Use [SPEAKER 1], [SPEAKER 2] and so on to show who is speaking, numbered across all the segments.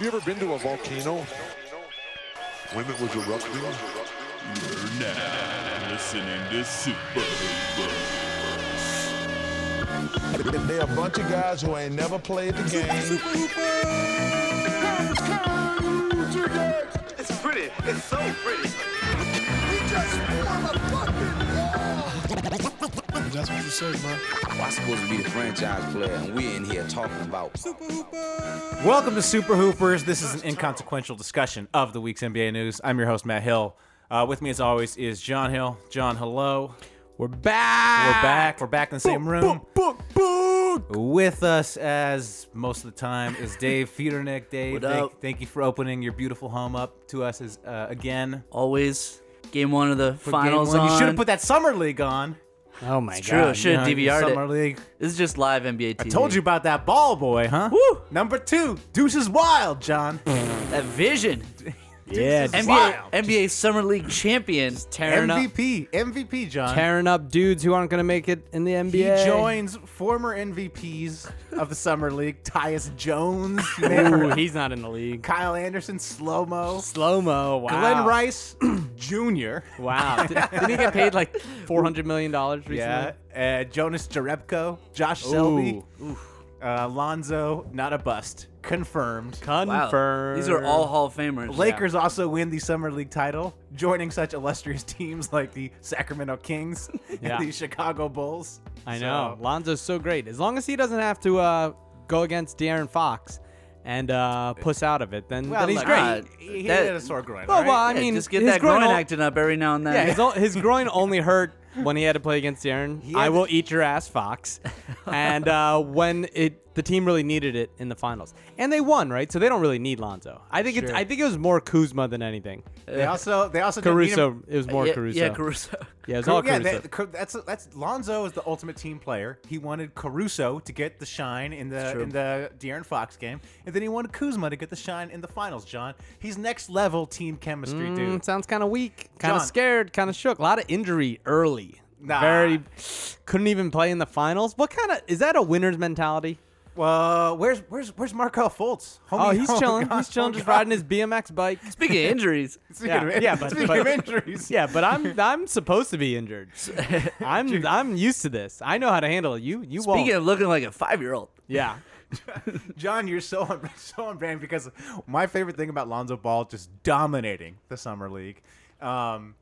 [SPEAKER 1] you ever been to a volcano?
[SPEAKER 2] When it was erupting?
[SPEAKER 3] You're now listening to Super Hoopers.
[SPEAKER 4] They're a bunch of guys who ain't never played the game.
[SPEAKER 5] It's pretty. It's so pretty.
[SPEAKER 6] I'm supposed to be the franchise player, and we're in here talking about
[SPEAKER 7] Welcome to Super Hoopers. This is an inconsequential discussion of the week's NBA news. I'm your host, Matt Hill. Uh, with me, as always, is John Hill. John, hello.
[SPEAKER 8] We're back.
[SPEAKER 7] We're back. We're back in the same room.
[SPEAKER 8] Book, book.
[SPEAKER 7] With us, as most of the time, is Dave Federnick. Dave,
[SPEAKER 8] What
[SPEAKER 7] thank,
[SPEAKER 8] up?
[SPEAKER 7] thank you for opening your beautiful home up to us as, uh, again.
[SPEAKER 9] Always game one of the
[SPEAKER 7] for game
[SPEAKER 9] finals.
[SPEAKER 7] one.
[SPEAKER 9] On.
[SPEAKER 7] You should have put that summer league on.
[SPEAKER 8] Oh my
[SPEAKER 9] True. I
[SPEAKER 8] god.
[SPEAKER 9] should have
[SPEAKER 7] You know, your
[SPEAKER 9] DVR'd
[SPEAKER 7] summer
[SPEAKER 9] it.
[SPEAKER 7] league.
[SPEAKER 9] This is just live NBA TV.
[SPEAKER 7] I told you about that ball boy, huh?
[SPEAKER 9] Woo!
[SPEAKER 7] Number two, Deuces Wild, John.
[SPEAKER 9] that vision.
[SPEAKER 8] Yeah, just
[SPEAKER 9] NBA NBA Summer League champion tearing up.
[SPEAKER 7] MVP, MVP, John.
[SPEAKER 8] tearing up dudes who aren't gonna make it in the
[SPEAKER 7] He
[SPEAKER 8] NBA.
[SPEAKER 7] joins former MVPs of the summer league, Tyus Jones, you may have heard
[SPEAKER 8] Ooh,
[SPEAKER 7] of him,
[SPEAKER 8] he's not in the league.
[SPEAKER 7] Kyle Anderson, slow mo,
[SPEAKER 8] Slow mo. Wow.
[SPEAKER 7] Glenn Rice Jr.
[SPEAKER 8] Wow. Did- Didn't he get paid like four hundred million dollars recently?
[SPEAKER 7] Yeah, uh, Jonas Jerebko, Josh Selby,
[SPEAKER 8] Ooh.
[SPEAKER 7] uh, Lonzo, not a bust, confirmed.
[SPEAKER 9] Wow.
[SPEAKER 8] Confirmed.
[SPEAKER 9] These are all Hall of Famers.
[SPEAKER 7] Lakers also win the summer league title, joining such illustrious teams like the Sacramento Kings
[SPEAKER 8] Yeah.
[SPEAKER 7] and the Chicago Bulls.
[SPEAKER 8] I know.
[SPEAKER 7] So-
[SPEAKER 8] Lonzo's so great. As long as he doesn't have to uh, go against De'Aaron Fox and uh, puss out of it, then,
[SPEAKER 7] well,
[SPEAKER 8] then he's
[SPEAKER 7] look,
[SPEAKER 8] great.
[SPEAKER 9] uh,
[SPEAKER 7] He, he
[SPEAKER 9] That-
[SPEAKER 7] had a sore groin.
[SPEAKER 8] well,
[SPEAKER 7] right?
[SPEAKER 8] well, I
[SPEAKER 9] Yeah,
[SPEAKER 8] mean,
[SPEAKER 9] just get
[SPEAKER 8] his
[SPEAKER 9] that groin,
[SPEAKER 8] al-
[SPEAKER 9] acting up every now and then.
[SPEAKER 8] Yeah, his, o- his groin only hurt when he had to play against De'Aaron. I will eat your ass, Fox. And uh, when it the team really needed it in the finals, and they won, right? So they don't really need Lonzo. I think it's, I think it was more Kuzma than anything.
[SPEAKER 7] They also they also didn't need him-
[SPEAKER 8] Caruso, it was more
[SPEAKER 9] yeah,
[SPEAKER 8] Caruso.
[SPEAKER 9] yeah, Caruso.
[SPEAKER 8] Yeah, it was
[SPEAKER 7] Caru-
[SPEAKER 8] all
[SPEAKER 7] yeah,
[SPEAKER 8] Caruso.
[SPEAKER 7] that- Car- that's that's Lonzo is the ultimate team player. He wanted Caruso to get the shine in the
[SPEAKER 9] true.
[SPEAKER 7] in the De'Aaron Fox game, and then he wanted Kuzma to get the shine in the finals. John, he's next level team chemistry, dude.
[SPEAKER 8] Mm, sounds kind of weak, kind
[SPEAKER 7] John.
[SPEAKER 8] of scared, kind of shook. A lot of injury early.
[SPEAKER 7] Nah.
[SPEAKER 8] Very couldn't even play in the finals. What kind of is that a winner's mentality?
[SPEAKER 7] Well, where's where's where's Markel Fultz?
[SPEAKER 8] Oh,
[SPEAKER 7] Homie-
[SPEAKER 8] he's
[SPEAKER 7] my
[SPEAKER 8] chilling.
[SPEAKER 7] God,
[SPEAKER 8] he's chilling,
[SPEAKER 7] oh
[SPEAKER 8] just
[SPEAKER 7] God.
[SPEAKER 8] riding his BMX bike.
[SPEAKER 9] Speaking of injuries,
[SPEAKER 7] Speaking
[SPEAKER 8] Yeah,
[SPEAKER 7] of, in-
[SPEAKER 8] yeah, but-
[SPEAKER 7] speaking
[SPEAKER 8] but-
[SPEAKER 7] of injuries,
[SPEAKER 8] Yeah, but I'm I'm supposed to be injured. I'm I'm used to this. I know how to handle it. You you won't.
[SPEAKER 9] speaking of looking like a five-year-old,
[SPEAKER 8] yeah.
[SPEAKER 7] John, you're so on, so on brand because my favorite thing about Lonzo Ball just dominating the summer league um,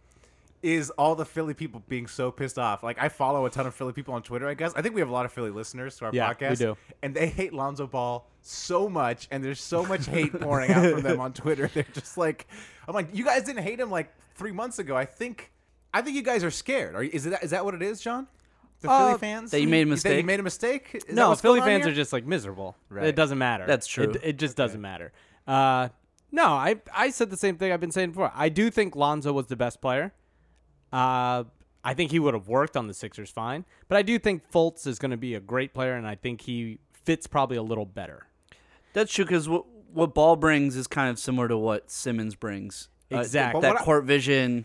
[SPEAKER 7] is all the Philly people being so pissed off. Like I follow a ton of Philly people on Twitter. I guess I think we have a lot of Philly listeners to our
[SPEAKER 8] Yeah, we
[SPEAKER 7] podcast,
[SPEAKER 8] do.
[SPEAKER 7] and they hate Lonzo Ball so much, and there's so much hate pouring out from them on Twitter. They're just like, I'm like, you guys didn't hate him like three months ago. I think, I think you guys are scared. Are is that is that what it is, John? The Philly
[SPEAKER 8] Uh,
[SPEAKER 7] fans
[SPEAKER 9] that you made a
[SPEAKER 7] You think you
[SPEAKER 9] mistake?
[SPEAKER 7] made a mistake. Is that
[SPEAKER 8] No,
[SPEAKER 7] what's
[SPEAKER 8] Philly
[SPEAKER 7] going on
[SPEAKER 8] fans
[SPEAKER 7] here?
[SPEAKER 8] are just like miserable.
[SPEAKER 7] Right.
[SPEAKER 8] It doesn't matter.
[SPEAKER 9] That's true.
[SPEAKER 8] It, it just doesn't matter. Uh, no, I I said the same thing I've been saying before. I do think Lonzo was the best player. Uh, I think he would have worked on the Sixers fine, but I do think Fultz is going to be a great player, and I think he fits probably a little better.
[SPEAKER 9] that's true because what, what Ball brings is kind of similar to what Simmons brings. Uh,
[SPEAKER 8] Exact.
[SPEAKER 9] that
[SPEAKER 7] But what I-
[SPEAKER 9] court vision.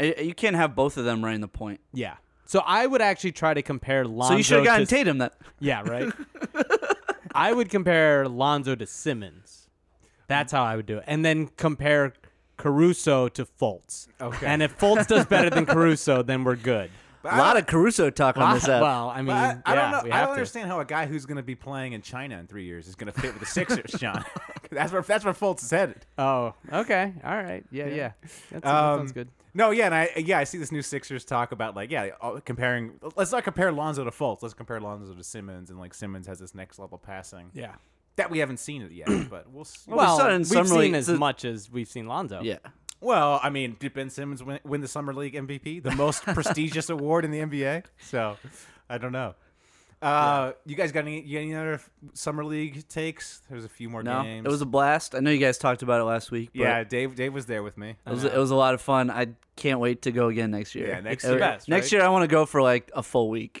[SPEAKER 9] Uh, You can't have both of them running the point.
[SPEAKER 8] Yeah. So I would actually try to compare Lonzo.
[SPEAKER 9] So you should have gotten
[SPEAKER 8] to-
[SPEAKER 9] Tatum. That
[SPEAKER 8] Yeah, right. I would compare Lonzo to Simmons. That's how I would do it. And then compare Caruso to Fultz.
[SPEAKER 7] Okay.
[SPEAKER 8] And if Fultz does better than Caruso, then we're good. Ah,
[SPEAKER 9] a lot of Caruso talk on this app.
[SPEAKER 8] well, I mean,
[SPEAKER 7] I, I
[SPEAKER 8] yeah,
[SPEAKER 7] don't
[SPEAKER 8] we
[SPEAKER 7] know. I
[SPEAKER 8] have
[SPEAKER 7] don't
[SPEAKER 8] to.
[SPEAKER 7] understand how a guy who's going to be playing in China in three years is going to fit with the Sixers, John. that's where that's where Fultz is headed.
[SPEAKER 8] Oh, okay. All right. Yeah, yeah. That's, that sounds
[SPEAKER 7] Um,
[SPEAKER 8] good.
[SPEAKER 7] No, yeah, and I yeah I see this new Sixers talk about like yeah all- comparing. Let's not compare Lonzo to Fultz. Let's compare Lonzo to Simmons, and like Simmons has this next level passing
[SPEAKER 8] Yeah.
[SPEAKER 7] that we haven't seen it yet, but we'll. See.
[SPEAKER 8] Well,
[SPEAKER 9] saw it in
[SPEAKER 8] we've
[SPEAKER 9] summer
[SPEAKER 8] seen
[SPEAKER 9] league.
[SPEAKER 8] as
[SPEAKER 9] The-
[SPEAKER 8] much as we've seen Lonzo.
[SPEAKER 9] Yeah.
[SPEAKER 7] Well, I mean, did Ben Simmons win, win the summer league MVP, the most prestigious award in the NBA? So, I don't know. Uh, You guys got any, you got any other summer league takes? There's a few more
[SPEAKER 9] No,
[SPEAKER 7] games.
[SPEAKER 9] it was a blast. I know you guys talked about it last week. But
[SPEAKER 7] Yeah, Dave. Dave was there with me.
[SPEAKER 9] It was, it was a lot of fun. I can't wait to go again next year.
[SPEAKER 7] Yeah, next
[SPEAKER 9] It-
[SPEAKER 7] year.
[SPEAKER 8] Best,
[SPEAKER 9] Next
[SPEAKER 8] right?
[SPEAKER 9] year, I want to go for like a full week.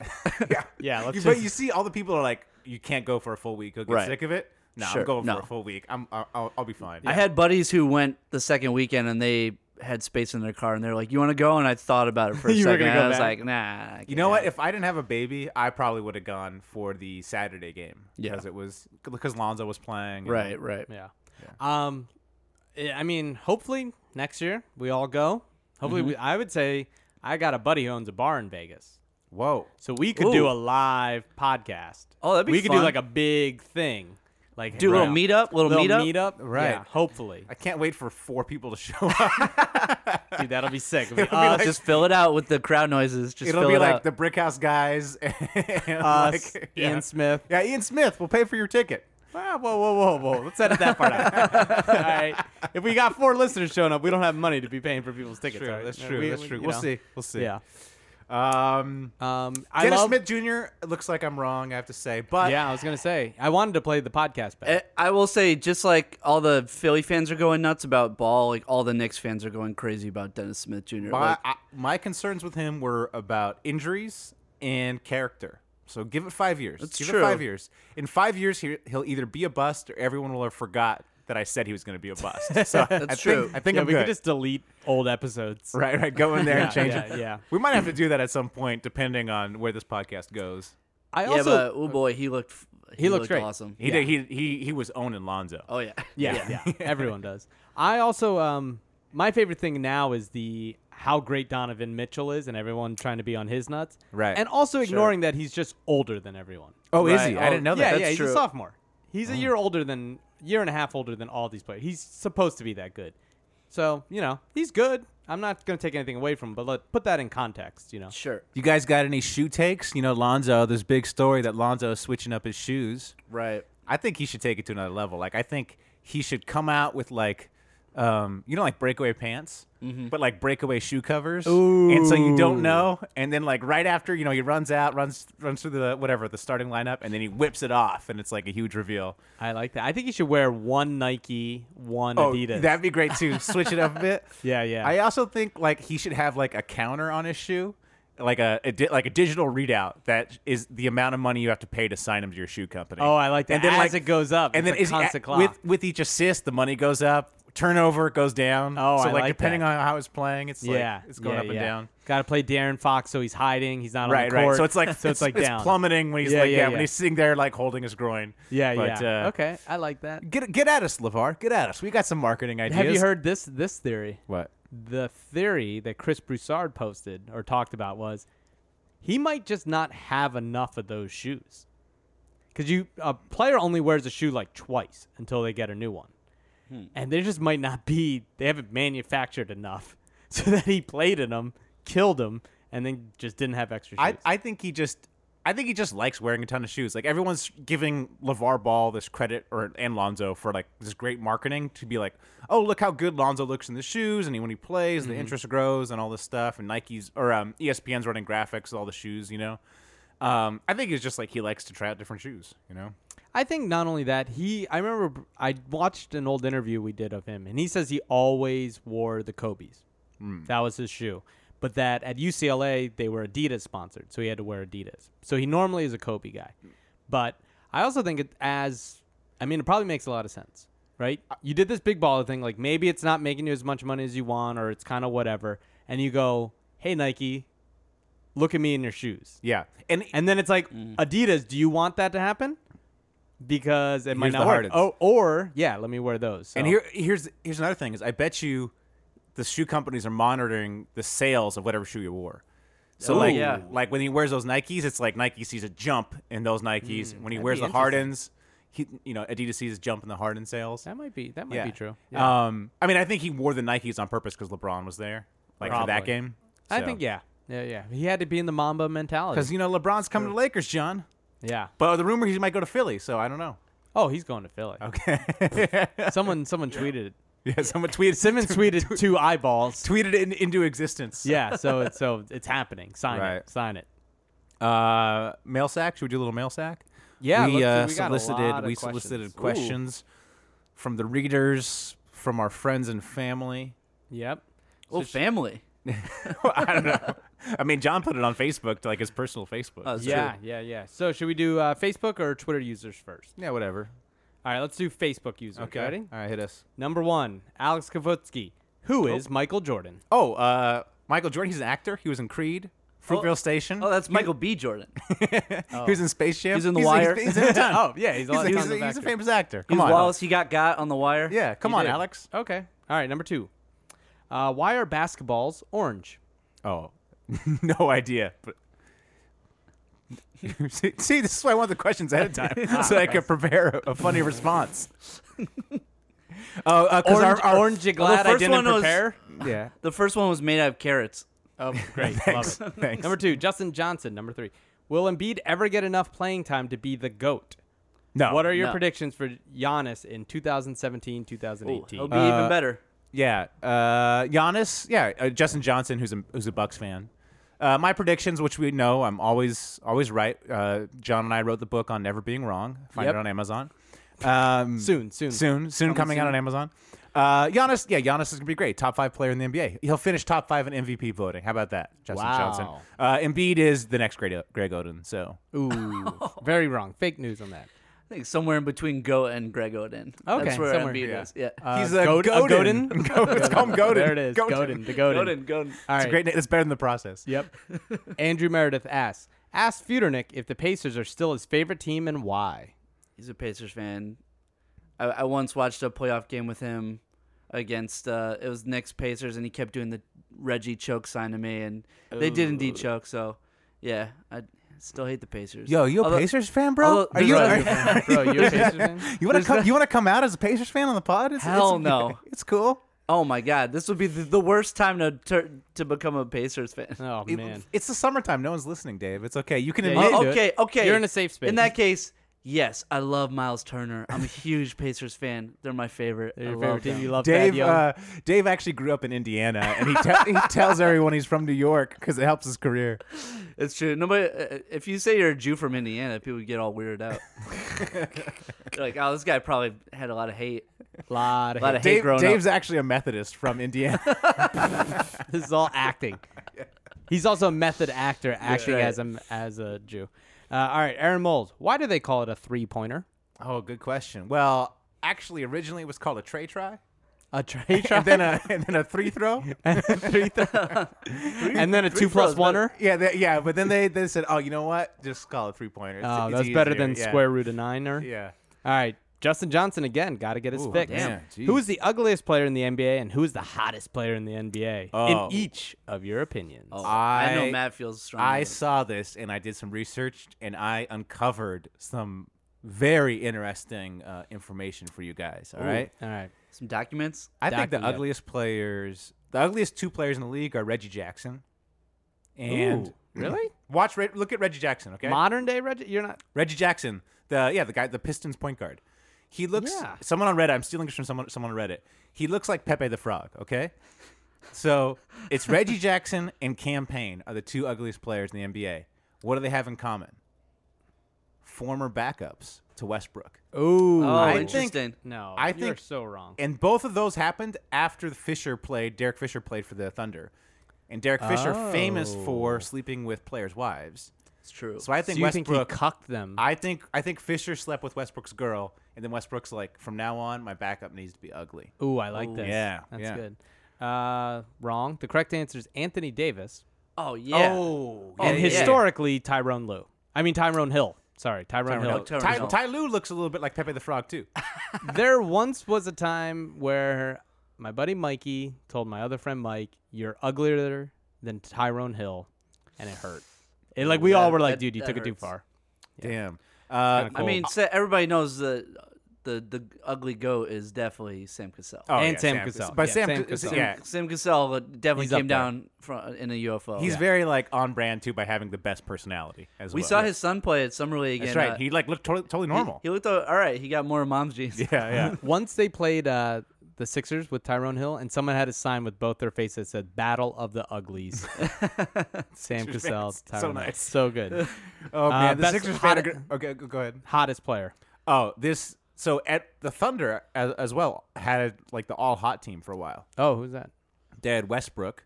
[SPEAKER 7] yeah,
[SPEAKER 8] Yeah, let's
[SPEAKER 7] You-
[SPEAKER 8] just-
[SPEAKER 7] but you see, all the people are like, "You can't go for a full week. You'll get
[SPEAKER 9] Right.
[SPEAKER 7] sick of it." No,
[SPEAKER 9] Sure,
[SPEAKER 7] I'm going
[SPEAKER 9] no.
[SPEAKER 7] for a full week. I'm. I'll, I'll, I'll be fine.
[SPEAKER 9] I had buddies who went the second weekend and they had space in their car and they're like, "You want to go?" And I thought about it for a
[SPEAKER 8] You were
[SPEAKER 9] second.
[SPEAKER 8] gonna
[SPEAKER 9] and
[SPEAKER 8] go
[SPEAKER 9] I was
[SPEAKER 8] back.
[SPEAKER 9] like, "Nah." I
[SPEAKER 7] you know what?
[SPEAKER 9] can't."
[SPEAKER 7] If I didn't have a baby, I probably would have gone for the Saturday game.
[SPEAKER 9] Yeah.
[SPEAKER 7] because it was because Lonzo was playing. and-
[SPEAKER 9] right, right.
[SPEAKER 8] Yeah. Um, I I mean, hopefully next year we all go.
[SPEAKER 7] Mm-hmm.
[SPEAKER 8] Hopefully, we, I would say I got a buddy who owns a bar in Vegas,
[SPEAKER 7] Whoa.
[SPEAKER 8] so we could do
[SPEAKER 9] Ooh.
[SPEAKER 8] a live podcast.
[SPEAKER 9] Oh, that'd be
[SPEAKER 8] we could do
[SPEAKER 9] fun.
[SPEAKER 8] like a big thing, like
[SPEAKER 9] Do a little meetup, little meetup.
[SPEAKER 8] right?
[SPEAKER 7] Right.
[SPEAKER 8] hopefully,
[SPEAKER 7] I can't wait for four people to show up.
[SPEAKER 8] dude, that'll be sick. It'll be
[SPEAKER 7] be like-
[SPEAKER 8] us,
[SPEAKER 9] just fill it out with the crowd noises. Just
[SPEAKER 7] It'll
[SPEAKER 9] fill
[SPEAKER 7] be
[SPEAKER 9] it
[SPEAKER 7] like
[SPEAKER 9] out.
[SPEAKER 7] the Brick House guys and
[SPEAKER 8] us,
[SPEAKER 7] like- yeah.
[SPEAKER 8] Ian Smith.
[SPEAKER 7] yeah, Ian Smith will pay for your ticket.
[SPEAKER 8] Ah, whoa, whoa, whoa, whoa! Let's edit that part out. all right. If we got four listeners showing up, we don't have money to be paying for people's tickets. so,
[SPEAKER 7] that's
[SPEAKER 8] uh,
[SPEAKER 7] true.
[SPEAKER 8] we-
[SPEAKER 7] that's
[SPEAKER 8] we-
[SPEAKER 7] true.
[SPEAKER 8] you
[SPEAKER 7] We'll
[SPEAKER 8] know.
[SPEAKER 7] see. We'll see.
[SPEAKER 8] Yeah.
[SPEAKER 7] Um,
[SPEAKER 8] Um, I
[SPEAKER 7] Dennis
[SPEAKER 8] love.
[SPEAKER 7] Smith Jr. it looks like I'm wrong. I have to say, but
[SPEAKER 8] yeah, I was gonna say I wanted to play the podcast back.
[SPEAKER 9] Eh, I will say, just like all the Philly fans are going nuts about Ball, like all the Knicks fans are going crazy about Dennis Smith Jr.
[SPEAKER 7] my,
[SPEAKER 9] Like,
[SPEAKER 7] I, my concerns with him were about injuries and character. So give it five years.
[SPEAKER 9] That's
[SPEAKER 7] give
[SPEAKER 9] true.
[SPEAKER 7] it five years. In five years, he, he'll either be a bust or everyone will have forgot that I said he was going to be a bust. So I think-
[SPEAKER 9] true.
[SPEAKER 7] I think
[SPEAKER 8] yeah,
[SPEAKER 7] I'm
[SPEAKER 8] we
[SPEAKER 7] good.
[SPEAKER 8] could just delete old episodes.
[SPEAKER 7] Right, right. Go in there
[SPEAKER 8] Yeah,
[SPEAKER 7] and change
[SPEAKER 8] yeah,
[SPEAKER 7] it.
[SPEAKER 8] yeah.
[SPEAKER 7] We might have to do that at some point, depending on where this podcast goes.
[SPEAKER 8] I
[SPEAKER 9] yeah,
[SPEAKER 8] also
[SPEAKER 9] but oh boy, he looked f- he,
[SPEAKER 8] looked
[SPEAKER 9] looked,
[SPEAKER 8] great.
[SPEAKER 9] awesome.
[SPEAKER 7] He did. He he he was owning Lonzo.
[SPEAKER 9] oh yeah,
[SPEAKER 8] yeah, yeah, everyone does. I also um my favorite thing now is the how great Donovan Mitchell is and everyone trying to be on his nuts.
[SPEAKER 7] Right.
[SPEAKER 8] And also ignoring that he's just older than everyone.
[SPEAKER 7] Oh,
[SPEAKER 9] is he? I didn't
[SPEAKER 8] yeah,
[SPEAKER 9] know
[SPEAKER 8] Mm.
[SPEAKER 9] that.
[SPEAKER 8] yeah,
[SPEAKER 9] That's
[SPEAKER 8] he's a
[SPEAKER 9] true.
[SPEAKER 8] sophomore. He's a year older than year and a half older than all these players. He's supposed to be that good. So, you know, he's good. I'm not going to take anything away from him, but let put that in context, you know.
[SPEAKER 9] sure,
[SPEAKER 7] You guys got any shoe takes? You know, Lonzo. This big story that Lonzo is switching up his shoes.
[SPEAKER 9] right.
[SPEAKER 7] I think he should take it to another level. Like I think he should come out with like, um, you know, like breakaway pants, but like breakaway shoe covers, and so you don't know. And then like right after, you know, he runs out, runs runs through the whatever the starting lineup, and then he whips it off, and it's like a huge reveal.
[SPEAKER 8] I like that. I think he should wear one Nike, one Adidas.
[SPEAKER 7] Oh, That'd be great too. Switch it up a bit.
[SPEAKER 8] Yeah, yeah.
[SPEAKER 7] I also think like he should have like a counter on his shoe, like a, a di- like a digital readout that is the amount of money you have to pay to sign him to your shoe company.
[SPEAKER 8] Oh, I like that. As it goes up,
[SPEAKER 7] and
[SPEAKER 8] it's
[SPEAKER 7] then
[SPEAKER 8] a
[SPEAKER 7] is he-
[SPEAKER 8] constant clock.
[SPEAKER 7] with with each assist, the money goes up. Turnover goes down.
[SPEAKER 8] Oh,
[SPEAKER 7] so
[SPEAKER 8] I
[SPEAKER 7] like,
[SPEAKER 8] like
[SPEAKER 7] depending
[SPEAKER 8] that.
[SPEAKER 7] on how it's playing, it's like it's going
[SPEAKER 8] yeah,
[SPEAKER 7] up and
[SPEAKER 8] yeah.
[SPEAKER 7] down.
[SPEAKER 8] Got to play Darren Fox, so he's hiding. He's not on
[SPEAKER 7] Right,
[SPEAKER 8] the court.
[SPEAKER 7] right. So it's like
[SPEAKER 8] so it's, like down.
[SPEAKER 7] plummeting when he's
[SPEAKER 8] Yeah,
[SPEAKER 7] like
[SPEAKER 8] yeah,
[SPEAKER 7] yeah, when
[SPEAKER 8] yeah.
[SPEAKER 7] he's sitting there like holding his groin.
[SPEAKER 8] Yeah,
[SPEAKER 7] But,
[SPEAKER 8] yeah.
[SPEAKER 7] Uh,
[SPEAKER 8] okay, I like that.
[SPEAKER 7] Get get at us, Lavar. Get at us. We got some marketing ideas.
[SPEAKER 8] Have you heard this this theory?
[SPEAKER 7] what?
[SPEAKER 8] The theory that Chris Broussard posted or talked about was he might just not have enough of those shoes. Cuz you a player only wears a shoe like twice until they get a new one.
[SPEAKER 7] Hmm.
[SPEAKER 8] And they just might not be they haven't manufactured enough so that he played in them, killed them and then just didn't have extra shoes.
[SPEAKER 7] I, I think he just I think he just likes wearing a ton of shoes. Like everyone's giving LeVar Ball this credit or and Lonzo for like this great marketing to be like, oh look how good Lonzo looks in the shoes and he, when he plays the interest grows and all this stuff and Nike's or um, ESPN's running graphics with all the shoes, you know. Um, I think it's just like he likes to try out different shoes, you know.
[SPEAKER 8] I think not only that, he I remember I watched an old interview we did of him and he says he always wore the Kobe's. That was his shoe. But that at UCLA they were Adidas sponsored, so he had to wear Adidas. So he normally is a Kobe guy. But I also think it as I mean it probably makes a lot of sense, right? You did this big baller thing like maybe it's not making you as much money as you want or it's kind of whatever and you go, "Hey Nike, look at me in your shoes."
[SPEAKER 7] Yeah, and
[SPEAKER 8] And then it's like,
[SPEAKER 7] Mm.
[SPEAKER 8] Adidas, do you want that to happen? Because it might
[SPEAKER 7] Here's
[SPEAKER 8] not
[SPEAKER 7] the
[SPEAKER 8] work.
[SPEAKER 7] hardens.
[SPEAKER 8] Oh, or yeah, let me wear those. So-
[SPEAKER 7] And here, here's here's another thing: is I bet you the shoe companies are monitoring the sales of whatever shoe you wore. So
[SPEAKER 9] Ooh.
[SPEAKER 7] like,
[SPEAKER 9] Yeah.
[SPEAKER 7] like when he wears those Nikes, it's like Nike sees a jump in those Nikes.
[SPEAKER 8] Mm,
[SPEAKER 7] when he wears
[SPEAKER 9] be
[SPEAKER 7] the Hardens, he you know Adidas sees a jump in the Harden sales.
[SPEAKER 8] that might be that might
[SPEAKER 7] Yeah.
[SPEAKER 8] be true.
[SPEAKER 7] Um, I mean, I think he wore the Nikes on purpose because LeBron was there, like for that
[SPEAKER 8] Probably.
[SPEAKER 7] game.
[SPEAKER 8] I think yeah, yeah, yeah. He had to be in the Mamba mentality.
[SPEAKER 7] because you know LeBron's coming to Lakers, John.
[SPEAKER 8] Yeah.
[SPEAKER 7] But the rumor he might go to Philly, so I don't know.
[SPEAKER 8] Oh, he's going to Philly. Okay. someone someone tweeted it.
[SPEAKER 7] Yeah, someone tweeted
[SPEAKER 8] Simmons tweeted two eyeballs.
[SPEAKER 7] tweeted it in, into existence.
[SPEAKER 8] yeah. So it's so it's happening. Sign it.
[SPEAKER 7] Right.
[SPEAKER 8] Sign it.
[SPEAKER 7] Uh, mail sack. Should we do a little mail sack?
[SPEAKER 8] Yeah,
[SPEAKER 7] we,
[SPEAKER 8] let's do-
[SPEAKER 7] uh,
[SPEAKER 8] we got a
[SPEAKER 7] solicited.
[SPEAKER 8] lot of
[SPEAKER 7] we
[SPEAKER 8] questions.
[SPEAKER 7] solicited
[SPEAKER 8] Ooh.
[SPEAKER 7] questions from the readers, from our friends and family.
[SPEAKER 8] Yep.
[SPEAKER 9] Well, family.
[SPEAKER 7] I don't know. I mean, John put it on Facebook, like his personal Facebook.
[SPEAKER 9] Oh, that's
[SPEAKER 8] yeah,
[SPEAKER 9] true.
[SPEAKER 8] yeah, yeah. So should we do uh, Facebook or Twitter users first?
[SPEAKER 7] yeah, whatever.
[SPEAKER 8] All right, let's do Facebook users.
[SPEAKER 7] Okay.
[SPEAKER 8] Ready?
[SPEAKER 7] All right, hit us.
[SPEAKER 8] Number one, Alex Kavotsky. Who is Michael Jordan?
[SPEAKER 7] Oh, uh, Michael Jordan. He's an actor. He was in Creed. Fruitvale Station.
[SPEAKER 9] Oh, that's Michael B. Jordan.
[SPEAKER 7] He was in Space Jam.
[SPEAKER 9] He's in The
[SPEAKER 7] he's,
[SPEAKER 9] Wire.
[SPEAKER 7] He's, in a ton.
[SPEAKER 8] Oh, yeah, he's a lot-
[SPEAKER 7] he's,
[SPEAKER 8] he's
[SPEAKER 7] he's,
[SPEAKER 8] a
[SPEAKER 7] he's a
[SPEAKER 8] actor.
[SPEAKER 7] famous actor.
[SPEAKER 9] He's
[SPEAKER 7] Come on,
[SPEAKER 9] Wallace. He got got on the wire.
[SPEAKER 7] yeah, come
[SPEAKER 8] He
[SPEAKER 7] on,
[SPEAKER 8] did.
[SPEAKER 7] Alex.
[SPEAKER 8] Okay. All right. Number two. Uh, why are basketballs orange?
[SPEAKER 7] Oh, no idea. But see, see, this is why I want the questions ahead of time so I could prepare a, a funny response. Oh, uh, 'cause
[SPEAKER 8] Orange,
[SPEAKER 7] our, our-
[SPEAKER 8] orange, you glad I
[SPEAKER 9] first
[SPEAKER 8] didn't
[SPEAKER 9] one was-
[SPEAKER 8] prepare?
[SPEAKER 7] yeah.
[SPEAKER 9] The first one was made out of carrots.
[SPEAKER 8] Oh, great. Love it.
[SPEAKER 7] Thanks.
[SPEAKER 8] Number two, Justin Johnson. Number three, will Embiid ever get enough playing time to be the GOAT?
[SPEAKER 7] No.
[SPEAKER 8] What are your
[SPEAKER 9] no.
[SPEAKER 8] predictions for Giannis in 2017 2018?
[SPEAKER 9] It'll be even better.
[SPEAKER 7] Yeah, uh, Giannis. Yeah, uh, Justin Johnson, who's a who's a Bucks fan. Uh, my predictions, which we know, I'm always always right. Uh, John and I wrote the book on never being wrong. Find
[SPEAKER 8] Yep.
[SPEAKER 7] it on Amazon. Um,
[SPEAKER 8] Uh, Soon, soon.
[SPEAKER 7] soon, soon coming out on Amazon. Uh, Giannis, yeah, Giannis is gonna be great. Top five player in the NBA. He'll finish top five in MVP voting. How about that, Justin
[SPEAKER 8] Wow.
[SPEAKER 7] Johnson? Uh, Embiid is the next Greg, Greg Oden. So
[SPEAKER 8] Ooh, very wrong. Fake news on that.
[SPEAKER 9] I think somewhere in between Go and Greg Oden.
[SPEAKER 8] Okay,
[SPEAKER 9] That's where
[SPEAKER 8] somewhere,
[SPEAKER 9] Embiid
[SPEAKER 8] yeah.
[SPEAKER 9] is. Yeah.
[SPEAKER 7] he's
[SPEAKER 8] Goat- a
[SPEAKER 7] Godin.
[SPEAKER 8] Godin?
[SPEAKER 7] Go- Let's call him Godin.
[SPEAKER 8] There it is.
[SPEAKER 7] Godin.
[SPEAKER 8] Godin. The Godin.
[SPEAKER 9] Godin, Godin.
[SPEAKER 8] All
[SPEAKER 7] It's a
[SPEAKER 8] right.
[SPEAKER 7] great. name. It's better than the process.
[SPEAKER 8] Yep. Andrew Meredith asks, ask Futernick if the Pacers are still his favorite team and why.
[SPEAKER 9] He's a Pacers fan. I, I once watched a playoff game with him against uh, it was Knicks Pacers, and he kept doing the Reggie choke sign to me, and they did indeed choke. So, yeah, I still hate the Pacers.
[SPEAKER 7] Yo, you a
[SPEAKER 9] Although-
[SPEAKER 7] Pacers fan, bro?
[SPEAKER 9] although-
[SPEAKER 7] are you?
[SPEAKER 9] Bro,
[SPEAKER 7] are-
[SPEAKER 8] Bro, you a Pacers fan?
[SPEAKER 7] you want to
[SPEAKER 9] there's
[SPEAKER 7] come?
[SPEAKER 9] no-
[SPEAKER 7] you want to come out as a Pacers fan on the pod? It's,
[SPEAKER 9] Hell
[SPEAKER 7] it's,
[SPEAKER 9] no.
[SPEAKER 7] It's cool.
[SPEAKER 9] Oh my God, this would be the, the worst time to tur- to become a Pacers fan.
[SPEAKER 8] Oh
[SPEAKER 7] It-
[SPEAKER 8] man.
[SPEAKER 7] it's the summertime. No one's listening, Dave. It's okay. You can
[SPEAKER 8] Yeah,
[SPEAKER 7] admit.
[SPEAKER 8] you
[SPEAKER 9] Oh,
[SPEAKER 8] do it.
[SPEAKER 9] okay, okay.
[SPEAKER 8] You're in a safe space.
[SPEAKER 9] In that case, yes, I love Miles Turner. I'm a huge Pacers fan. They're my favorite.
[SPEAKER 8] They're
[SPEAKER 9] I
[SPEAKER 8] your
[SPEAKER 9] love
[SPEAKER 8] favorite team.
[SPEAKER 9] them.
[SPEAKER 8] You love Thad
[SPEAKER 7] Dave,
[SPEAKER 8] Young.
[SPEAKER 7] uh, Dave actually grew up in Indiana, and he, te- he tells everyone he's from New York because it helps his career.
[SPEAKER 9] It's true. Nobody. uh, If you say you're a Jew from Indiana, people get all weirded out. They're like, oh, this guy probably had a lot of hate.
[SPEAKER 8] lot of
[SPEAKER 9] lot
[SPEAKER 8] hate.
[SPEAKER 9] of hate.
[SPEAKER 7] Dave,
[SPEAKER 9] grown up.
[SPEAKER 7] Dave's actually a Methodist from Indiana.
[SPEAKER 8] This is all acting. He's also a method actor acting
[SPEAKER 9] right.
[SPEAKER 8] as a as a Jew. Uh, all right, Aaron Moles. Why do they call it a three pointer?
[SPEAKER 7] oh, good question. Well, actually, originally it was called a tray try,
[SPEAKER 8] A tray try
[SPEAKER 7] and then a and then a three throw.
[SPEAKER 8] three th- and then a two plus oneer.
[SPEAKER 7] Yeah, they, yeah. But then they, they said, oh, you know what? Just call it three pointer.
[SPEAKER 8] Oh, that's better than square root of niner.
[SPEAKER 7] Yeah.
[SPEAKER 8] All right, Justin Johnson again. Got to get his fix.
[SPEAKER 7] damn, jeez.
[SPEAKER 8] Who is the ugliest player in the NBA, and who is the hottest player in the NBA?
[SPEAKER 7] Oh.
[SPEAKER 8] In each of your opinions.
[SPEAKER 9] I,
[SPEAKER 7] I-
[SPEAKER 9] know Matt feels strong.
[SPEAKER 7] I saw this and I did some research and I uncovered some very interesting uh, information for you guys. All right,
[SPEAKER 8] All right.
[SPEAKER 9] some documents.
[SPEAKER 7] I think the
[SPEAKER 8] Document.
[SPEAKER 7] ugliest players, the ugliest two players in the league are Reggie Jackson and
[SPEAKER 8] Ooh, really?
[SPEAKER 7] watch. Re- Look at Reggie Jackson. Okay,
[SPEAKER 8] Modern day Reggie, you're not.
[SPEAKER 7] Reggie Jackson, the yeah, the guy, the Pistons point guard. He looks.
[SPEAKER 8] Yeah.
[SPEAKER 7] Someone on Reddit. I'm stealing this from someone. Someone on Reddit. He looks like Pepe the Frog. Okay, so it's Reggie Jackson and Cam Payne are the two ugliest players in the NBA. What do they have in common? Former backups to Westbrook,
[SPEAKER 8] Ooh.
[SPEAKER 9] Oh,
[SPEAKER 7] I think-
[SPEAKER 9] interesting.
[SPEAKER 8] no,
[SPEAKER 7] I
[SPEAKER 8] you're
[SPEAKER 7] think-
[SPEAKER 8] so wrong.
[SPEAKER 7] and both of those happened after Fisher played. Derek Fisher played for the Thunder, and Derek Fisher famous for sleeping with players' wives.
[SPEAKER 9] it's true.
[SPEAKER 7] So I
[SPEAKER 8] Oh. So
[SPEAKER 7] think
[SPEAKER 8] you think he
[SPEAKER 7] Westbrook
[SPEAKER 8] cucked them?
[SPEAKER 7] I think I think Fisher slept with Westbrook's girl, and then Westbrook's like, from now on, my backup needs to be ugly.
[SPEAKER 8] Ooh, I like this.
[SPEAKER 7] Yeah,
[SPEAKER 8] that's
[SPEAKER 7] yeah.
[SPEAKER 8] good. Uh, wrong. The correct answer is Anthony Davis,
[SPEAKER 9] oh yeah.
[SPEAKER 7] Oh,
[SPEAKER 9] yeah,
[SPEAKER 8] and
[SPEAKER 9] yeah.
[SPEAKER 8] historically Tyrone Lou. I mean Tyrone Hill. Sorry, Tyrone,
[SPEAKER 7] Ty,
[SPEAKER 8] Hill.
[SPEAKER 9] Hill. Turner
[SPEAKER 7] Ty,
[SPEAKER 9] Hill.
[SPEAKER 7] Ty Lue looks a little bit like Pepe the Frog too.
[SPEAKER 8] there once was a time where my buddy Mikey told my other friend Mike, "You're uglier than Tyrone Hill," and it hurt. It like we all
[SPEAKER 9] that-
[SPEAKER 8] were like,
[SPEAKER 9] that-
[SPEAKER 8] "Dude, you
[SPEAKER 9] that
[SPEAKER 8] took it too
[SPEAKER 9] hurts.
[SPEAKER 8] far."
[SPEAKER 7] Damn. Uh,
[SPEAKER 8] Kinda
[SPEAKER 9] I
[SPEAKER 8] cool.
[SPEAKER 9] mean, so everybody knows the the the ugly goat is definitely Sam Cassell.
[SPEAKER 7] oh,
[SPEAKER 8] and Sam Cassell.
[SPEAKER 7] But
[SPEAKER 8] Yeah,
[SPEAKER 7] Sam,
[SPEAKER 8] Sam
[SPEAKER 7] Cassell.
[SPEAKER 8] Cassell.
[SPEAKER 7] Yeah.
[SPEAKER 9] Sam Cassell definitely
[SPEAKER 8] He's up
[SPEAKER 9] came
[SPEAKER 8] there.
[SPEAKER 9] down from, uh, in a UFO.
[SPEAKER 7] He's very like on brand too by having the best personality as
[SPEAKER 9] We
[SPEAKER 7] well.
[SPEAKER 9] saw his son play at summer league.
[SPEAKER 7] That's
[SPEAKER 9] and,
[SPEAKER 7] right.
[SPEAKER 9] uh,
[SPEAKER 7] He like looked totally, totally normal.
[SPEAKER 9] He looked all all right. He got more mom's jeans.
[SPEAKER 7] yeah, yeah.
[SPEAKER 8] Once they played uh, the Sixers with Tyrone Hill, and someone had a sign with both their faces that said "Battle of the Uglies." Sam Cassell, Tyrone Hill.
[SPEAKER 7] nice.
[SPEAKER 8] so good.
[SPEAKER 7] Oh man, the
[SPEAKER 8] best-
[SPEAKER 7] Sixers fan.
[SPEAKER 8] how
[SPEAKER 7] are
[SPEAKER 8] did-
[SPEAKER 7] gr- Okay, go go ahead.
[SPEAKER 8] Hottest player.
[SPEAKER 7] Oh, this. So at the Thunder as, as well had like the all hot team for a while.
[SPEAKER 8] Oh, who's that?
[SPEAKER 7] They had Westbrook,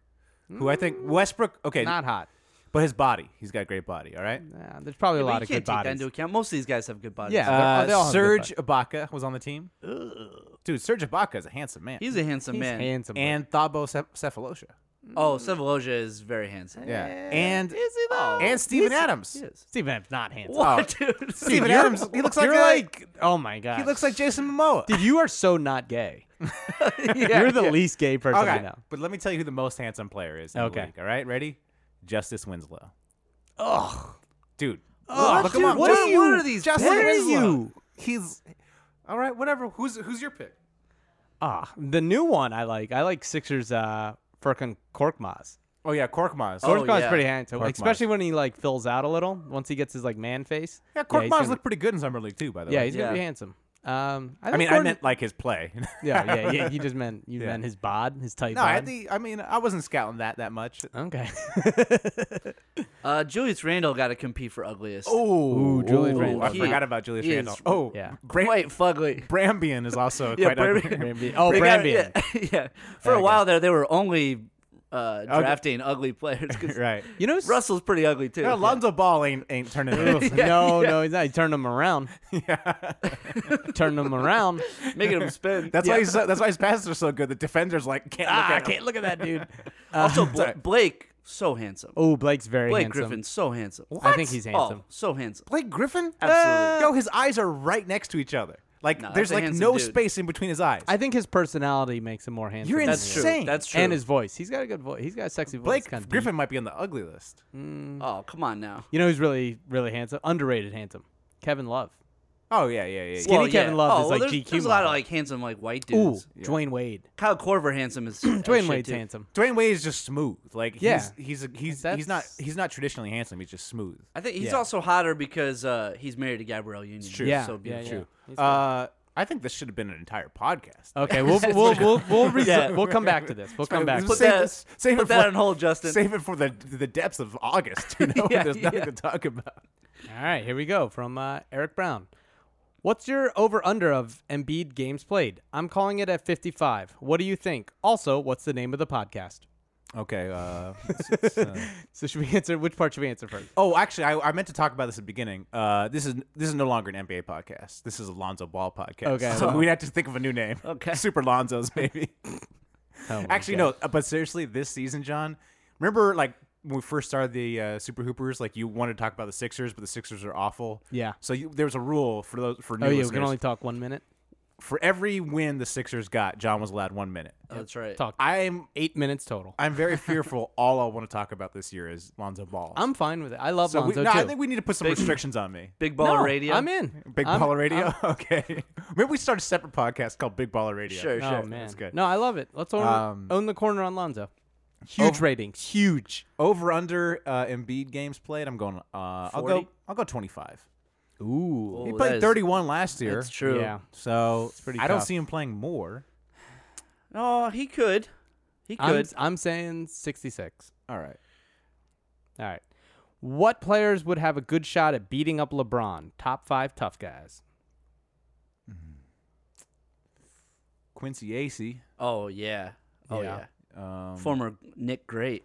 [SPEAKER 7] who I think Westbrook. Okay,
[SPEAKER 8] Mm. Not hot.
[SPEAKER 7] But his body, he's got a great body. All right.
[SPEAKER 8] Nah, there's probably a
[SPEAKER 9] But
[SPEAKER 8] lot
[SPEAKER 9] you
[SPEAKER 8] of
[SPEAKER 9] can't
[SPEAKER 8] good
[SPEAKER 9] take that
[SPEAKER 8] bodies.
[SPEAKER 9] into account. Most of these guys have good bodies.
[SPEAKER 8] Yeah.
[SPEAKER 7] Uh,
[SPEAKER 8] they all have good
[SPEAKER 7] Serge Ibaka was on the team. Dude, Serge Ibaka is a handsome man.
[SPEAKER 9] he's a handsome
[SPEAKER 8] He's
[SPEAKER 9] man.
[SPEAKER 8] handsome. but-
[SPEAKER 7] and Thabo Cep- Cephalosha.
[SPEAKER 9] Oh, Savoloja is very handsome.
[SPEAKER 7] Yeah. And
[SPEAKER 8] Is he though?
[SPEAKER 7] and Steven Adams.
[SPEAKER 9] He is.
[SPEAKER 8] Steven Adams not handsome.
[SPEAKER 9] What, dude?
[SPEAKER 7] Steven
[SPEAKER 8] you're-
[SPEAKER 7] Adams. He looks like,
[SPEAKER 8] you're
[SPEAKER 7] a-
[SPEAKER 8] like oh my god.
[SPEAKER 7] he looks like Jason Momoa.
[SPEAKER 8] Dude, you are so not gay.
[SPEAKER 9] Yeah,
[SPEAKER 8] You're the
[SPEAKER 9] yeah.
[SPEAKER 8] least gay person I
[SPEAKER 7] Okay,
[SPEAKER 8] know.
[SPEAKER 7] but let me tell you who the most handsome player is. In
[SPEAKER 8] Okay.
[SPEAKER 7] the league, all right, ready? Justice Winslow.
[SPEAKER 8] Ugh.
[SPEAKER 7] dude.
[SPEAKER 8] Ugh,
[SPEAKER 7] look
[SPEAKER 8] dude,
[SPEAKER 7] him up.
[SPEAKER 8] what
[SPEAKER 7] Just-
[SPEAKER 8] are you-
[SPEAKER 7] What are these? Justin
[SPEAKER 8] what are
[SPEAKER 7] Winslow.
[SPEAKER 8] you?
[SPEAKER 7] He's all right. Whatever. Who's who's your pick?
[SPEAKER 8] Ah, the new one I like. I like Sixers uh Furkan Korkmaz.
[SPEAKER 7] Oh yeah, Korkmaz.
[SPEAKER 9] Oh,
[SPEAKER 8] Korkmaz
[SPEAKER 9] yeah.
[SPEAKER 8] pretty handsome,
[SPEAKER 7] Korkmaz.
[SPEAKER 8] especially when he like fills out a little. Once he gets his like man face.
[SPEAKER 7] yeah,
[SPEAKER 8] he's
[SPEAKER 7] Korkmaz
[SPEAKER 8] gonna-
[SPEAKER 7] looked pretty good in summer league too. By the
[SPEAKER 8] Yeah,
[SPEAKER 7] way.
[SPEAKER 8] he's gonna be
[SPEAKER 9] Yeah.
[SPEAKER 8] handsome. Um,
[SPEAKER 7] I
[SPEAKER 8] think
[SPEAKER 7] mean, I
[SPEAKER 8] Gordon-
[SPEAKER 7] meant like his play.
[SPEAKER 8] Yeah, yeah, yeah. You just meant you
[SPEAKER 7] Yeah.
[SPEAKER 8] meant his bod, his tight
[SPEAKER 7] no,
[SPEAKER 8] bod.
[SPEAKER 7] I, think- I mean, I wasn't scouting that that much.
[SPEAKER 8] Okay.
[SPEAKER 9] Uh, Julius Randle got to compete for ugliest.
[SPEAKER 7] Oh,
[SPEAKER 8] Julius
[SPEAKER 9] Randle.
[SPEAKER 7] I
[SPEAKER 9] He-
[SPEAKER 7] forgot about Julius
[SPEAKER 9] he
[SPEAKER 7] Randle.
[SPEAKER 9] is-
[SPEAKER 7] Oh,
[SPEAKER 8] yeah.
[SPEAKER 7] Bra-
[SPEAKER 9] Quite fugly.
[SPEAKER 7] Brambian is also
[SPEAKER 9] Yeah,
[SPEAKER 7] quite ugly.
[SPEAKER 9] Brambian.
[SPEAKER 8] oh,
[SPEAKER 9] They got-
[SPEAKER 8] Brambian.
[SPEAKER 9] Yeah, yeah. For a while there, they were only uh, drafting ugly players. 'cause
[SPEAKER 7] right.
[SPEAKER 8] You know, s-
[SPEAKER 9] Russell's pretty ugly too.
[SPEAKER 7] Yeah, Lonzo Ball ain't, ain't turning it.
[SPEAKER 8] no, no, he's not. He turned him around. turned him around.
[SPEAKER 9] Yeah. making him spin.
[SPEAKER 7] That's why
[SPEAKER 9] Yeah.
[SPEAKER 7] he's so, that's why his passes are so good. The defenders like can't look
[SPEAKER 8] Ah, I
[SPEAKER 7] at him.
[SPEAKER 8] can't look at that dude.
[SPEAKER 9] also Bla- Blake so handsome.
[SPEAKER 8] Oh, Blake's very
[SPEAKER 9] Blake
[SPEAKER 8] handsome.
[SPEAKER 9] Griffin so handsome.
[SPEAKER 8] I think he's handsome.
[SPEAKER 9] Oh, so handsome.
[SPEAKER 7] Blake Griffin?
[SPEAKER 9] Absolutely.
[SPEAKER 7] Uh, Yo, his eyes are right next to each other. Like
[SPEAKER 9] No,
[SPEAKER 7] there's
[SPEAKER 9] that's a
[SPEAKER 7] like
[SPEAKER 9] handsome
[SPEAKER 7] no
[SPEAKER 9] dude.
[SPEAKER 7] space in between his eyes.
[SPEAKER 8] I think his personality makes him more handsome.
[SPEAKER 7] You're
[SPEAKER 8] than
[SPEAKER 9] That's
[SPEAKER 8] he is.
[SPEAKER 9] true.
[SPEAKER 7] insane.
[SPEAKER 9] That's true.
[SPEAKER 8] And his voice. He's got a good voice. He's got a sexy voice.
[SPEAKER 7] Blake
[SPEAKER 8] Kinda deep.
[SPEAKER 7] Griffin might be on the ugly list.
[SPEAKER 9] Oh, come on now.
[SPEAKER 8] You know who's really, really handsome? Underrated handsome. Kevin Love.
[SPEAKER 7] Oh yeah, yeah, yeah. yeah.
[SPEAKER 8] Skinny Kevin Love
[SPEAKER 9] oh,
[SPEAKER 8] is
[SPEAKER 9] well,
[SPEAKER 8] like
[SPEAKER 9] there's,
[SPEAKER 8] GQ
[SPEAKER 9] There's a lot of
[SPEAKER 8] model.
[SPEAKER 9] like handsome like white
[SPEAKER 8] Ooh,
[SPEAKER 9] dudes.
[SPEAKER 8] Dwayne Wade.
[SPEAKER 9] Kyle Corver handsome is
[SPEAKER 8] Dwayne Wade's handsome.
[SPEAKER 7] Dwayne Wade is just smooth. Like he's
[SPEAKER 8] Yeah.
[SPEAKER 7] he's a, he's
[SPEAKER 8] That's-
[SPEAKER 7] he's not he's not traditionally handsome. He's just smooth.
[SPEAKER 9] I think he's
[SPEAKER 8] Yeah.
[SPEAKER 9] also hotter because uh, he's married to Gabrielle Union. It's
[SPEAKER 7] true.
[SPEAKER 8] Yeah,
[SPEAKER 9] so
[SPEAKER 8] yeah,
[SPEAKER 9] beautiful.
[SPEAKER 8] yeah. He's
[SPEAKER 7] Uh, I think this should have been an entire podcast.
[SPEAKER 8] Okay, we'll we'll we'll we'll, res- we'll come back to this. We'll come back. to this.
[SPEAKER 9] Put
[SPEAKER 7] Save
[SPEAKER 9] that,
[SPEAKER 7] this- save
[SPEAKER 9] put
[SPEAKER 7] it
[SPEAKER 9] that
[SPEAKER 7] for-
[SPEAKER 9] on hold, Justin.
[SPEAKER 7] Save it for the the depths of August. You know,
[SPEAKER 9] Yeah,
[SPEAKER 7] when there's nothing
[SPEAKER 9] yeah.
[SPEAKER 7] to talk about.
[SPEAKER 8] All right, here we go from uh, Eric Brown. What's your over under of Embiid games played? I'm calling it at 55. What do you think? Also, what's the name of the podcast?
[SPEAKER 7] Okay. Uh,
[SPEAKER 8] So should we answer which part should we answer first?
[SPEAKER 7] Oh, actually, I, I meant to talk about this at the beginning. Uh, this is this is no longer an NBA podcast. This is a Lonzo Ball podcast.
[SPEAKER 8] Okay,
[SPEAKER 7] so
[SPEAKER 8] well.
[SPEAKER 7] we'd have to think of a new name.
[SPEAKER 9] Okay.
[SPEAKER 7] Super Lonzo's maybe.
[SPEAKER 8] Oh
[SPEAKER 7] actually, no. uh, But seriously, this season, John, remember like when we first started the uh, Super Hoopers, like you wanted to talk about the Sixers, but the Sixers are awful.
[SPEAKER 8] Yeah.
[SPEAKER 7] So you, there was a rule for those for new
[SPEAKER 8] Oh yeah, we
[SPEAKER 7] listeners.
[SPEAKER 8] can only talk one minute.
[SPEAKER 7] for every win the Sixers got, John was allowed one minute.
[SPEAKER 9] Oh, that's right.
[SPEAKER 8] Talk
[SPEAKER 7] I'm
[SPEAKER 8] eight minutes total.
[SPEAKER 7] I'm very fearful. All I want to talk about this year is Lonzo Ball.
[SPEAKER 8] I'm fine with it. I love
[SPEAKER 7] so we,
[SPEAKER 8] Lonzo
[SPEAKER 7] no,
[SPEAKER 8] too.
[SPEAKER 7] I think we need to put some restrictions on me.
[SPEAKER 9] Big baller
[SPEAKER 8] No,
[SPEAKER 9] radio.
[SPEAKER 8] I'm in.
[SPEAKER 7] Big
[SPEAKER 8] I'm-
[SPEAKER 7] Baller Radio.
[SPEAKER 8] I'm-
[SPEAKER 7] okay, maybe we start a separate podcast called Big Baller Radio.
[SPEAKER 9] Sure,
[SPEAKER 8] Oh
[SPEAKER 9] sure.
[SPEAKER 8] man,
[SPEAKER 7] That's good.
[SPEAKER 8] no, I love it. Let's own,
[SPEAKER 7] Um,
[SPEAKER 8] own the corner on Lonzo. Oh. Huge
[SPEAKER 7] Over-
[SPEAKER 8] ratings. Huge.
[SPEAKER 7] Over under uh, Embiid games played. I'm going. Uh, I'll go.
[SPEAKER 9] 40?
[SPEAKER 7] I'll go 25.
[SPEAKER 8] Ooh.
[SPEAKER 7] he
[SPEAKER 9] Oh, that
[SPEAKER 7] played
[SPEAKER 9] is-
[SPEAKER 7] 31 last year.
[SPEAKER 9] That's true.
[SPEAKER 8] Yeah.
[SPEAKER 7] So
[SPEAKER 8] pretty
[SPEAKER 7] I don't
[SPEAKER 8] tough.
[SPEAKER 7] see him playing more.
[SPEAKER 9] No, Oh, he could. He
[SPEAKER 8] I'm,
[SPEAKER 9] could.
[SPEAKER 8] I'm saying 66.
[SPEAKER 7] All right.
[SPEAKER 8] All right. What players would have a good shot at beating up LeBron? Top five tough guys.
[SPEAKER 7] Quincy Acey.
[SPEAKER 9] oh yeah. Oh yeah.
[SPEAKER 8] Yeah.
[SPEAKER 7] Um,
[SPEAKER 9] Former Nick Great.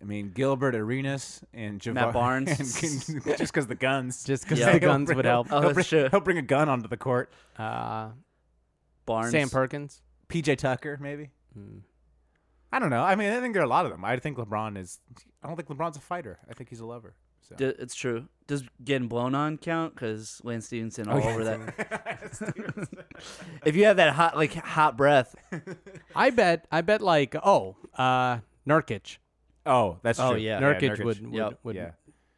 [SPEAKER 7] I mean Gilbert Arenas and Javar-
[SPEAKER 9] Matt Barnes.
[SPEAKER 7] and can- just because the guns.
[SPEAKER 8] Just because
[SPEAKER 9] Yeah.
[SPEAKER 8] the
[SPEAKER 9] He'll
[SPEAKER 8] guns would help.
[SPEAKER 9] Oh,
[SPEAKER 7] he'll,
[SPEAKER 9] that's
[SPEAKER 7] bring,
[SPEAKER 9] true.
[SPEAKER 7] he'll bring a gun onto the court.
[SPEAKER 8] Uh,
[SPEAKER 9] Barnes.
[SPEAKER 8] Sam Perkins.
[SPEAKER 7] PJ Tucker, maybe.
[SPEAKER 9] Hmm.
[SPEAKER 7] I don't know. I mean, I think there are a lot of them. I think LeBron is. I don't think LeBron's a fighter. I think he's a lover. So.
[SPEAKER 9] D- it's true. Does getting blown on count? Because Lance Stevenson
[SPEAKER 8] Oh,
[SPEAKER 9] all over that. if you have that hot, like hot breath.
[SPEAKER 8] I bet. I bet like oh, uh, Nurkic.
[SPEAKER 7] oh, that's
[SPEAKER 9] Oh,
[SPEAKER 7] true.
[SPEAKER 9] yeah.
[SPEAKER 8] Nurkic, would would,
[SPEAKER 9] Yep.
[SPEAKER 8] would
[SPEAKER 7] Yeah.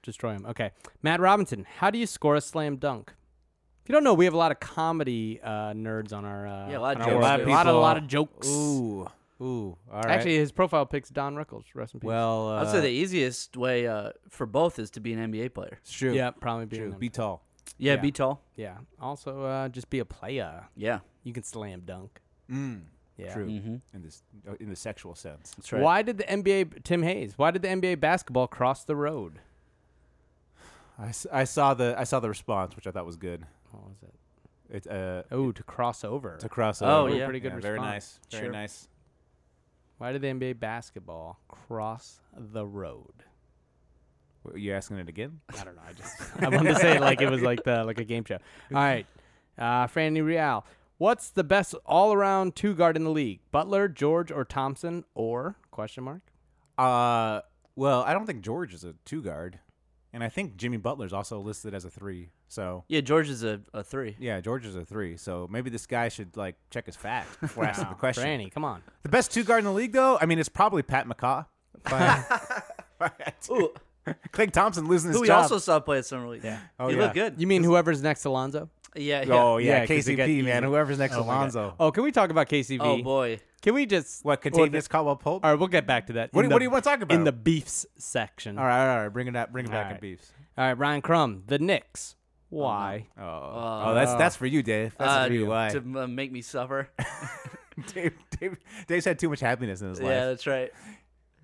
[SPEAKER 8] destroy him. Okay, Matt Robinson. How do you score a slam dunk? If you don't know, we have a lot of comedy uh, nerds on our uh,
[SPEAKER 9] Yeah, a lot of
[SPEAKER 8] on our website. a
[SPEAKER 9] jokes. A
[SPEAKER 8] lot of a
[SPEAKER 7] people-
[SPEAKER 8] lot of jokes.
[SPEAKER 7] Ooh, ooh. All right.
[SPEAKER 8] Actually, his profile picks Don Rickles. Rest in peace.
[SPEAKER 7] well, uh,
[SPEAKER 9] I'd say the easiest way uh, for both is to be an NBA player.
[SPEAKER 7] it's true.
[SPEAKER 8] yeah, probably
[SPEAKER 7] true.
[SPEAKER 8] being
[SPEAKER 7] Be tall.
[SPEAKER 9] Yeah,
[SPEAKER 8] Yeah.
[SPEAKER 9] be tall.
[SPEAKER 8] Yeah. Also, uh, just be a player.
[SPEAKER 9] Yeah,
[SPEAKER 8] You can slam dunk. Yeah.
[SPEAKER 7] True.
[SPEAKER 9] Mm-hmm.
[SPEAKER 7] In this, uh, in the sexual sense.
[SPEAKER 9] that's right.
[SPEAKER 8] Why did the NBA Tim Hayes? Why did the NBA basketball cross the road?
[SPEAKER 7] I, s- I saw the I saw the response, which I thought was good.
[SPEAKER 8] What was it?
[SPEAKER 7] It uh
[SPEAKER 8] Oh, to cross over.
[SPEAKER 7] to cross.
[SPEAKER 9] Oh,
[SPEAKER 7] over.
[SPEAKER 9] yeah.
[SPEAKER 8] Pretty good
[SPEAKER 7] Very nice.
[SPEAKER 8] response.
[SPEAKER 7] Very
[SPEAKER 8] Sure.
[SPEAKER 7] nice.
[SPEAKER 8] Why did the NBA basketball cross the road?
[SPEAKER 7] Were you asking it again?
[SPEAKER 8] I don't know. I just I wanted to say it like it was like the like a game show. All right, uh, Franny Real. What's the best all around two guard in the league? Butler, George, or Thompson, or Question mark.
[SPEAKER 7] Uh, well, I don't think George is a two guard, and I think Jimmy Butler's also listed as a three. So
[SPEAKER 9] Yeah, George is a, a three.
[SPEAKER 7] yeah, George is a three. So maybe this guy should like check his facts before asking
[SPEAKER 8] Oh,
[SPEAKER 7] the question.
[SPEAKER 8] Franny, come on.
[SPEAKER 7] The best two guard in the league, though. I mean, it's probably Pat McCaw. But-
[SPEAKER 9] Ooh,
[SPEAKER 7] Clay Thompson losing his
[SPEAKER 9] who we
[SPEAKER 7] job.
[SPEAKER 9] also saw play at summer league. Yeah,
[SPEAKER 7] Oh,
[SPEAKER 9] he
[SPEAKER 7] yeah.
[SPEAKER 9] looked good.
[SPEAKER 8] You mean whoever's next to Lonzo?
[SPEAKER 9] yeah, yeah.
[SPEAKER 7] oh yeah,
[SPEAKER 8] 'cause they got
[SPEAKER 7] KCP man.
[SPEAKER 8] easy.
[SPEAKER 7] Whoever's next, to
[SPEAKER 8] my God.
[SPEAKER 7] Alonzo.
[SPEAKER 8] Oh, can we talk about KCV?
[SPEAKER 9] Oh boy,
[SPEAKER 8] Can we just
[SPEAKER 7] What
[SPEAKER 8] or the-
[SPEAKER 7] contagious Caldwell Pope?
[SPEAKER 8] All right, we'll get back to that.
[SPEAKER 7] What
[SPEAKER 8] in
[SPEAKER 7] do- what do you wanna talk
[SPEAKER 8] In
[SPEAKER 7] about?
[SPEAKER 8] the beefs section.
[SPEAKER 7] All right, all right. Bring it up. Bring it back
[SPEAKER 8] All
[SPEAKER 7] in
[SPEAKER 8] right.
[SPEAKER 7] beefs.
[SPEAKER 8] All right, Ryan Crumb, the Knicks. Why?
[SPEAKER 7] Oh,
[SPEAKER 8] Uh,
[SPEAKER 7] oh, that's that's for you, Dave. That's
[SPEAKER 9] uh,
[SPEAKER 7] for you. Why?
[SPEAKER 9] to uh, make me suffer.
[SPEAKER 7] Dave, Dave, Dave's had too much happiness in his
[SPEAKER 9] yeah,
[SPEAKER 7] life.
[SPEAKER 9] that's right.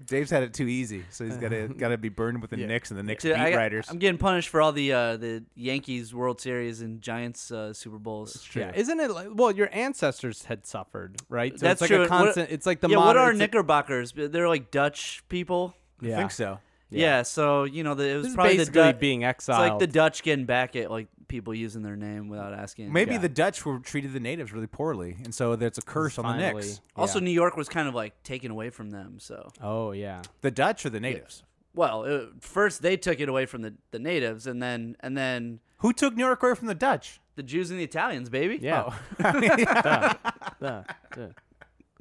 [SPEAKER 7] Dave's had it too easy, so he's got to got to be burned with the Knicks and the Knicks
[SPEAKER 9] Dude,
[SPEAKER 7] beat
[SPEAKER 9] I,
[SPEAKER 7] writers.
[SPEAKER 9] am getting punished for all the uh, the Yankees World Series and Giants uh, Super Bowls.
[SPEAKER 8] Yeah, isn't it like well, your ancestors had suffered, right? So it's
[SPEAKER 9] That's
[SPEAKER 8] like
[SPEAKER 9] true.
[SPEAKER 8] a
[SPEAKER 9] What-
[SPEAKER 8] constant it's like the
[SPEAKER 9] yeah, what
[SPEAKER 8] modern-
[SPEAKER 9] are
[SPEAKER 8] it's like-
[SPEAKER 9] Knickerbockers? They're like Dutch people.
[SPEAKER 8] yeah.
[SPEAKER 7] I think so.
[SPEAKER 9] Yeah, so you know, the, it was
[SPEAKER 8] This is
[SPEAKER 9] probably the
[SPEAKER 8] basically
[SPEAKER 9] Dutch
[SPEAKER 8] being
[SPEAKER 9] It's like
[SPEAKER 8] exiled.
[SPEAKER 9] the Dutch getting back at like people using their name without asking.
[SPEAKER 7] Maybe
[SPEAKER 8] Yeah.
[SPEAKER 7] the Dutch were treated the natives really poorly, and so there's a curse on the
[SPEAKER 8] Finally.
[SPEAKER 7] Knicks.
[SPEAKER 9] Also,
[SPEAKER 8] Yeah.
[SPEAKER 9] New York was kind of like taken away from them. So,
[SPEAKER 8] Oh yeah.
[SPEAKER 7] The Dutch or the natives?
[SPEAKER 9] well, it, first they took it away from the, the natives, and then and then
[SPEAKER 7] Who took New York away from the Dutch?
[SPEAKER 9] the Jews and the Italians, baby.
[SPEAKER 8] Yeah. Duh. Duh.
[SPEAKER 9] Oh,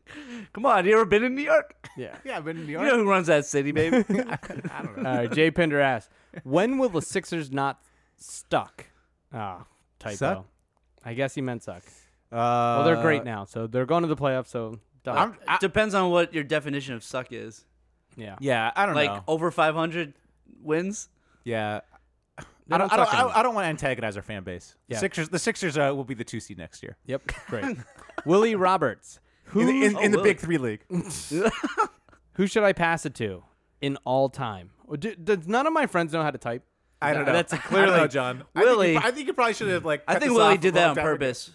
[SPEAKER 9] come on, you ever been in New York?
[SPEAKER 8] Yeah.
[SPEAKER 7] Yeah, but in New
[SPEAKER 9] You
[SPEAKER 7] York.
[SPEAKER 9] know who runs that city, baby?
[SPEAKER 8] All right, Jay Pinder asked, "When will the Sixers not stuck?" Ah, typo.
[SPEAKER 7] Suck?
[SPEAKER 8] I guess he meant suck.
[SPEAKER 7] Uh,
[SPEAKER 8] Well, they're great now, so they're going to the playoffs. So, duh.
[SPEAKER 7] I'm- I-
[SPEAKER 9] Depends on what your definition of suck is.
[SPEAKER 8] yeah,
[SPEAKER 7] yeah, I don't
[SPEAKER 9] Like
[SPEAKER 8] oh,
[SPEAKER 7] know.
[SPEAKER 9] over 500 wins.
[SPEAKER 7] Yeah. I don't,
[SPEAKER 8] don't
[SPEAKER 7] I, don't,
[SPEAKER 8] suck
[SPEAKER 7] I,
[SPEAKER 8] anymore.
[SPEAKER 7] I don't want to antagonize our fan base.
[SPEAKER 8] Yeah.
[SPEAKER 7] Sixers, the Sixers uh, will be the two seed next year
[SPEAKER 8] yep, great. Willie Roberts, who
[SPEAKER 7] in, the- in, in the
[SPEAKER 9] will
[SPEAKER 7] Big Three league.
[SPEAKER 8] who should I pass it to in all time? Oh, Do, does none of my friends know how to type?
[SPEAKER 7] I don't know.
[SPEAKER 8] That's a
[SPEAKER 7] I don't
[SPEAKER 8] clearly-
[SPEAKER 7] know, John. I think,
[SPEAKER 9] Willie-
[SPEAKER 7] you, pro- I think you probably should have like.
[SPEAKER 9] I
[SPEAKER 7] cut
[SPEAKER 9] think
[SPEAKER 7] this
[SPEAKER 9] Willie
[SPEAKER 7] off
[SPEAKER 9] did
[SPEAKER 7] a long
[SPEAKER 9] that on
[SPEAKER 7] time ago.
[SPEAKER 9] purpose.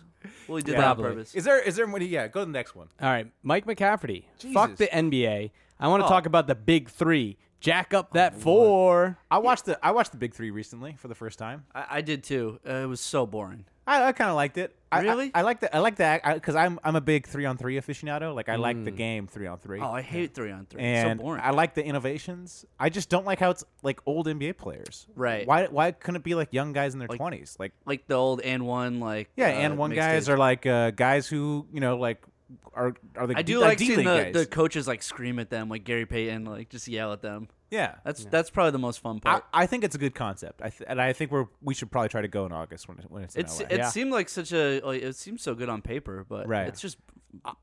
[SPEAKER 9] Willie did that on
[SPEAKER 8] Probably.
[SPEAKER 9] purpose.
[SPEAKER 7] Is there? Is there? What? Yeah, go to the next one.
[SPEAKER 8] All right, Mike McCafferty. Fuck the NBA. I want to
[SPEAKER 7] Oh.
[SPEAKER 8] talk about the big three. Jack up that four.
[SPEAKER 7] I watched the I watched the Big Three recently for the first time.
[SPEAKER 9] I, I did too. Uh, it was so boring.
[SPEAKER 7] I, I kind of liked it. I- I-
[SPEAKER 9] Really?
[SPEAKER 7] I, like that. I like that because I'm I'm a big three on three aficionado. Like I like the game three on three.
[SPEAKER 9] Mm. Oh, I hate three on three.
[SPEAKER 7] and
[SPEAKER 9] it's so boring.
[SPEAKER 7] I like the innovations. I just don't like how it's like old NBA players.
[SPEAKER 9] Right.
[SPEAKER 7] Why why couldn't it be like young guys in their twenties? Like,
[SPEAKER 9] like the old and one like
[SPEAKER 7] yeah,
[SPEAKER 9] uh,
[SPEAKER 7] and one
[SPEAKER 9] mixtapes.
[SPEAKER 7] guys are like uh, guys who you know like are are the
[SPEAKER 9] I do like seeing the, the coaches like scream at them like Gary Payton like just yell at them.
[SPEAKER 7] yeah.
[SPEAKER 9] That's that's probably the most fun
[SPEAKER 7] I,
[SPEAKER 9] part.
[SPEAKER 7] I think it's a good concept. I th- and I think we're we should probably try to go in August when it, when it's in
[SPEAKER 9] it's
[SPEAKER 7] LA.
[SPEAKER 9] it seemed like such a like, it seemed so good on paper, but
[SPEAKER 7] Right.
[SPEAKER 9] it's just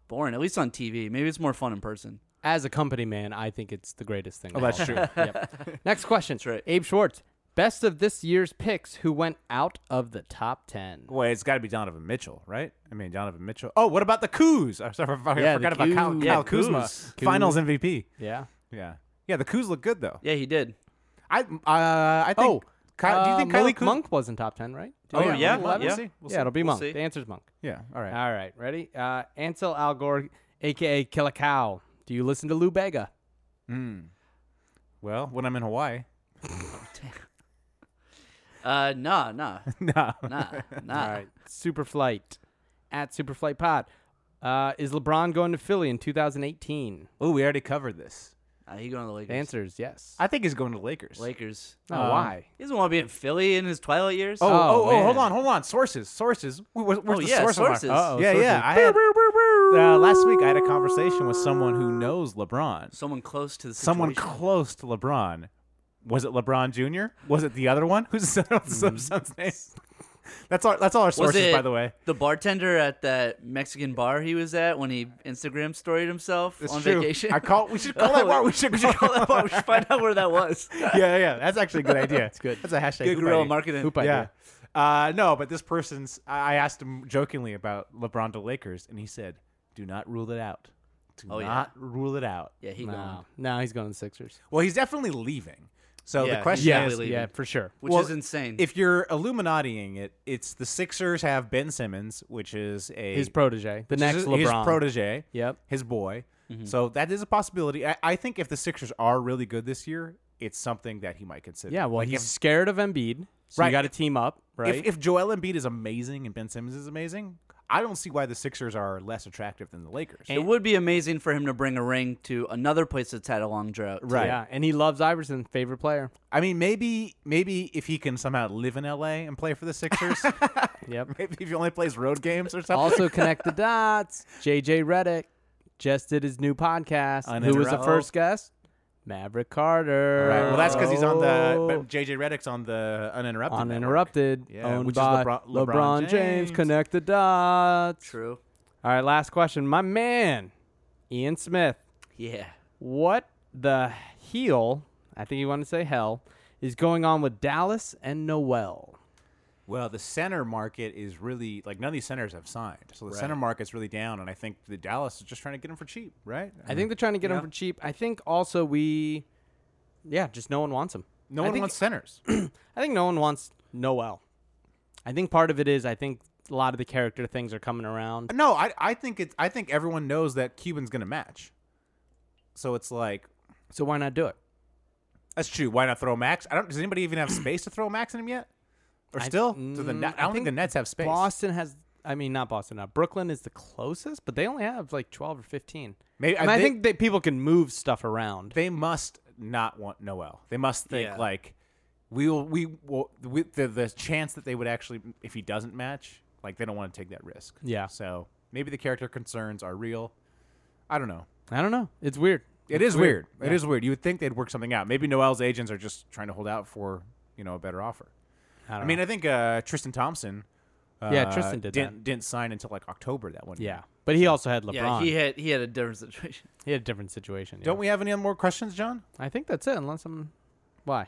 [SPEAKER 9] boring. At least on TV, maybe it's more fun in person.
[SPEAKER 8] As a company man, I think it's the greatest thing.
[SPEAKER 7] Oh, that's true.
[SPEAKER 8] Yep. Next question.
[SPEAKER 9] right.
[SPEAKER 8] Abe Schwartz. Best of this year's picks who went out of the top 10.
[SPEAKER 7] Well, it's got to be Donovan Mitchell, right? I mean, Donovan Mitchell. Oh, what about the Coos? I sorry, I
[SPEAKER 8] Yeah,
[SPEAKER 7] forgot
[SPEAKER 8] the
[SPEAKER 7] about Kyle,
[SPEAKER 8] Kuz.
[SPEAKER 7] Kyle
[SPEAKER 9] Yeah,
[SPEAKER 7] Kuzma,
[SPEAKER 9] Kuz.
[SPEAKER 7] Finals MVP.
[SPEAKER 8] Yeah.
[SPEAKER 7] Yeah, yeah. The Coos look good though.
[SPEAKER 9] Yeah, he did.
[SPEAKER 7] I, uh, I think.
[SPEAKER 8] Oh,
[SPEAKER 7] Kyle, do you
[SPEAKER 8] uh,
[SPEAKER 7] think Kyle
[SPEAKER 8] Malik
[SPEAKER 7] Kuz-
[SPEAKER 8] Monk was in top 10, right?
[SPEAKER 9] Oh, yeah, yeah,
[SPEAKER 8] Monk?
[SPEAKER 9] yeah.
[SPEAKER 7] We'll see, we'll see.
[SPEAKER 8] yeah, it'll be
[SPEAKER 9] We'll
[SPEAKER 8] Monk.
[SPEAKER 9] see.
[SPEAKER 8] The answer's Monk.
[SPEAKER 7] Yeah. All right.
[SPEAKER 8] All right, ready? Uh, Ansel Al Gore, a.k.a. Kill a Cow. Do you listen to Lou Bega?
[SPEAKER 7] Well, when I'm in Hawaii.
[SPEAKER 9] Uh, nah, nah,
[SPEAKER 7] no.
[SPEAKER 9] nah, nah.
[SPEAKER 8] All right, Superflight, at Superflight Pod. Uh, is LeBron going to Philly in 2018?
[SPEAKER 7] Oh, we already covered this.
[SPEAKER 9] Uh, he going to the Lakers.
[SPEAKER 8] The answer is yes.
[SPEAKER 7] I think he's going to Lakers.
[SPEAKER 9] Lakers.
[SPEAKER 8] Oh, why?
[SPEAKER 9] He doesn't want to be in Philly in his twilight years.
[SPEAKER 7] Oh, oh, oh,
[SPEAKER 8] man.
[SPEAKER 7] hold on, hold on. Sources, sources. Wh- wh- Where's
[SPEAKER 9] Oh,
[SPEAKER 7] the
[SPEAKER 9] yeah,
[SPEAKER 7] source of our-
[SPEAKER 9] sources.
[SPEAKER 8] Uh-oh,
[SPEAKER 7] yeah,
[SPEAKER 8] sources.
[SPEAKER 7] yeah. I had, uh, last week, I had a conversation with someone who knows LeBron.
[SPEAKER 9] someone close to the situation.
[SPEAKER 7] someone close to LeBron. Was it LeBron Jr.? Was it the other one? Who's the son- son's name? That's all. That's all our
[SPEAKER 9] Mm-hmm. Was
[SPEAKER 7] sources,
[SPEAKER 9] it
[SPEAKER 7] by the way.
[SPEAKER 9] The bartender at that Mexican bar he was at when he Instagram storied himself
[SPEAKER 7] It's
[SPEAKER 9] on
[SPEAKER 7] true.
[SPEAKER 9] vacation. Oh.
[SPEAKER 7] I call. We should call that bar. We should,
[SPEAKER 9] we should call that bar. We should find out where that was.
[SPEAKER 7] yeah, yeah. That's actually a good idea. That's
[SPEAKER 8] good.
[SPEAKER 7] That's a hashtag.
[SPEAKER 9] Good
[SPEAKER 7] hoop
[SPEAKER 9] guerrilla
[SPEAKER 7] idea.
[SPEAKER 9] marketing.
[SPEAKER 8] Hoop
[SPEAKER 7] Yeah.
[SPEAKER 8] idea.
[SPEAKER 7] Uh, no, but this person's. I I asked him jokingly about LeBron to Lakers, and he said, "Do not rule it out. Do
[SPEAKER 9] Oh, yeah.
[SPEAKER 7] not rule it out."
[SPEAKER 9] Yeah, he gone.
[SPEAKER 8] No, no, he's going to the Sixers.
[SPEAKER 7] Well, he's definitely leaving. So
[SPEAKER 9] Yeah,
[SPEAKER 7] the
[SPEAKER 9] he's
[SPEAKER 7] question
[SPEAKER 9] definitely
[SPEAKER 7] is,
[SPEAKER 9] leaving.
[SPEAKER 8] Yeah, for sure.
[SPEAKER 9] Which
[SPEAKER 7] Well,
[SPEAKER 9] is insane.
[SPEAKER 7] If you're Illuminatiing it, it's the Sixers have Ben Simmons, which is a
[SPEAKER 8] His protege, the
[SPEAKER 7] which
[SPEAKER 8] next
[SPEAKER 7] is
[SPEAKER 8] LeBron.
[SPEAKER 7] his protege,
[SPEAKER 8] Yep. Mm-hmm.
[SPEAKER 7] his boy. So that is a possibility. I, I think if the Sixers are really good this year, it's something that he might consider.
[SPEAKER 8] Yeah, well,
[SPEAKER 7] Like,
[SPEAKER 8] he's
[SPEAKER 7] if-
[SPEAKER 8] scared of Embiid, so
[SPEAKER 7] Right.
[SPEAKER 8] you got to team up, right?
[SPEAKER 7] If, if Joel Embiid is amazing and Ben Simmons is amazing, I don't see why the Sixers are less attractive than the Lakers.
[SPEAKER 9] It would be amazing for him to bring a ring to another place that's had a long drought. too.
[SPEAKER 8] Yeah, and he loves Iverson, favorite player.
[SPEAKER 7] I mean, maybe maybe if he can somehow live in LA and play for the Sixers,
[SPEAKER 8] Yep.
[SPEAKER 7] maybe if he only plays road games or something.
[SPEAKER 8] also connect the dots. JJ Reddick just did his new podcast. Who was the
[SPEAKER 7] Uninterrupted.
[SPEAKER 8] first guest? Maverick Carter.
[SPEAKER 7] Right. Well, that's because he's on the
[SPEAKER 8] Oh.
[SPEAKER 7] but JJ Reddick's on the uninterrupted. network.
[SPEAKER 8] Uninterrupted,
[SPEAKER 7] Yeah,
[SPEAKER 8] owned
[SPEAKER 7] which is
[SPEAKER 8] by
[SPEAKER 7] LeBron-
[SPEAKER 8] LeBron,
[SPEAKER 7] LeBron
[SPEAKER 8] James.
[SPEAKER 7] James.
[SPEAKER 8] Connect the dots.
[SPEAKER 9] True.
[SPEAKER 8] All right, last question. My man, Ian Smith.
[SPEAKER 9] Yeah.
[SPEAKER 8] What the heel? I think you want to say hell is going on with Dallas and Noel.
[SPEAKER 7] Well, the center market is really like none of these centers have signed, so the center market's really down, and I think the Dallas is just trying to get him for cheap, right?
[SPEAKER 8] I think they're trying to get him for cheap. I think also we, yeah, just no one wants him.
[SPEAKER 7] no
[SPEAKER 8] I
[SPEAKER 7] one
[SPEAKER 8] think-
[SPEAKER 7] wants centers.
[SPEAKER 8] I think no one wants Noel. I think part of it is I think a lot of the character things are coming around.
[SPEAKER 7] no, I I think it's I think everyone knows that Cuban's gonna match, so it's like
[SPEAKER 8] So why not do it?
[SPEAKER 7] that's true. Why not throw Max? I don't. Does anybody even have space to throw Max in him yet? Or still, Do the,
[SPEAKER 8] mm,
[SPEAKER 7] Net- I
[SPEAKER 8] I
[SPEAKER 7] don't think,
[SPEAKER 8] think
[SPEAKER 7] the Nets have space.
[SPEAKER 8] Boston has I mean not Boston, now Brooklyn is the closest, but they only have like 12 or 15.
[SPEAKER 7] Maybe-
[SPEAKER 8] And
[SPEAKER 7] I
[SPEAKER 8] I
[SPEAKER 7] think-
[SPEAKER 8] think that people can move stuff around.
[SPEAKER 7] they must not want Noel. They must think
[SPEAKER 8] Yeah.
[SPEAKER 7] like we will we will we, the the chance that they would actually if he doesn't match like they don't want to take that risk.
[SPEAKER 8] Yeah.
[SPEAKER 7] So maybe the character concerns are real. I don't know.
[SPEAKER 8] I don't know. It's weird.
[SPEAKER 7] It is weird. It is weird. You would think they'd work something out. Maybe Noel's agents are just trying to hold out for you know a better offer.
[SPEAKER 8] I,
[SPEAKER 7] I,
[SPEAKER 8] don't
[SPEAKER 7] mean,
[SPEAKER 8] know.
[SPEAKER 7] I think uh, Tristan Thompson. Uh,
[SPEAKER 8] Yeah, Tristan did
[SPEAKER 7] not didn't sign until like October that one. year.
[SPEAKER 8] yeah. But he also had LeBron.
[SPEAKER 9] Yeah.
[SPEAKER 8] he,
[SPEAKER 9] He
[SPEAKER 8] had,
[SPEAKER 9] had he had a different situation.
[SPEAKER 8] a different situation.
[SPEAKER 7] Don't we have any more questions, John?
[SPEAKER 8] I think that's it unless I'm why?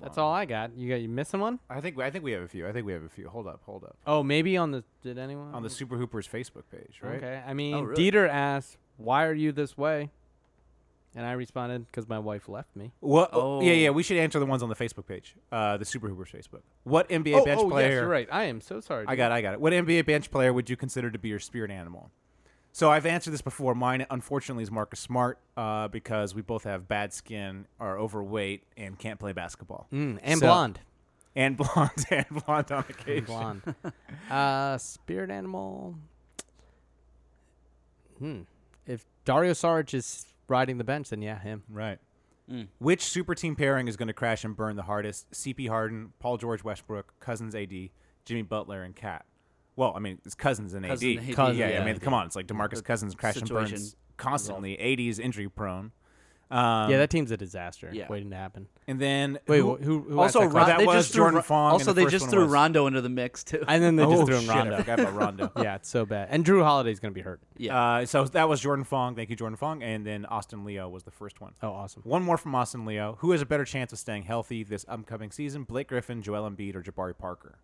[SPEAKER 8] that's all I got. You got you missing one?
[SPEAKER 7] I think I think we have a few. I think we have a few. Hold up, hold up.
[SPEAKER 8] Oh, maybe on the did anyone
[SPEAKER 7] On the Super Hoopers Facebook page, right? Oh,
[SPEAKER 8] Okay. I mean,
[SPEAKER 9] really?
[SPEAKER 8] Dieter asked, "Why are you this way?" And I responded, "Because my wife left me."
[SPEAKER 7] What? Oh. Yeah,
[SPEAKER 9] Oh.
[SPEAKER 7] yeah. We should answer the ones on the Facebook page, uh, the Super Hoopers Facebook. What NBA bench player?
[SPEAKER 8] Oh, you're right. I am so sorry.
[SPEAKER 7] I got, it, I got it. What NBA bench player would you consider to be your spirit animal? So I've answered this before. Mine, unfortunately, is Marcus Smart uh, because we both have bad skin, are overweight, and can't play basketball.
[SPEAKER 8] Mm, and
[SPEAKER 7] So-
[SPEAKER 8] blonde.
[SPEAKER 7] and blonde, and blonde on occasion.
[SPEAKER 8] And blonde. uh, spirit animal. Hmm. If Dario Saric is riding the bench, then yeah, him.
[SPEAKER 7] Right.
[SPEAKER 9] Mm.
[SPEAKER 7] Which super team pairing is going to crash and burn the hardest? CP Harden, Paul George Westbrook, Cousins AD, Jimmy Butler, and Kat. Well, I mean, it's Cousins and AD.
[SPEAKER 9] Cousins and AD,
[SPEAKER 7] Cousins, yeah,
[SPEAKER 9] yeah.
[SPEAKER 7] I mean, come on. It's like DeMarcus Cousins crash and
[SPEAKER 9] situation
[SPEAKER 7] burns constantly. AD is injury prone. Um,
[SPEAKER 8] yeah, that team's a disaster
[SPEAKER 9] yeah.
[SPEAKER 8] waiting to happen.
[SPEAKER 7] and then.
[SPEAKER 8] Wait, wh- who- who asked
[SPEAKER 7] also,
[SPEAKER 8] that question?
[SPEAKER 7] that
[SPEAKER 9] they
[SPEAKER 7] was
[SPEAKER 9] just threw
[SPEAKER 7] Jordan
[SPEAKER 9] Ro-
[SPEAKER 7] Fong. and
[SPEAKER 9] Also,
[SPEAKER 7] the
[SPEAKER 9] they
[SPEAKER 7] first
[SPEAKER 9] just
[SPEAKER 7] one
[SPEAKER 9] threw
[SPEAKER 7] was-
[SPEAKER 9] Rondo into the mix too.
[SPEAKER 8] And then they
[SPEAKER 7] Oh,
[SPEAKER 8] just threw in
[SPEAKER 7] shit, I
[SPEAKER 8] Rondo.
[SPEAKER 7] forgot about Rondo.
[SPEAKER 8] yeah, it's so bad. And Drew Holiday's gonna be hurt.
[SPEAKER 9] Yeah.
[SPEAKER 7] Uh, so that was Jordan Fong. Thank you, Jordan Fong. And then Austin Leo was the first one.
[SPEAKER 8] Oh, awesome.
[SPEAKER 7] One more from Austin Leo. Who has a better chance of staying healthy this upcoming season? Blake Griffin, Joel Embiid, or Jabari Parker?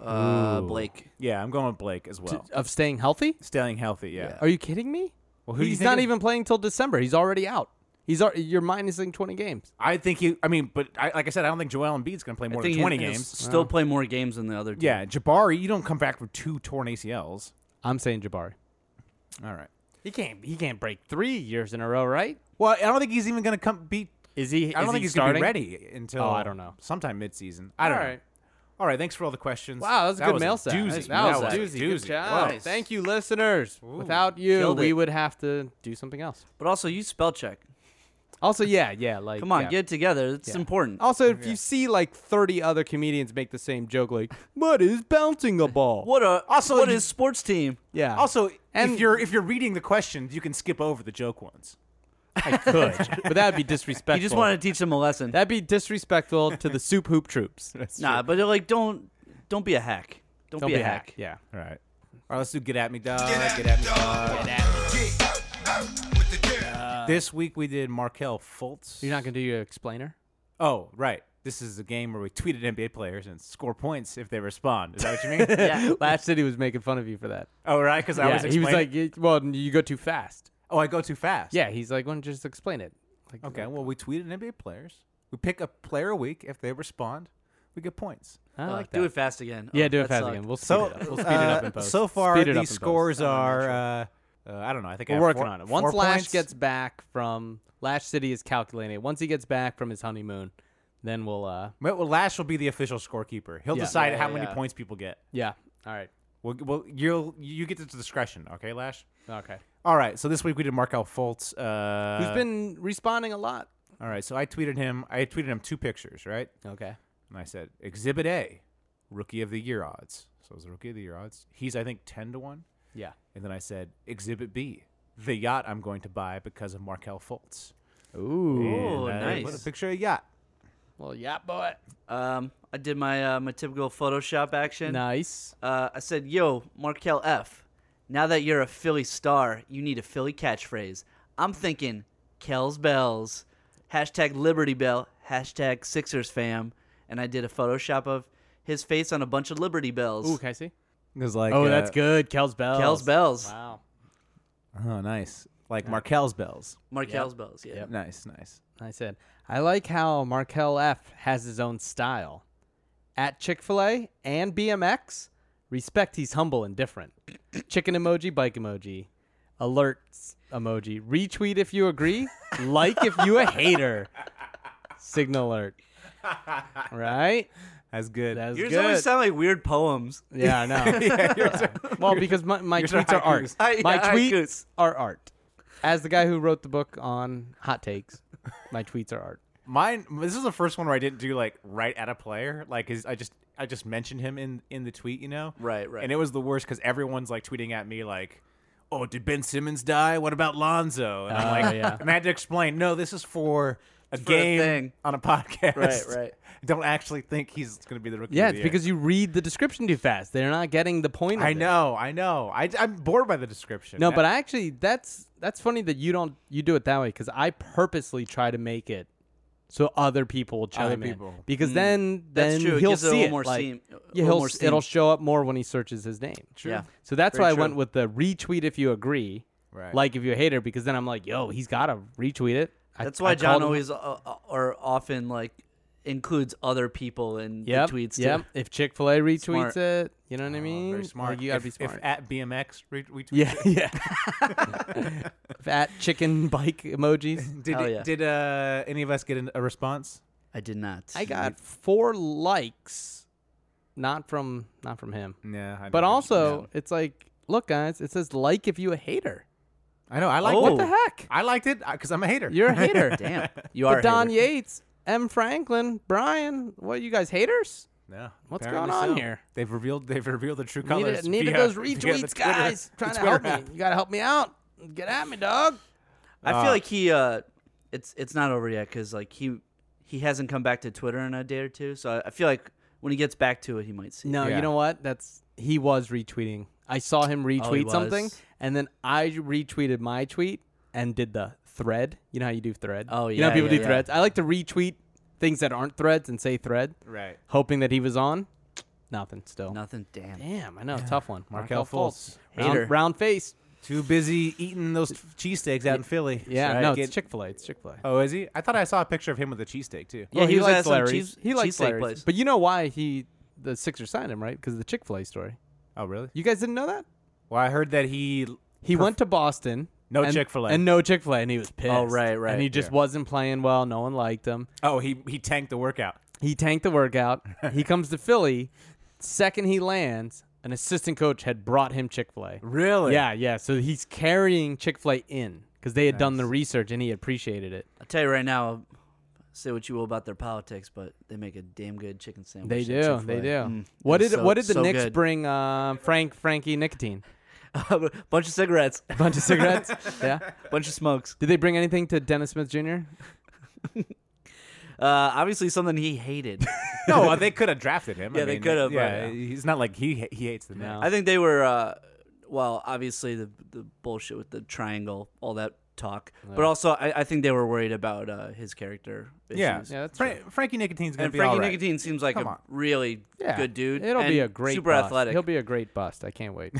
[SPEAKER 9] uh, Blake.
[SPEAKER 7] Yeah, I'm going with Blake as well.
[SPEAKER 8] Of staying healthy?
[SPEAKER 7] Staying healthy, yeah.
[SPEAKER 8] Are you kidding me?
[SPEAKER 7] Well, who do you
[SPEAKER 8] He's
[SPEAKER 7] think
[SPEAKER 8] not
[SPEAKER 7] is-
[SPEAKER 8] even playing till December. He's already out. He's al- you're minusing 20 games.
[SPEAKER 7] I think he. I mean, but I, like I said, I don't think Joel Embiid's going to play more
[SPEAKER 9] I think
[SPEAKER 7] than
[SPEAKER 9] he-
[SPEAKER 7] 20
[SPEAKER 9] he'll
[SPEAKER 7] games.
[SPEAKER 9] Still play more games than the other. Team.
[SPEAKER 7] yeah, Jabari, you don't come back from two torn ACLs.
[SPEAKER 8] I'm saying Jabari.
[SPEAKER 7] All right.
[SPEAKER 8] He can't. He can't break three years in a row, right?
[SPEAKER 7] Well, I don't think he's even going to come beat.
[SPEAKER 8] Is he?
[SPEAKER 7] I don't think he's going to be ready until
[SPEAKER 8] Oh, I don't know.
[SPEAKER 7] sometime midseason. I don't
[SPEAKER 8] All
[SPEAKER 7] know.
[SPEAKER 8] right.
[SPEAKER 7] All right. Thanks for all the questions.
[SPEAKER 8] Wow, that was a good mail
[SPEAKER 7] set.
[SPEAKER 8] set.
[SPEAKER 7] Doozy.
[SPEAKER 8] That was
[SPEAKER 7] That
[SPEAKER 8] a
[SPEAKER 7] was
[SPEAKER 8] doozy. Good
[SPEAKER 7] Wow.
[SPEAKER 8] job. Thank you, listeners. Without you,
[SPEAKER 9] Killed
[SPEAKER 8] we
[SPEAKER 9] it.
[SPEAKER 8] would have to do something else.
[SPEAKER 9] But also, you spell check.
[SPEAKER 8] Also, yeah, yeah. Like,
[SPEAKER 9] Come on,
[SPEAKER 8] yeah.
[SPEAKER 9] get it together. It's important.
[SPEAKER 8] Also, if you see like 30 other comedians make the same joke, like, "What is bouncing a ball?"
[SPEAKER 9] What a
[SPEAKER 7] Also,
[SPEAKER 9] also what
[SPEAKER 7] you-
[SPEAKER 9] is sports team?
[SPEAKER 8] Yeah.
[SPEAKER 7] Also,
[SPEAKER 8] And-
[SPEAKER 7] if you're if you're reading the questions, you can skip over the joke ones.
[SPEAKER 8] I could, but that'd be disrespectful.
[SPEAKER 9] You just want to teach them a lesson.
[SPEAKER 8] That'd be disrespectful to the soup hoop troops.
[SPEAKER 9] nah, but like don't don't be a hack. Don't,
[SPEAKER 8] Don't
[SPEAKER 9] be, a hack.
[SPEAKER 8] Yeah.
[SPEAKER 7] All right. All right. Let's do get at me, dog. Get at me, dog. This week we did Markel Fultz.
[SPEAKER 8] You're not gonna do your explainer.
[SPEAKER 7] Oh, right. This is a game where we tweeted NBA players and score points if they respond. Is that what you mean?
[SPEAKER 9] Yeah.
[SPEAKER 8] Last City was making fun of you for that.
[SPEAKER 7] Oh, right. Because I
[SPEAKER 8] yeah,
[SPEAKER 7] was
[SPEAKER 8] he was
[SPEAKER 7] explaining-
[SPEAKER 8] like, "Y- "Well, you go too fast."
[SPEAKER 7] oh, I go too fast.
[SPEAKER 8] Yeah, he's like, "Why don't you just explain it?" Like,
[SPEAKER 7] Okay. Well, we tweeted NBA players. We pick a player a week. If they respond, we get points.
[SPEAKER 8] I
[SPEAKER 9] Uh,
[SPEAKER 8] like that.
[SPEAKER 9] do it fast again.
[SPEAKER 8] yeah,
[SPEAKER 9] Oh,
[SPEAKER 8] do it
[SPEAKER 9] that
[SPEAKER 8] fast
[SPEAKER 9] sucked.
[SPEAKER 8] again. We'll speed
[SPEAKER 7] So
[SPEAKER 8] it up. We'll speed it up in
[SPEAKER 7] uh,
[SPEAKER 8] post.
[SPEAKER 7] So far,
[SPEAKER 8] Speed it up
[SPEAKER 7] these
[SPEAKER 8] in post.
[SPEAKER 7] scores are. Uh, uh, I don't know. I think I
[SPEAKER 8] We're
[SPEAKER 7] have
[SPEAKER 8] working
[SPEAKER 7] four-
[SPEAKER 8] on it. Once
[SPEAKER 7] four
[SPEAKER 8] Lash
[SPEAKER 7] points.
[SPEAKER 8] gets back from Lash City is calculating it. Once he gets back from his honeymoon, then we'll. uh
[SPEAKER 7] Well, Lash will be the official scorekeeper. He'll
[SPEAKER 8] Yeah.
[SPEAKER 7] decide
[SPEAKER 9] Yeah,
[SPEAKER 7] how
[SPEAKER 9] yeah,
[SPEAKER 7] many
[SPEAKER 9] yeah.
[SPEAKER 7] points people get.
[SPEAKER 8] Yeah. All right.
[SPEAKER 7] Well, well, you'll you get to discretion, okay, Lash.
[SPEAKER 8] Okay.
[SPEAKER 7] All right, so this week we did Markel Fultz. Uh,
[SPEAKER 8] Who's been responding a lot?
[SPEAKER 7] All right, so I tweeted him. I tweeted him two pictures, right?
[SPEAKER 8] Okay.
[SPEAKER 7] And I said, Exhibit A, Rookie of the Year odds. So it was the Rookie of the Year odds. He's I think ten to one.
[SPEAKER 8] Yeah.
[SPEAKER 7] And then I said, Exhibit B, the yacht I'm going to buy because of Markel Fultz.
[SPEAKER 9] Ooh,
[SPEAKER 7] And I put a
[SPEAKER 9] nice.
[SPEAKER 7] picture of a yacht.
[SPEAKER 8] Well, yeah, boy.
[SPEAKER 9] Um, I did my uh, my typical Photoshop action.
[SPEAKER 8] Nice.
[SPEAKER 9] Uh, I said, "Yo, Markel F. Now that you're a Philly star, you need a Philly catchphrase. I'm thinking Kells Bells, hashtag Liberty Bell, hashtag Sixers fam." And I did a Photoshop of his face on a bunch of Liberty Bells.
[SPEAKER 8] Ooh, can I see?
[SPEAKER 7] Because like,
[SPEAKER 8] oh,
[SPEAKER 7] uh,
[SPEAKER 8] that's good. Kells Bells.
[SPEAKER 9] Kells Bells.
[SPEAKER 8] Wow.
[SPEAKER 7] Oh, nice. Like Markel's bells.
[SPEAKER 9] Markel's Bells. Yeah.
[SPEAKER 7] Nice, nice.
[SPEAKER 8] I said, I like how Markel F has his own style. At Chick fil A and BMX, respect he's humble and different. Chicken emoji, bike emoji, alerts emoji, retweet if you agree, like if you a hater. Signal alert. Right?
[SPEAKER 7] That's good.
[SPEAKER 8] That's
[SPEAKER 9] Yours
[SPEAKER 8] good.
[SPEAKER 9] always sound like weird poems.
[SPEAKER 8] yeah, I know. well, because my, my
[SPEAKER 7] yours are
[SPEAKER 8] tweets are art.
[SPEAKER 7] haikus.
[SPEAKER 9] I-
[SPEAKER 8] my
[SPEAKER 9] yeah,
[SPEAKER 8] tweets
[SPEAKER 9] haikus.
[SPEAKER 8] are art. As the guy who wrote the book on hot takes, my tweets are art.
[SPEAKER 7] Mine. This is the first one where I didn't do like right at a player. Like, is I just I just mentioned him in in the tweet, you know?
[SPEAKER 9] Right, right.
[SPEAKER 7] And it was the worst because everyone's like tweeting at me like, "Oh, did Ben Simmons die? What about Lonzo?" And I'm
[SPEAKER 8] Oh,
[SPEAKER 7] like,
[SPEAKER 8] yeah.
[SPEAKER 7] and I had to explain, no, this is for a
[SPEAKER 9] for a
[SPEAKER 7] game
[SPEAKER 9] thing.
[SPEAKER 7] on a podcast.
[SPEAKER 9] Right, right.
[SPEAKER 7] Don't actually think he's going to be the rookie.
[SPEAKER 8] Yeah,
[SPEAKER 7] of the
[SPEAKER 8] it's
[SPEAKER 7] year.
[SPEAKER 8] because you read the description too fast. They're not getting the point. Of
[SPEAKER 7] I
[SPEAKER 8] it.
[SPEAKER 7] know, I know. I I'm bored by the description.
[SPEAKER 8] No,
[SPEAKER 7] That-
[SPEAKER 8] but I actually that's that's funny that you don't you do it that way because I purposely try to make it so other people will chime
[SPEAKER 7] Other
[SPEAKER 8] in.
[SPEAKER 7] people.
[SPEAKER 8] because then
[SPEAKER 9] Mm. That's
[SPEAKER 8] then
[SPEAKER 9] true. It
[SPEAKER 8] he'll
[SPEAKER 9] gives it a
[SPEAKER 8] see
[SPEAKER 9] little
[SPEAKER 8] it.
[SPEAKER 9] more
[SPEAKER 8] like,
[SPEAKER 9] seam- a
[SPEAKER 8] yeah,
[SPEAKER 9] little
[SPEAKER 8] he'll
[SPEAKER 9] more
[SPEAKER 8] s- it'll
[SPEAKER 9] seam.
[SPEAKER 8] show up more when he searches his name.
[SPEAKER 9] Yeah.
[SPEAKER 8] So that's
[SPEAKER 9] Very
[SPEAKER 8] why I went
[SPEAKER 9] true.
[SPEAKER 8] with the retweet if you agree,
[SPEAKER 7] Right.
[SPEAKER 8] like if you a hater, because then I'm like, yo, he's got to retweet it. I-
[SPEAKER 9] That's why
[SPEAKER 8] I called
[SPEAKER 9] John
[SPEAKER 8] him-
[SPEAKER 9] always uh, uh, or often like includes other people in the
[SPEAKER 8] yep,
[SPEAKER 9] tweets. too.
[SPEAKER 8] Yep. If Chick Fil A retweets
[SPEAKER 9] Smart.
[SPEAKER 8] it, you know what I
[SPEAKER 7] Oh,
[SPEAKER 8] mean?
[SPEAKER 7] very
[SPEAKER 8] Like,
[SPEAKER 7] smart.
[SPEAKER 8] you gotta
[SPEAKER 7] if,
[SPEAKER 8] be smart.
[SPEAKER 7] If at BMX, we, we tweet
[SPEAKER 8] Yeah, yeah. Fat chicken bike emojis.
[SPEAKER 7] Did
[SPEAKER 9] Hell
[SPEAKER 7] it-
[SPEAKER 9] yeah.
[SPEAKER 7] did uh, any of us get an- a response?
[SPEAKER 9] I did not.
[SPEAKER 8] I got four likes, not from not from him,
[SPEAKER 7] Yeah, Mm, I
[SPEAKER 8] but
[SPEAKER 7] didn't.
[SPEAKER 8] also it's like, look, guys, it says like if you a hater.
[SPEAKER 7] I know I like
[SPEAKER 9] Oh.
[SPEAKER 8] What the heck?
[SPEAKER 7] I liked it because I'm a hater.
[SPEAKER 8] You're a hater.
[SPEAKER 9] Damn, you are.
[SPEAKER 8] But
[SPEAKER 9] a
[SPEAKER 8] Don
[SPEAKER 9] hater.
[SPEAKER 8] Yates, M. Franklin, Brian, what you guys haters?
[SPEAKER 7] Yeah,
[SPEAKER 8] What's
[SPEAKER 7] apparently
[SPEAKER 8] going on
[SPEAKER 7] so.
[SPEAKER 8] here?
[SPEAKER 7] They've revealed they've revealed the true colors.
[SPEAKER 8] Needed, needed
[SPEAKER 7] via-
[SPEAKER 8] those
[SPEAKER 7] via the
[SPEAKER 8] retweets,
[SPEAKER 7] Twitter-
[SPEAKER 8] guys.
[SPEAKER 7] the
[SPEAKER 8] Trying to
[SPEAKER 7] Twitter
[SPEAKER 8] help me.
[SPEAKER 7] app.
[SPEAKER 8] You gotta help me out. Get at me, dog.
[SPEAKER 9] I feel like he. Uh, it's it's not over yet because like he he hasn't come back to Twitter in a day or two. So I, I feel like when he gets back to it, he might see.
[SPEAKER 8] No,
[SPEAKER 7] Yeah.
[SPEAKER 8] you know what? That's he was retweeting. I saw him retweet something,
[SPEAKER 9] Oh, was?
[SPEAKER 8] and then I retweeted my tweet and did the thread. You know how you do thread?
[SPEAKER 9] Oh,
[SPEAKER 8] You know how
[SPEAKER 9] yeah,
[SPEAKER 8] people
[SPEAKER 9] yeah,
[SPEAKER 8] do
[SPEAKER 9] yeah.
[SPEAKER 8] threads. I like to retweet things that aren't threads and say thread,
[SPEAKER 7] Right.
[SPEAKER 8] hoping that he was on. Nothing still.
[SPEAKER 9] Nothing. Damn.
[SPEAKER 8] Damn, I know, tough one.
[SPEAKER 7] Markel Fultz.
[SPEAKER 8] Round,
[SPEAKER 9] Hater.
[SPEAKER 8] round face.
[SPEAKER 7] Too busy eating those cheesesteaks out in Philly.
[SPEAKER 8] Yeah,
[SPEAKER 7] So I
[SPEAKER 8] no,
[SPEAKER 7] get-
[SPEAKER 8] it's Chick Fil A. It's Chick Fil A.
[SPEAKER 7] Oh, is he? I thought I saw a picture of him with a cheesesteak too.
[SPEAKER 9] Yeah, he, was at
[SPEAKER 8] likes
[SPEAKER 9] some
[SPEAKER 8] Larry's.
[SPEAKER 9] cheese.
[SPEAKER 8] he likes
[SPEAKER 9] cheesesteak
[SPEAKER 8] Larry's.
[SPEAKER 9] place.
[SPEAKER 8] But you know why he the Sixers signed him, right? Because of the Chick Fil A story.
[SPEAKER 7] Oh, really?
[SPEAKER 8] You guys didn't know that?
[SPEAKER 7] Well, I heard that he.
[SPEAKER 8] He went to Boston.
[SPEAKER 7] No
[SPEAKER 8] and-
[SPEAKER 7] Chick-fil-A.
[SPEAKER 8] And no Chick fil A. And he was pissed.
[SPEAKER 9] Oh, right, right,
[SPEAKER 8] And he just
[SPEAKER 7] yeah.
[SPEAKER 8] wasn't playing well. No one liked him.
[SPEAKER 7] Oh, he he tanked the workout.
[SPEAKER 8] He tanked the workout. he comes to Philly. Second he lands, an assistant coach had brought him Chick fil A.
[SPEAKER 7] Really?
[SPEAKER 8] Yeah, yeah. So he's carrying Chick fil A in because they had done the research and he appreciated it.
[SPEAKER 9] I'll tell you right now. Say what you will about their politics, but they make a damn good chicken sandwich.
[SPEAKER 8] They
[SPEAKER 9] at
[SPEAKER 8] do.
[SPEAKER 9] Chick-fil-A.
[SPEAKER 8] They do.
[SPEAKER 9] Mm,
[SPEAKER 8] What
[SPEAKER 9] it's
[SPEAKER 8] did
[SPEAKER 9] so-
[SPEAKER 8] what did the
[SPEAKER 9] so
[SPEAKER 8] Knicks
[SPEAKER 9] good.
[SPEAKER 8] bring uh, Frank Frankie nicotine?
[SPEAKER 9] bunch of cigarettes,
[SPEAKER 8] A bunch of cigarettes. yeah.
[SPEAKER 9] bunch of smokes.
[SPEAKER 8] Did they bring anything to Dennis Smith Jr.?
[SPEAKER 9] Uh, obviously something he hated.
[SPEAKER 7] No, well, they could have drafted him.
[SPEAKER 9] Yeah,
[SPEAKER 7] I
[SPEAKER 9] they
[SPEAKER 7] mean,
[SPEAKER 9] could've,
[SPEAKER 7] Yeah,
[SPEAKER 9] but-
[SPEAKER 7] he's not like he he hates the Knicks.
[SPEAKER 8] No.
[SPEAKER 9] I think they were. Uh, well, obviously the the bullshit with the triangle, all that talk, but also I, I think they were worried about uh, his character. Issues.
[SPEAKER 7] Yeah,
[SPEAKER 8] Yeah, that's
[SPEAKER 7] Fra- Frankie Nicotine's gonna
[SPEAKER 9] And
[SPEAKER 7] be
[SPEAKER 9] Frankie
[SPEAKER 7] all right.
[SPEAKER 9] Nicotine seems like
[SPEAKER 7] Come
[SPEAKER 9] a
[SPEAKER 7] on.
[SPEAKER 9] really
[SPEAKER 8] Yeah.
[SPEAKER 9] good dude.
[SPEAKER 8] It'll be
[SPEAKER 9] and
[SPEAKER 8] a great
[SPEAKER 9] super
[SPEAKER 8] bust.
[SPEAKER 9] athletic.
[SPEAKER 8] He'll be a great bust. I can't wait.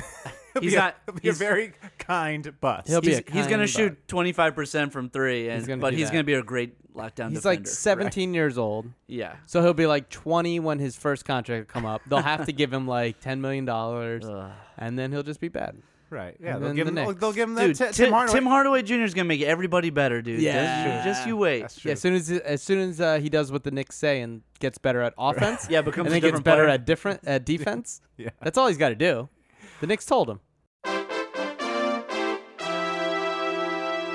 [SPEAKER 9] he's
[SPEAKER 7] Yeah,
[SPEAKER 9] not.
[SPEAKER 7] he'll be a
[SPEAKER 9] He's,
[SPEAKER 7] very kind bus.
[SPEAKER 8] He'll be
[SPEAKER 9] he's,
[SPEAKER 8] a
[SPEAKER 9] he's gonna
[SPEAKER 8] kind
[SPEAKER 9] shoot twenty five percent from three, and
[SPEAKER 8] gonna
[SPEAKER 9] but
[SPEAKER 8] do
[SPEAKER 9] he's
[SPEAKER 8] that.
[SPEAKER 9] gonna be a great lockdown.
[SPEAKER 8] He's
[SPEAKER 9] defender.
[SPEAKER 8] like 17 years old.
[SPEAKER 9] Yeah.
[SPEAKER 8] So he'll be like 20 when his first contract will come up. They'll have to give him like 10 million dollars and then he'll just be bad.
[SPEAKER 7] Right. Yeah.
[SPEAKER 8] And
[SPEAKER 7] They'll
[SPEAKER 8] then
[SPEAKER 7] give,
[SPEAKER 8] the
[SPEAKER 7] him, they'll,
[SPEAKER 8] Knicks.
[SPEAKER 7] they'll give him that.
[SPEAKER 9] Dude,
[SPEAKER 7] Ti-
[SPEAKER 9] Tim, Tim Hardaway. Jr. is gonna make everybody better, dude. Just-
[SPEAKER 8] Yeah.
[SPEAKER 9] Just, you wait.
[SPEAKER 7] That's true.
[SPEAKER 8] Yeah, as soon as as soon as uh, he does what the Knicks say and gets better at offense,
[SPEAKER 9] Yeah, becomes
[SPEAKER 8] and
[SPEAKER 9] a
[SPEAKER 8] then gets
[SPEAKER 9] different
[SPEAKER 8] better
[SPEAKER 9] player.
[SPEAKER 8] at different at defense.
[SPEAKER 7] Yeah.
[SPEAKER 8] That's all he's got to do. The Knicks told him.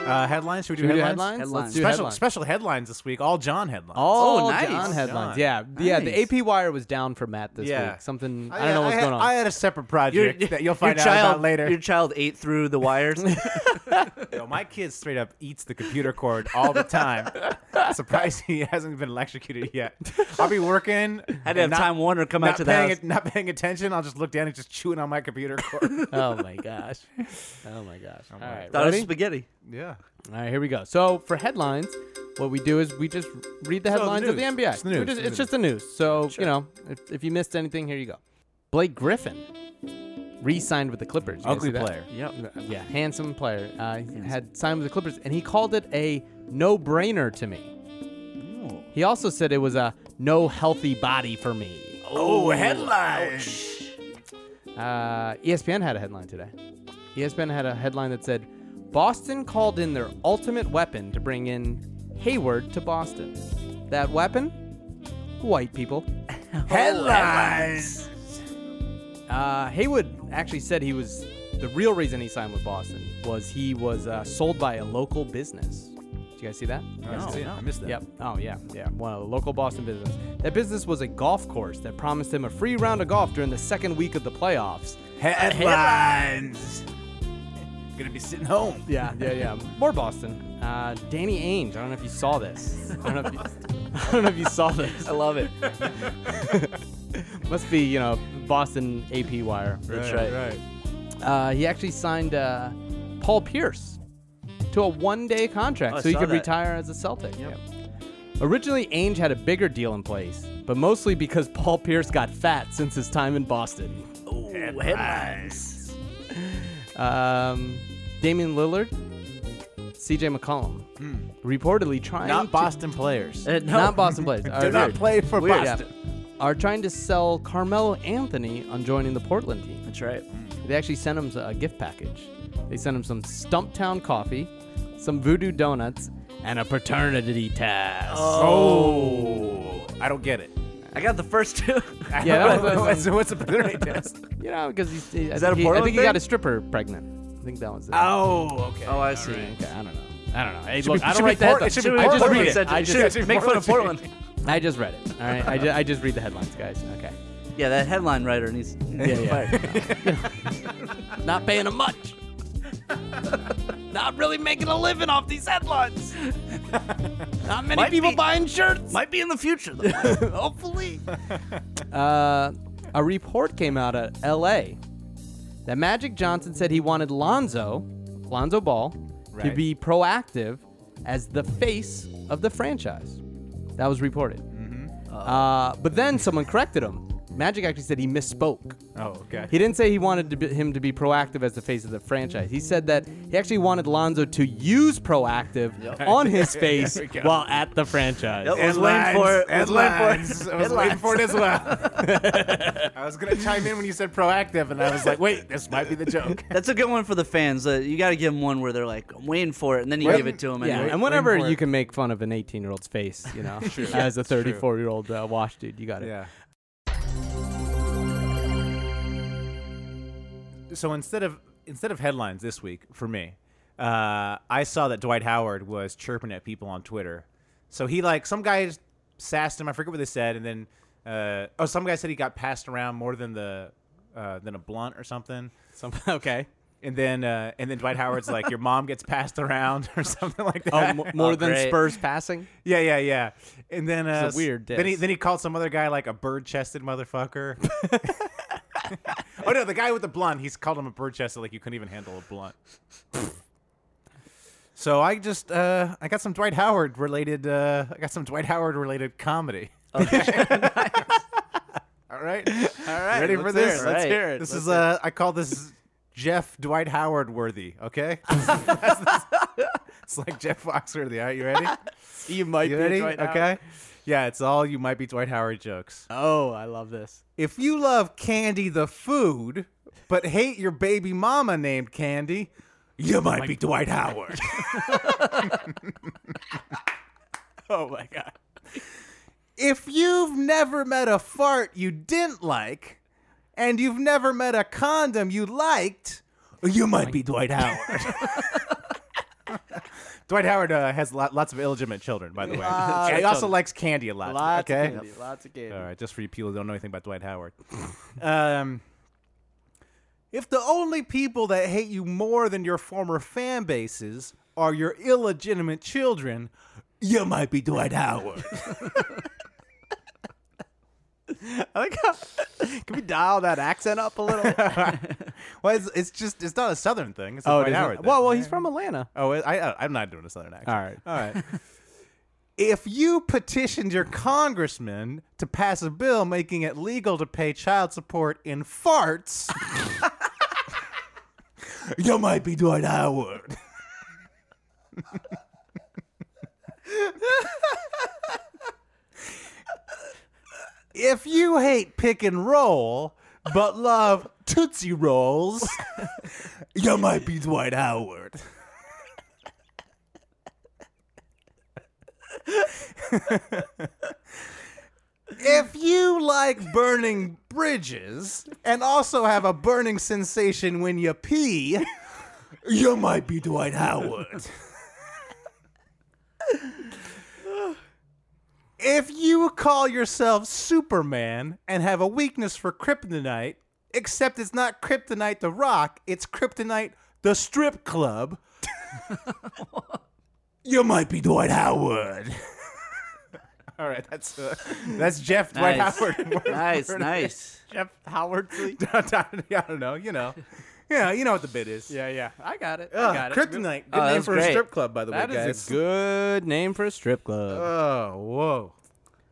[SPEAKER 7] Uh, headlines? Should we do
[SPEAKER 8] Should we do
[SPEAKER 7] headlines?
[SPEAKER 8] headlines? Let's
[SPEAKER 9] Headlines.
[SPEAKER 8] do
[SPEAKER 7] Special
[SPEAKER 8] headlines.
[SPEAKER 7] special headlines this week. All John headlines.
[SPEAKER 8] All
[SPEAKER 9] Oh, nice.
[SPEAKER 8] John headlines.
[SPEAKER 7] John.
[SPEAKER 8] Yeah, yeah. The
[SPEAKER 9] Nice.
[SPEAKER 8] AP wire was down for Matt this
[SPEAKER 7] Yeah.
[SPEAKER 8] week. Something I, don't know what's
[SPEAKER 7] had,
[SPEAKER 8] going on.
[SPEAKER 7] I had a separate project that you'll find out
[SPEAKER 9] child,
[SPEAKER 7] about later.
[SPEAKER 9] Your child ate through the wires.
[SPEAKER 7] Yo, my kid straight up eats the computer cord all the time. Surprised he hasn't been electrocuted yet. I'll be working.
[SPEAKER 9] Had to have
[SPEAKER 7] and not-
[SPEAKER 9] Time Warner come
[SPEAKER 7] not
[SPEAKER 9] out to the
[SPEAKER 7] paying
[SPEAKER 9] house.
[SPEAKER 7] it- not paying attention. I'll just look down and just chewing on my computer cord.
[SPEAKER 8] oh my gosh. Oh my gosh. All right.
[SPEAKER 9] Thought it was
[SPEAKER 8] ready?
[SPEAKER 9] spaghetti.
[SPEAKER 7] yeah.
[SPEAKER 8] All right, here we go. So for headlines, what we do is we just read the
[SPEAKER 7] the
[SPEAKER 8] headlines of the
[SPEAKER 7] news.
[SPEAKER 8] NBA.
[SPEAKER 7] It's the news.
[SPEAKER 8] We just-
[SPEAKER 7] It's
[SPEAKER 8] it's just the news. So you know, if, if you missed anything, here you go. Blake Griffin re-signed with the Clippers. You guys
[SPEAKER 7] Ugly
[SPEAKER 8] see that?
[SPEAKER 7] player.
[SPEAKER 9] Yep.
[SPEAKER 8] Yeah, handsome player. Uh, he had signed with the Clippers, and he called it a no-brainer to me.
[SPEAKER 7] Oh.
[SPEAKER 8] He also said it was a no healthy body for me.
[SPEAKER 7] Oh, headlines.
[SPEAKER 8] Uh, ESPN had a headline today. E ESPN had a headline that said, "Boston called in their ultimate weapon to bring in Hayward to Boston." That weapon, white people.
[SPEAKER 7] Headlines.
[SPEAKER 8] Uh, Hayward actually said he was the real reason he signed with Boston was he was uh, sold by a local business. Did you guys see that?
[SPEAKER 7] I missed that.
[SPEAKER 8] Yep. Oh yeah, yeah. One of the local Boston business. That business was a golf course that promised him a free round of golf during the second week of the playoffs.
[SPEAKER 7] Headlines. Gonna be sitting home.
[SPEAKER 8] Yeah, yeah, yeah. More Boston. Uh, Danny Ainge. I don't know if you saw this. I don't know if you, I don't know if you saw this.
[SPEAKER 9] I love it.
[SPEAKER 8] Must be you know Boston AP wire.
[SPEAKER 9] That's right.
[SPEAKER 8] Uh, he actually signed uh, Paul Pierce to a one-day contract,
[SPEAKER 9] Oh, I
[SPEAKER 8] so he
[SPEAKER 9] saw
[SPEAKER 8] could
[SPEAKER 9] that.
[SPEAKER 8] retire as a Celtic. Yeah. Originally, Ainge had a bigger deal in place, but mostly because Paul Pierce got fat since his time in Boston.
[SPEAKER 9] Ooh, headlines.
[SPEAKER 8] Um, Damian Lillard, C.J. McCollum, reportedly trying
[SPEAKER 7] Not
[SPEAKER 8] to
[SPEAKER 7] Boston players.
[SPEAKER 9] Uh, no.
[SPEAKER 8] Not Boston players. Are,
[SPEAKER 7] Do not play for
[SPEAKER 9] Weird.
[SPEAKER 7] Boston.
[SPEAKER 8] are trying to sell Carmelo Anthony on joining the Portland team.
[SPEAKER 9] That's right.
[SPEAKER 8] They actually sent him a gift package. They sent him some Stumptown coffee, some Voodoo donuts, and a paternity test.
[SPEAKER 7] Oh. I don't get it.
[SPEAKER 9] I got the first two.
[SPEAKER 8] Yeah, that was-
[SPEAKER 7] what's, what's a paternity test?
[SPEAKER 8] You know, because he's. He, Is
[SPEAKER 9] that a
[SPEAKER 8] he, I
[SPEAKER 9] Portland
[SPEAKER 8] think he got
[SPEAKER 9] thing?
[SPEAKER 8] a stripper pregnant. I think that was it.
[SPEAKER 7] Oh, okay.
[SPEAKER 9] oh, I see.
[SPEAKER 8] Okay, I don't know. I don't know. Hey,
[SPEAKER 7] Should
[SPEAKER 8] look,
[SPEAKER 7] be-
[SPEAKER 8] I
[SPEAKER 7] should
[SPEAKER 8] don't
[SPEAKER 7] be
[SPEAKER 8] write that.
[SPEAKER 7] Port-
[SPEAKER 8] though.
[SPEAKER 7] it should be
[SPEAKER 8] I just
[SPEAKER 7] Portland.
[SPEAKER 8] read
[SPEAKER 7] It
[SPEAKER 8] it.
[SPEAKER 7] said-
[SPEAKER 8] I
[SPEAKER 7] it
[SPEAKER 8] just,
[SPEAKER 7] should-
[SPEAKER 9] make fun of Portland.
[SPEAKER 8] I just read it. All right. I just, I just read the headlines, guys. Okay.
[SPEAKER 9] yeah, that headline writer needs. Yeah,
[SPEAKER 8] Not paying him much. Not really making a living off these headlines. Not many
[SPEAKER 9] Might
[SPEAKER 8] people
[SPEAKER 9] be-
[SPEAKER 8] buying shirts.
[SPEAKER 9] Might be in the future though.
[SPEAKER 8] Hopefully. uh, a report came out of L.A. that Magic Johnson said he wanted Lonzo, Lonzo Ball, to
[SPEAKER 7] Right.
[SPEAKER 8] be proactive as the face of the franchise. That was reported. Uh, but then someone corrected him. Magic actually said he misspoke.
[SPEAKER 7] Oh, okay.
[SPEAKER 8] He didn't say he wanted to be, him to be proactive as the face of the franchise. He said that he actually wanted Lonzo to use proactive on his face
[SPEAKER 7] we go.
[SPEAKER 8] while at the franchise.
[SPEAKER 9] Yep. I was waiting for it. I was waiting for it.
[SPEAKER 7] Headlines. I was waiting for it as well. I was gonna chime in when you said proactive, and I was like, "Wait, this might be the joke."
[SPEAKER 9] That's a good one for the fans. Uh, you got to give them one where they're like, I'm waiting for it, and then you give it to them.
[SPEAKER 8] Yeah,
[SPEAKER 9] Anyway.
[SPEAKER 8] and whenever you can make fun of an 18 year old's face, you know, as a 34 year old uh, wash dude, you got it.
[SPEAKER 7] Yeah. So instead of instead of headlines this week for me, uh, I saw that Dwight Howard was chirping at people on Twitter. So he like some guys sassed him. I forget what they said, and then uh, oh, some guy said he got passed around more than the uh, than a blunt or something.
[SPEAKER 8] Some, okay.
[SPEAKER 7] And then uh, and then Dwight Howard's like, your mom gets passed around or something like that.
[SPEAKER 8] Oh, m- more than
[SPEAKER 9] great.
[SPEAKER 8] Spurs passing.
[SPEAKER 7] Yeah, yeah, yeah. And then uh,
[SPEAKER 8] It's a weird
[SPEAKER 7] Then he
[SPEAKER 8] diss.
[SPEAKER 7] then he called some other guy like a bird-chested motherfucker. oh no, the guy with the blunt. He's called him a bird-chested, like you couldn't even handle a blunt. so I just uh, I got some Dwight Howard related. Uh, I got some Dwight Howard related comedy. All right, all right. Ready for
[SPEAKER 9] let's
[SPEAKER 7] this?
[SPEAKER 9] hear it. Let's Right. hear it.
[SPEAKER 7] This
[SPEAKER 9] Let's
[SPEAKER 7] is uh, I call this Jeff Dwight Howard worthy. Okay. That's- that's- it's like Jeff Foxworthy. All right, you ready?
[SPEAKER 8] You might
[SPEAKER 7] You ready? Okay. Yeah, it's all you might be Dwight Howard jokes.
[SPEAKER 8] Oh, I love this.
[SPEAKER 7] If you love Candy the food, but hate your baby mama named Candy, you might be Dwight Howard.
[SPEAKER 8] Oh my god.
[SPEAKER 7] if you've never met a fart you didn't like, and you've never met a condom you liked, you might be Dwight Howard. Dwight Howard uh, has lot, lots of illegitimate children, by the way.
[SPEAKER 8] Lots
[SPEAKER 7] and he
[SPEAKER 8] of
[SPEAKER 7] also
[SPEAKER 8] children.
[SPEAKER 7] likes candy a lot.
[SPEAKER 8] Lots
[SPEAKER 7] okay?
[SPEAKER 8] of candy. Lots of candy.
[SPEAKER 7] All right, just for you people who don't know anything about Dwight Howard. um, if the only people that hate you more than your former fan bases are your illegitimate children, you might be Dwight Howard.
[SPEAKER 8] I like how, can we dial that accent up a little?
[SPEAKER 7] well, it's, it's just it's not a Southern thing. It's a
[SPEAKER 8] oh, it
[SPEAKER 7] Dwight
[SPEAKER 8] isn't?
[SPEAKER 7] Howard. thing.
[SPEAKER 8] well, well, he's from Atlanta.
[SPEAKER 7] Oh, I, I, I'm not doing a Southern accent.
[SPEAKER 8] All right.
[SPEAKER 7] All right. if you petitioned your congressman to pass a bill making it legal to pay child support in farts, you might be Dwight Howard. if you hate pick and roll but love Tootsie Rolls, you might be Dwight Howard. if you like burning bridges and also have a burning sensation when you pee, you might be Dwight Howard. if you call yourself Superman and have a weakness for kryptonite, except it's not kryptonite the rock, it's kryptonite the strip club, you might be Dwight Howard. All right, that's uh, that's Jeff Dwight
[SPEAKER 9] Nice.
[SPEAKER 7] Howard.
[SPEAKER 9] nice, nice.
[SPEAKER 7] Jeff Howard. I don't know. You know. Yeah, you know what the bit is.
[SPEAKER 8] Yeah, yeah. I got it.
[SPEAKER 7] Ugh, Kryptonite. Good
[SPEAKER 9] Oh, that
[SPEAKER 7] name
[SPEAKER 9] was
[SPEAKER 7] for a
[SPEAKER 9] great.
[SPEAKER 7] strip club, by the
[SPEAKER 8] That
[SPEAKER 7] way,
[SPEAKER 8] is
[SPEAKER 7] guys.
[SPEAKER 8] a good name for a strip club.
[SPEAKER 7] Oh, whoa.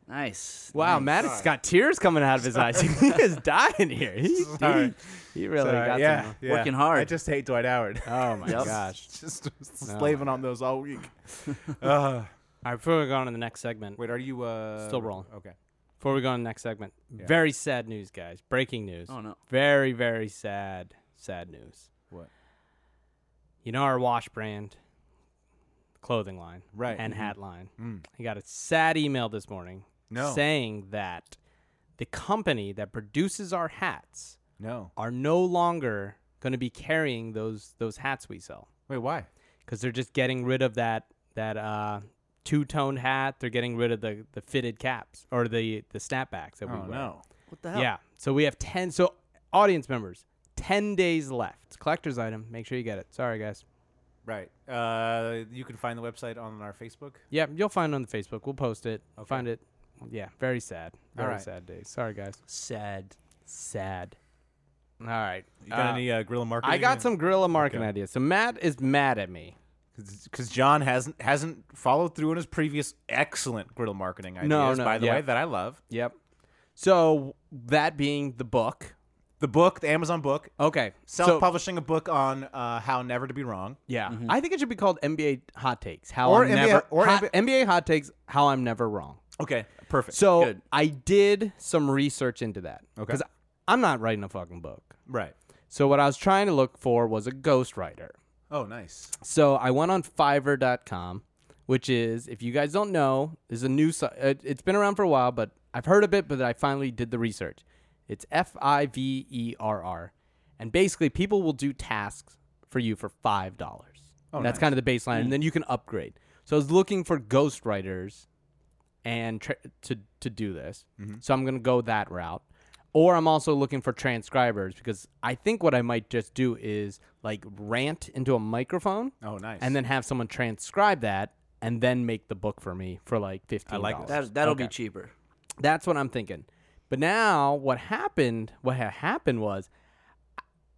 [SPEAKER 9] Nice.
[SPEAKER 8] wow, Maddox has got tears coming out of his eyes. he is dying here. He,
[SPEAKER 7] Sorry.
[SPEAKER 8] he, he really
[SPEAKER 7] Sorry,
[SPEAKER 8] got uh,
[SPEAKER 7] yeah,
[SPEAKER 8] some.
[SPEAKER 7] yeah.
[SPEAKER 9] Working hard.
[SPEAKER 7] I just hate Dwight Howard.
[SPEAKER 8] Oh my
[SPEAKER 9] Yep.
[SPEAKER 8] gosh.
[SPEAKER 7] just slaving on those all week. uh,
[SPEAKER 8] All right, before we go on to the next segment,
[SPEAKER 7] wait, are you uh,
[SPEAKER 8] Still rolling.
[SPEAKER 7] Okay.
[SPEAKER 8] before we go on to the next segment, very sad news, guys. Breaking news.
[SPEAKER 9] Oh, no.
[SPEAKER 8] Very, very sad, sad news.
[SPEAKER 7] What?
[SPEAKER 8] You know our wash brand clothing line
[SPEAKER 7] Right. Mm-hmm. Mm.
[SPEAKER 8] and hat line. I got a sad email this morning
[SPEAKER 7] No.
[SPEAKER 8] saying that the company that produces our hats
[SPEAKER 7] No.
[SPEAKER 8] are no longer going to be carrying those those hats we sell
[SPEAKER 7] Wait, why?
[SPEAKER 8] because they're just getting rid of that that uh, two toned hat. They're getting rid of the the fitted caps or the the snapbacks that we
[SPEAKER 7] Oh
[SPEAKER 8] wear.
[SPEAKER 7] no.
[SPEAKER 9] What the hell?
[SPEAKER 8] Yeah. So we have 10. So, audience members, 10 days left. It's a collector's item. Make sure you get it. Sorry, guys.
[SPEAKER 7] Right. Uh, you can find the website on our Facebook.
[SPEAKER 8] Yeah, you'll find it on the Facebook. We'll post it. Find it. Yeah, very sad. Very
[SPEAKER 7] right.
[SPEAKER 8] sad days. Sorry, guys.
[SPEAKER 9] Sad.
[SPEAKER 8] Sad. All right.
[SPEAKER 7] You got any uh, guerrilla marketing?
[SPEAKER 8] I got some guerrilla marketing ideas. So Matt is mad at me.
[SPEAKER 7] because John hasn't hasn't followed through on his previous excellent guerrilla marketing ideas.
[SPEAKER 8] No, no,
[SPEAKER 7] by the
[SPEAKER 8] yeah.
[SPEAKER 7] way, that I love
[SPEAKER 8] Yep. So that being the book.
[SPEAKER 7] the book, the Amazon book,
[SPEAKER 8] Okay. so-
[SPEAKER 7] self-publishing a book on uh, how never to be wrong.
[SPEAKER 8] yeah. I think it should be called NBA Hot Takes. How
[SPEAKER 7] Mm-hmm. Or
[SPEAKER 8] I'm
[SPEAKER 7] NBA
[SPEAKER 8] never
[SPEAKER 7] or
[SPEAKER 8] hot,
[SPEAKER 7] NBA
[SPEAKER 8] NBA Hot Takes. How I'm never wrong.
[SPEAKER 7] Okay, perfect.
[SPEAKER 8] So
[SPEAKER 9] Good.
[SPEAKER 8] I did some research into that.
[SPEAKER 7] Okay.
[SPEAKER 8] Because I'm not writing a fucking book.
[SPEAKER 7] right.
[SPEAKER 8] So what I was trying to look for was a ghostwriter.
[SPEAKER 7] Oh, nice.
[SPEAKER 8] So I went on Fiverr.com, which is, if you guys don't know, is a new site. It's been around for a while, but I've heard of it, but I finally did the research. It's F I V E R R. And basically, people will do tasks for you for $5. That's kind of the baseline. And then you can upgrade. So I was looking for ghostwriters and tra- to to do this. So I'm going to go that route. Or I'm also looking for transcribers because I think what I might just do is like rant into a microphone.
[SPEAKER 7] Oh, nice.
[SPEAKER 8] And then have someone transcribe that and then make the book for me for like 15 I
[SPEAKER 7] like
[SPEAKER 8] that.
[SPEAKER 9] That, that'll be cheaper.
[SPEAKER 8] That's what I'm thinking. But now what happened, what had happened was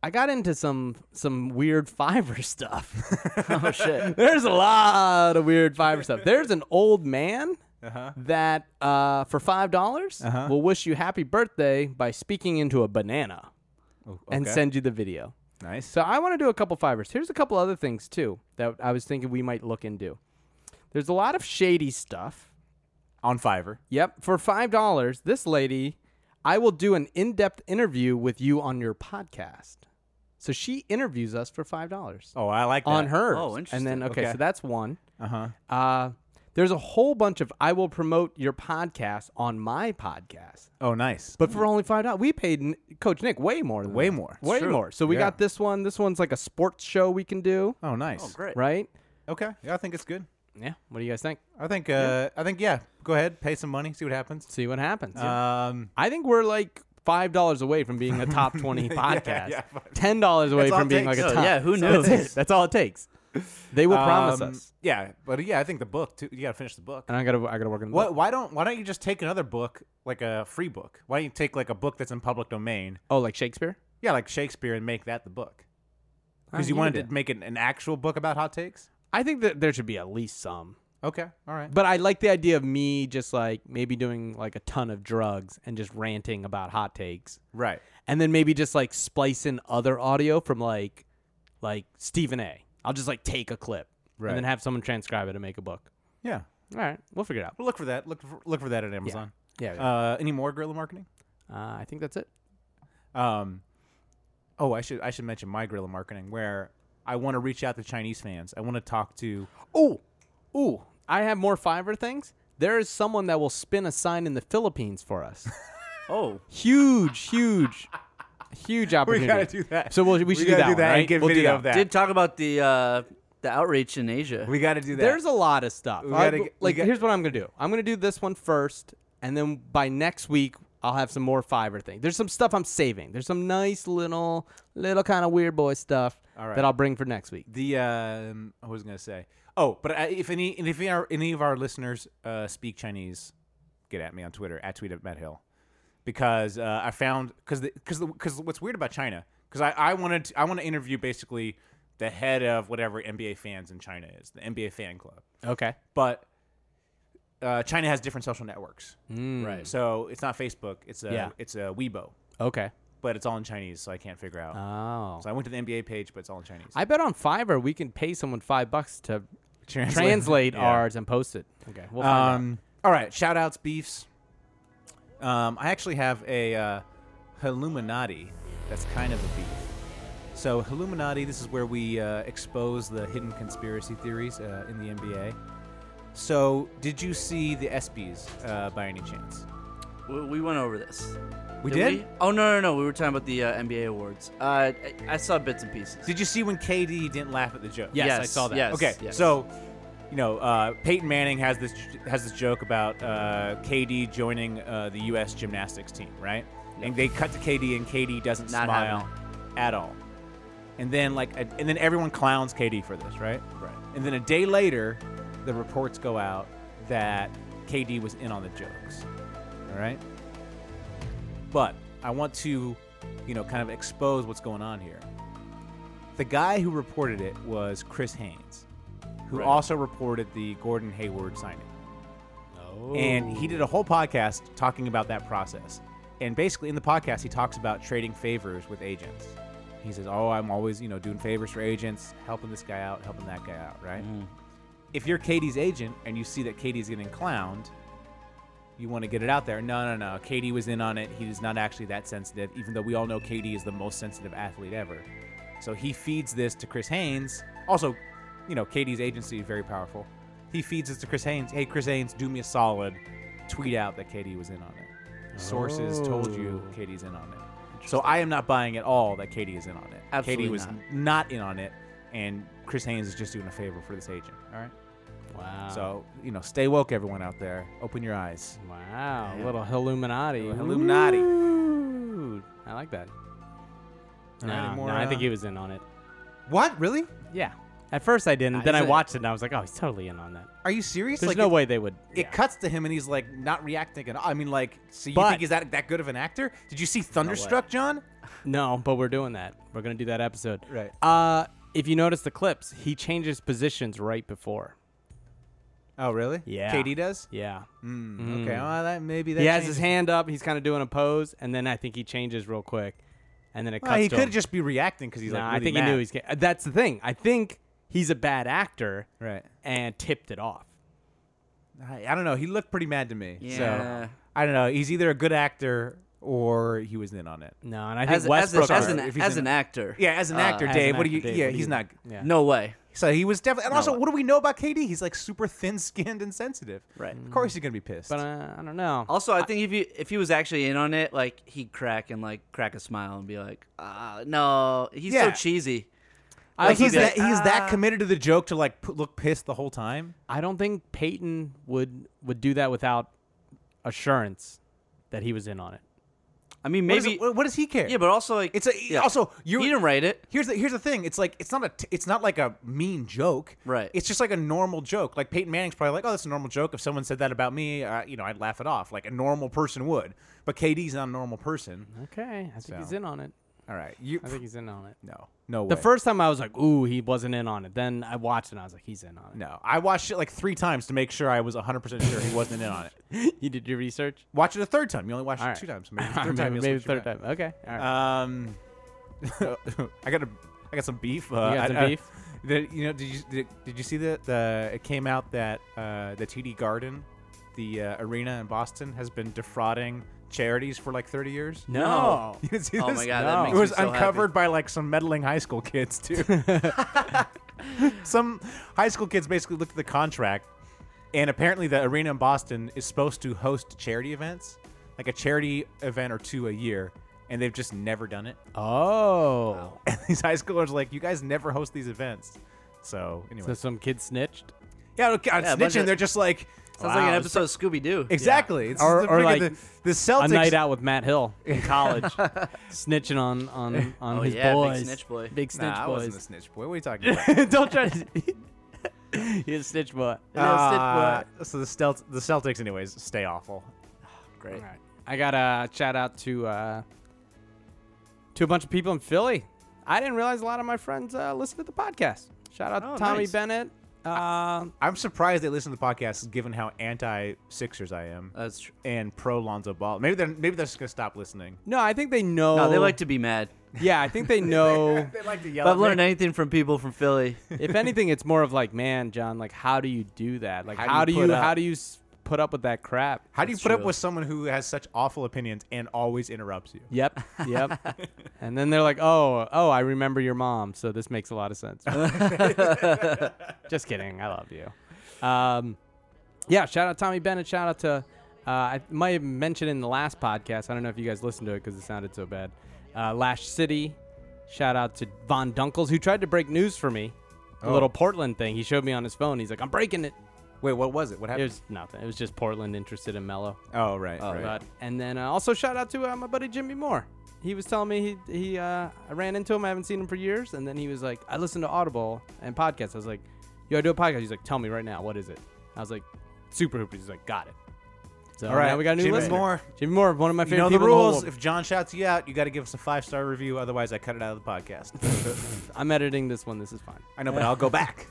[SPEAKER 8] I got into some some weird Fiverr stuff.
[SPEAKER 9] Oh, shit.
[SPEAKER 8] There's a lot of weird Fiverr stuff. There's an old man
[SPEAKER 9] Uh-huh.
[SPEAKER 8] that uh, for five dollars will wish you happy birthday by speaking into a banana and
[SPEAKER 7] Oh, okay.
[SPEAKER 8] send you the video.
[SPEAKER 7] nice.
[SPEAKER 8] So I want to do a couple Fivers. Here's a couple other things too that I was thinking we might look into. There's a lot of shady stuff.
[SPEAKER 7] on Fiverr.
[SPEAKER 8] Yep, for five dollars, this lady, I will do an in-depth interview with you on your podcast. So she interviews us for five dollars
[SPEAKER 7] Oh, I like that.
[SPEAKER 8] on hers.
[SPEAKER 9] Oh,
[SPEAKER 8] And then
[SPEAKER 9] interesting.
[SPEAKER 8] okay,
[SPEAKER 7] Okay.
[SPEAKER 8] so that's one.
[SPEAKER 7] Uh huh.
[SPEAKER 8] Uh, There's a whole bunch of I will promote your podcast on my podcast,
[SPEAKER 7] Oh, nice.
[SPEAKER 8] but for only five dollars, we paid N- Coach Nick way more. Than
[SPEAKER 7] Way
[SPEAKER 8] that.
[SPEAKER 7] more. It's
[SPEAKER 8] Way
[SPEAKER 7] true.
[SPEAKER 8] more. So we
[SPEAKER 7] Yeah.
[SPEAKER 8] got this one. This one's like a sports show we can do,
[SPEAKER 7] oh, nice. Oh,
[SPEAKER 9] great.
[SPEAKER 8] right?
[SPEAKER 7] Okay. Yeah, I think it's good.
[SPEAKER 8] Yeah. What do you guys think?
[SPEAKER 7] I think. Uh, I think. Yeah. Go ahead. Pay some money. See what happens.
[SPEAKER 8] See what happens.
[SPEAKER 7] Um,
[SPEAKER 8] I think we're like five dollars away from being a top twenty podcast.
[SPEAKER 7] yeah.
[SPEAKER 8] Ten dollars away
[SPEAKER 7] That's all
[SPEAKER 8] from
[SPEAKER 7] it
[SPEAKER 8] being
[SPEAKER 7] takes.
[SPEAKER 8] like a
[SPEAKER 7] So,
[SPEAKER 8] top.
[SPEAKER 9] yeah, who
[SPEAKER 8] That's
[SPEAKER 9] knows?
[SPEAKER 8] it. That's all it takes. They will promise
[SPEAKER 7] um,
[SPEAKER 8] us.
[SPEAKER 7] Yeah, but yeah, I think the book too. You got to finish the book.
[SPEAKER 8] And I gotta, I gotta work on the
[SPEAKER 7] What?
[SPEAKER 8] book.
[SPEAKER 7] Why don't Why don't you just take another book, like a free book? Why don't you take like a book that's in public domain?
[SPEAKER 8] Oh, like Shakespeare?
[SPEAKER 7] Yeah, like Shakespeare, and make that the book.
[SPEAKER 8] Oh,
[SPEAKER 7] Because you
[SPEAKER 8] yeah,
[SPEAKER 7] wanted
[SPEAKER 8] yeah.
[SPEAKER 7] to make it an actual book about hot takes.
[SPEAKER 8] I think that there should be at least some.
[SPEAKER 7] Okay, all right.
[SPEAKER 8] But I like the idea of me just like maybe doing like a ton of drugs and just ranting about hot takes,
[SPEAKER 7] Right.
[SPEAKER 8] and then maybe just like splice in other audio from like, like Stephen A. I'll just like take a clip
[SPEAKER 7] Right.
[SPEAKER 8] and then have someone transcribe it and make a book.
[SPEAKER 7] Yeah.
[SPEAKER 8] All right, we'll figure it out.
[SPEAKER 7] Well, look for that. Look for, look for that at Amazon.
[SPEAKER 8] Yeah, yeah.
[SPEAKER 7] Uh, any more guerrilla marketing?
[SPEAKER 8] Uh, I think that's it.
[SPEAKER 7] Um, oh, I should I should mention my guerrilla marketing where I want to reach out to Chinese fans. I want to talk to.
[SPEAKER 8] Oh, ooh, I have more Fiverr things. There is someone that will spin a sign in the Philippines for us.
[SPEAKER 9] Oh,
[SPEAKER 8] huge, huge, huge opportunity.
[SPEAKER 7] gotta do that.
[SPEAKER 8] So we'll, we should do
[SPEAKER 7] gotta
[SPEAKER 8] that. one,
[SPEAKER 7] and
[SPEAKER 8] right?
[SPEAKER 7] get
[SPEAKER 8] We'll do
[SPEAKER 7] video
[SPEAKER 8] that.
[SPEAKER 7] of that.
[SPEAKER 9] did talk about the uh, the outreach in Asia.
[SPEAKER 7] we got to do that.
[SPEAKER 8] There's a lot of stuff.
[SPEAKER 7] We gotta
[SPEAKER 8] I-
[SPEAKER 7] get- we
[SPEAKER 8] like,
[SPEAKER 7] got-
[SPEAKER 8] here's what I'm gonna do. I'm gonna do this one first, and then by next week I'll have some more Fiverr things. There's some stuff I'm saving. There's some nice little, little kind of weird boy stuff
[SPEAKER 7] All right.
[SPEAKER 8] that I'll bring for next week.
[SPEAKER 7] the um, I was gonna say. Oh, but I, if any and if any, are, any of our listeners uh, speak Chinese, get at me on Twitter at tweet at Matt Hill, because uh, I found because because because what's weird about China because I I wanted to, I want to interview basically the head of whatever NBA fans in China is the NBA fan club,
[SPEAKER 8] Okay.
[SPEAKER 7] but uh, China has different social networks,
[SPEAKER 9] right.
[SPEAKER 7] so it's not Facebook, it's a
[SPEAKER 8] Mm. Yeah.
[SPEAKER 7] it's a Weibo,
[SPEAKER 8] Okay.
[SPEAKER 7] but it's all in Chinese, so I can't figure out.
[SPEAKER 8] Oh.
[SPEAKER 7] so I went to the NBA page, but it's all in Chinese.
[SPEAKER 8] I bet on Fiverr we can pay someone five bucks to translate,
[SPEAKER 7] Yeah.
[SPEAKER 8] ours and post it. Okay, we'll find out.
[SPEAKER 7] Um, all right, shout outs, beefs. Um, I actually have a uh, Illuminati that's kind of a beef. So, Illuminati, this is where we uh, expose the hidden conspiracy theories uh, in the NBA. So, did you see the ESPYs uh, by any chance?
[SPEAKER 9] We, we went over this.
[SPEAKER 7] We did?
[SPEAKER 9] Oh no, no, no. We were talking about the uh, NBA awards. Uh, I, I saw bits and pieces.
[SPEAKER 7] Did you see when KD didn't laugh at the joke?
[SPEAKER 8] Yes, I
[SPEAKER 9] Yes,
[SPEAKER 8] saw that.
[SPEAKER 9] yes.
[SPEAKER 7] Okay,
[SPEAKER 9] yes.
[SPEAKER 7] so you know uh, Peyton Manning has this has this joke about uh, KD joining uh, the U.S. gymnastics team, right? And they cut to KD, and KD doesn't
[SPEAKER 9] Not
[SPEAKER 7] smile at all. And then like, a, and then everyone clowns KD for this, right?
[SPEAKER 9] Right.
[SPEAKER 7] And then a day later, the reports go out that KD was in on the jokes. All right. But I want to, you know, kind of expose what's going on here. The guy who reported it was Chris Haynes, who also reported the Gordon Hayward signing. And he did a whole podcast talking about that process. And basically, in the podcast, he talks about trading favors with agents. He says, Oh, I'm always, you know, doing favors for agents, helping this guy out, helping that guy out, right? If you're Katie's agent and you see that Katie's getting clowned, you want to get it out there. No, no, no. Katie was in on it. He is not actually that sensitive, even though we all know Katie is the most sensitive athlete ever. So he feeds this to Chris Haynes. Also, you know, Katie's agency is very powerful. He feeds this to Chris Haynes. Hey, Chris Haynes, do me a solid. Tweet out that Katie was in on it. Sources told you
[SPEAKER 9] Oh.
[SPEAKER 7] Katie's in on it. So I am not buying at all that Katie is in on it.
[SPEAKER 9] Absolutely
[SPEAKER 7] Katie was
[SPEAKER 9] not.
[SPEAKER 7] not in on it, and Chris Haynes is just doing a favor for this agent. All right.
[SPEAKER 8] wow.
[SPEAKER 7] So you know, stay woke, everyone out there. Open your eyes.
[SPEAKER 8] wow, little Illuminati.
[SPEAKER 7] Little Illuminati.
[SPEAKER 8] Ooh, I like that.
[SPEAKER 7] All right,
[SPEAKER 8] No,
[SPEAKER 7] any more,
[SPEAKER 8] no, I
[SPEAKER 7] uh,
[SPEAKER 8] think he was in on it.
[SPEAKER 7] What? Really?
[SPEAKER 8] Yeah. At first I didn't. Then I
[SPEAKER 9] he's a-
[SPEAKER 8] watched it and I was like, oh, he's totally in on that.
[SPEAKER 7] Are you serious?
[SPEAKER 8] There's
[SPEAKER 7] like,
[SPEAKER 8] no
[SPEAKER 7] it,
[SPEAKER 8] way they would.
[SPEAKER 7] It
[SPEAKER 8] yeah.
[SPEAKER 7] cuts to him and he's like not reacting at all. I mean, like, so you
[SPEAKER 8] But-
[SPEAKER 7] think he's that that good of an actor? Did you see Thunderstruck, John?
[SPEAKER 8] No, but we're doing that. We're gonna do that episode.
[SPEAKER 7] Right.
[SPEAKER 8] Uh, if you notice the clips, he changes positions right before.
[SPEAKER 7] Oh, really?
[SPEAKER 8] Yeah.
[SPEAKER 7] KD does.
[SPEAKER 8] Yeah.
[SPEAKER 7] Okay. Well, that maybe that.
[SPEAKER 8] Mm. he has his
[SPEAKER 7] changes-
[SPEAKER 8] hand up. He's kind of doing a pose, and then I think he changes real quick, and then it cuts.
[SPEAKER 7] Well, he
[SPEAKER 8] to
[SPEAKER 7] could
[SPEAKER 8] him.
[SPEAKER 7] just be reacting because he's
[SPEAKER 8] Nah,
[SPEAKER 7] like. Really
[SPEAKER 8] I think
[SPEAKER 7] mad.
[SPEAKER 8] he knew he's. ga- uh, That's the thing. I think he's a bad actor,
[SPEAKER 7] Right.
[SPEAKER 8] and tipped it off.
[SPEAKER 7] I, I don't know. He looked pretty mad to me.
[SPEAKER 9] Yeah.
[SPEAKER 7] So I don't know. He's either a good actor or he was in on it.
[SPEAKER 8] No, and I think
[SPEAKER 9] as, as,
[SPEAKER 8] Westbrook.
[SPEAKER 9] as
[SPEAKER 8] are-
[SPEAKER 9] an
[SPEAKER 7] if he's
[SPEAKER 9] as
[SPEAKER 7] in-
[SPEAKER 9] an actor?
[SPEAKER 7] Yeah, as an
[SPEAKER 9] Uh,
[SPEAKER 7] actor,
[SPEAKER 8] as
[SPEAKER 7] Dave.
[SPEAKER 8] an
[SPEAKER 7] what do
[SPEAKER 8] actor,
[SPEAKER 7] you?
[SPEAKER 8] Dave,
[SPEAKER 7] yeah,
[SPEAKER 8] what do
[SPEAKER 7] he's
[SPEAKER 8] you
[SPEAKER 7] not.
[SPEAKER 8] think? Yeah.
[SPEAKER 9] No way.
[SPEAKER 7] So he was definitely. And also, what do we know about KD? He's like super thin skinned and sensitive.
[SPEAKER 9] Right.
[SPEAKER 7] Of course, he's gonna be pissed.
[SPEAKER 8] But uh, I don't know.
[SPEAKER 9] Also, I think if you if he was actually in on it, like he'd crack and like crack a smile and be like, "Ah, no, he's
[SPEAKER 7] Yeah.
[SPEAKER 9] so cheesy."
[SPEAKER 8] I,
[SPEAKER 7] like
[SPEAKER 8] also
[SPEAKER 7] he's
[SPEAKER 8] think-
[SPEAKER 7] that he's
[SPEAKER 9] Ah.
[SPEAKER 7] that committed to the joke to like p- look pissed the whole time.
[SPEAKER 8] I don't think Peyton would would do that without assurance that he was in on it.
[SPEAKER 9] I mean,
[SPEAKER 7] What is it-
[SPEAKER 9] maybe
[SPEAKER 7] what, what does he care?
[SPEAKER 9] yeah, but also like
[SPEAKER 7] it's a
[SPEAKER 9] yeah.
[SPEAKER 7] also you
[SPEAKER 9] he didn't write it.
[SPEAKER 7] Here's the here's the thing. It's like it's not a t- it's not like a mean joke.
[SPEAKER 9] Right.
[SPEAKER 7] It's just like a normal joke. Like Peyton Manning's probably like, oh, that's a normal joke. If someone said that about me, uh, you know, I'd laugh it off like a normal person would. But KD's not a normal person.
[SPEAKER 8] Okay, I think he's
[SPEAKER 7] So.
[SPEAKER 8] in on it.
[SPEAKER 7] All right. You
[SPEAKER 8] I think he's in on it.
[SPEAKER 7] no no way.
[SPEAKER 8] The first time I was like, "Ooh, he wasn't in on it." Then I watched it and I was like, "He's in on
[SPEAKER 7] no. I watched it like three times to make sure I was 100 percent sure he wasn't in on it.
[SPEAKER 8] it." you did your research.
[SPEAKER 7] Watch it a third time. You only watched
[SPEAKER 8] All
[SPEAKER 7] it
[SPEAKER 8] right.
[SPEAKER 7] two times. Maybe the
[SPEAKER 8] Maybe-
[SPEAKER 7] third time. you'll
[SPEAKER 8] maybe
[SPEAKER 7] switch
[SPEAKER 8] third
[SPEAKER 7] it back.
[SPEAKER 8] time. Okay, all right.
[SPEAKER 7] Um, I got a, I got some beef. Uh,
[SPEAKER 8] You got
[SPEAKER 7] I-
[SPEAKER 8] some
[SPEAKER 7] I-
[SPEAKER 8] beef?
[SPEAKER 7] the- you know, did you did, did you see that the it came out that uh, the TD Garden, the uh, arena in Boston, has been defrauding charities for like 30 years.
[SPEAKER 8] no.
[SPEAKER 7] You didn't see
[SPEAKER 9] Oh
[SPEAKER 7] this?
[SPEAKER 9] my God, that No. makes
[SPEAKER 7] it
[SPEAKER 9] me
[SPEAKER 7] was
[SPEAKER 9] so happy.
[SPEAKER 7] uncovered by like some meddling high school kids too. some high school kids basically looked at the contract, and apparently the arena in Boston is supposed to host charity events, like a charity event or two a year, and they've just never done it.
[SPEAKER 8] Oh.
[SPEAKER 7] And these high schoolers are like, you guys never host these events. So anyway,
[SPEAKER 8] So some kid snitched,
[SPEAKER 7] yeah, okay, on
[SPEAKER 9] Yeah, a bunch
[SPEAKER 7] snitching.
[SPEAKER 9] of-
[SPEAKER 7] they're just like,
[SPEAKER 9] Sounds like an
[SPEAKER 7] "Wow,
[SPEAKER 9] episode of Scooby Doo.
[SPEAKER 7] Exactly. It's
[SPEAKER 8] Or-
[SPEAKER 7] the,
[SPEAKER 8] or
[SPEAKER 7] freaking-
[SPEAKER 8] like
[SPEAKER 7] the, the Celtics.
[SPEAKER 8] a night out with Matt Hill in college, snitching on on on
[SPEAKER 9] Oh,
[SPEAKER 8] his
[SPEAKER 9] yeah, big
[SPEAKER 8] boys,
[SPEAKER 9] snitch boy.
[SPEAKER 8] big snitch
[SPEAKER 7] Nah, I
[SPEAKER 8] boys.
[SPEAKER 7] wasn't a snitch boy. What are you talking about?
[SPEAKER 8] Don't try to. He's a snitch boy. He's a snitch
[SPEAKER 9] Ah,
[SPEAKER 7] Uh,
[SPEAKER 8] boy.
[SPEAKER 7] so the Stelt- the Celtics, anyways, stay awful.
[SPEAKER 9] Great.
[SPEAKER 8] All right. I got a shout out to uh, to a bunch of people in Philly. I didn't realize a lot of my friends uh, listen to the podcast. Shout out
[SPEAKER 9] Oh,
[SPEAKER 8] to Tommy
[SPEAKER 9] nice.
[SPEAKER 8] Bennett. Uh,
[SPEAKER 7] I'm surprised they listen to the podcast, given how anti-Sixers I am
[SPEAKER 9] That's true.
[SPEAKER 7] and pro Lonzo Ball. Maybe they're maybe they're just gonna stop listening.
[SPEAKER 8] no, I think they know.
[SPEAKER 9] No, Oh. they like to be mad.
[SPEAKER 8] Yeah, I think they know.
[SPEAKER 7] They like to
[SPEAKER 9] If
[SPEAKER 7] yell.
[SPEAKER 9] I've learned anything from people from Philly,
[SPEAKER 8] if anything, it's more of like, man, John, like, how do you do that? Like,
[SPEAKER 7] How do
[SPEAKER 8] how
[SPEAKER 7] you
[SPEAKER 8] do you,
[SPEAKER 7] put up-
[SPEAKER 8] how do you s- put up with that crap?
[SPEAKER 7] How do you
[SPEAKER 9] That's
[SPEAKER 7] put up
[SPEAKER 9] true.
[SPEAKER 7] with someone who has such awful opinions and always interrupts you?
[SPEAKER 8] Yep, yep. and then they're like, "Oh, oh, I remember your mom, so this makes a lot of sense." Just kidding. I love you. Um, yeah. Shout out Tommy Bennett. Shout out to. Uh, I might have mentioned in the last podcast. I don't know if you guys listened to it because it sounded so bad. Uh, Lash City. Shout out to Von Dunkels who tried to break news for me. A
[SPEAKER 7] Oh.
[SPEAKER 8] little Portland thing. He showed me on his phone. He's like, "I'm breaking it."
[SPEAKER 7] Wait, what was it?
[SPEAKER 8] It
[SPEAKER 7] What happened?
[SPEAKER 8] was nothing. It was just Portland interested in Mello.
[SPEAKER 7] oh, right, right.
[SPEAKER 8] But and then uh, also shout out to uh, my buddy Jimmy Moore. He was telling me he he uh, I ran into him. I haven't seen him for years, and then he was like, I listen to Audible and podcasts. I was like, Yo, I do a podcast. He's like, Tell me right now, what is it? I was like, Super Hoopers. He's like, Got it. So
[SPEAKER 7] All right,
[SPEAKER 8] now we got a new
[SPEAKER 7] Jimmy
[SPEAKER 8] listener.
[SPEAKER 7] Moore.
[SPEAKER 8] Jimmy Moore, one of my
[SPEAKER 7] You
[SPEAKER 8] favorite
[SPEAKER 7] know the
[SPEAKER 8] people in whole
[SPEAKER 7] rules.
[SPEAKER 8] world.
[SPEAKER 7] If John shouts you out, you got to give us a five star review. Otherwise, I cut it out of the podcast.
[SPEAKER 8] I'm editing this one. This is fine.
[SPEAKER 7] I know, but I'll go back.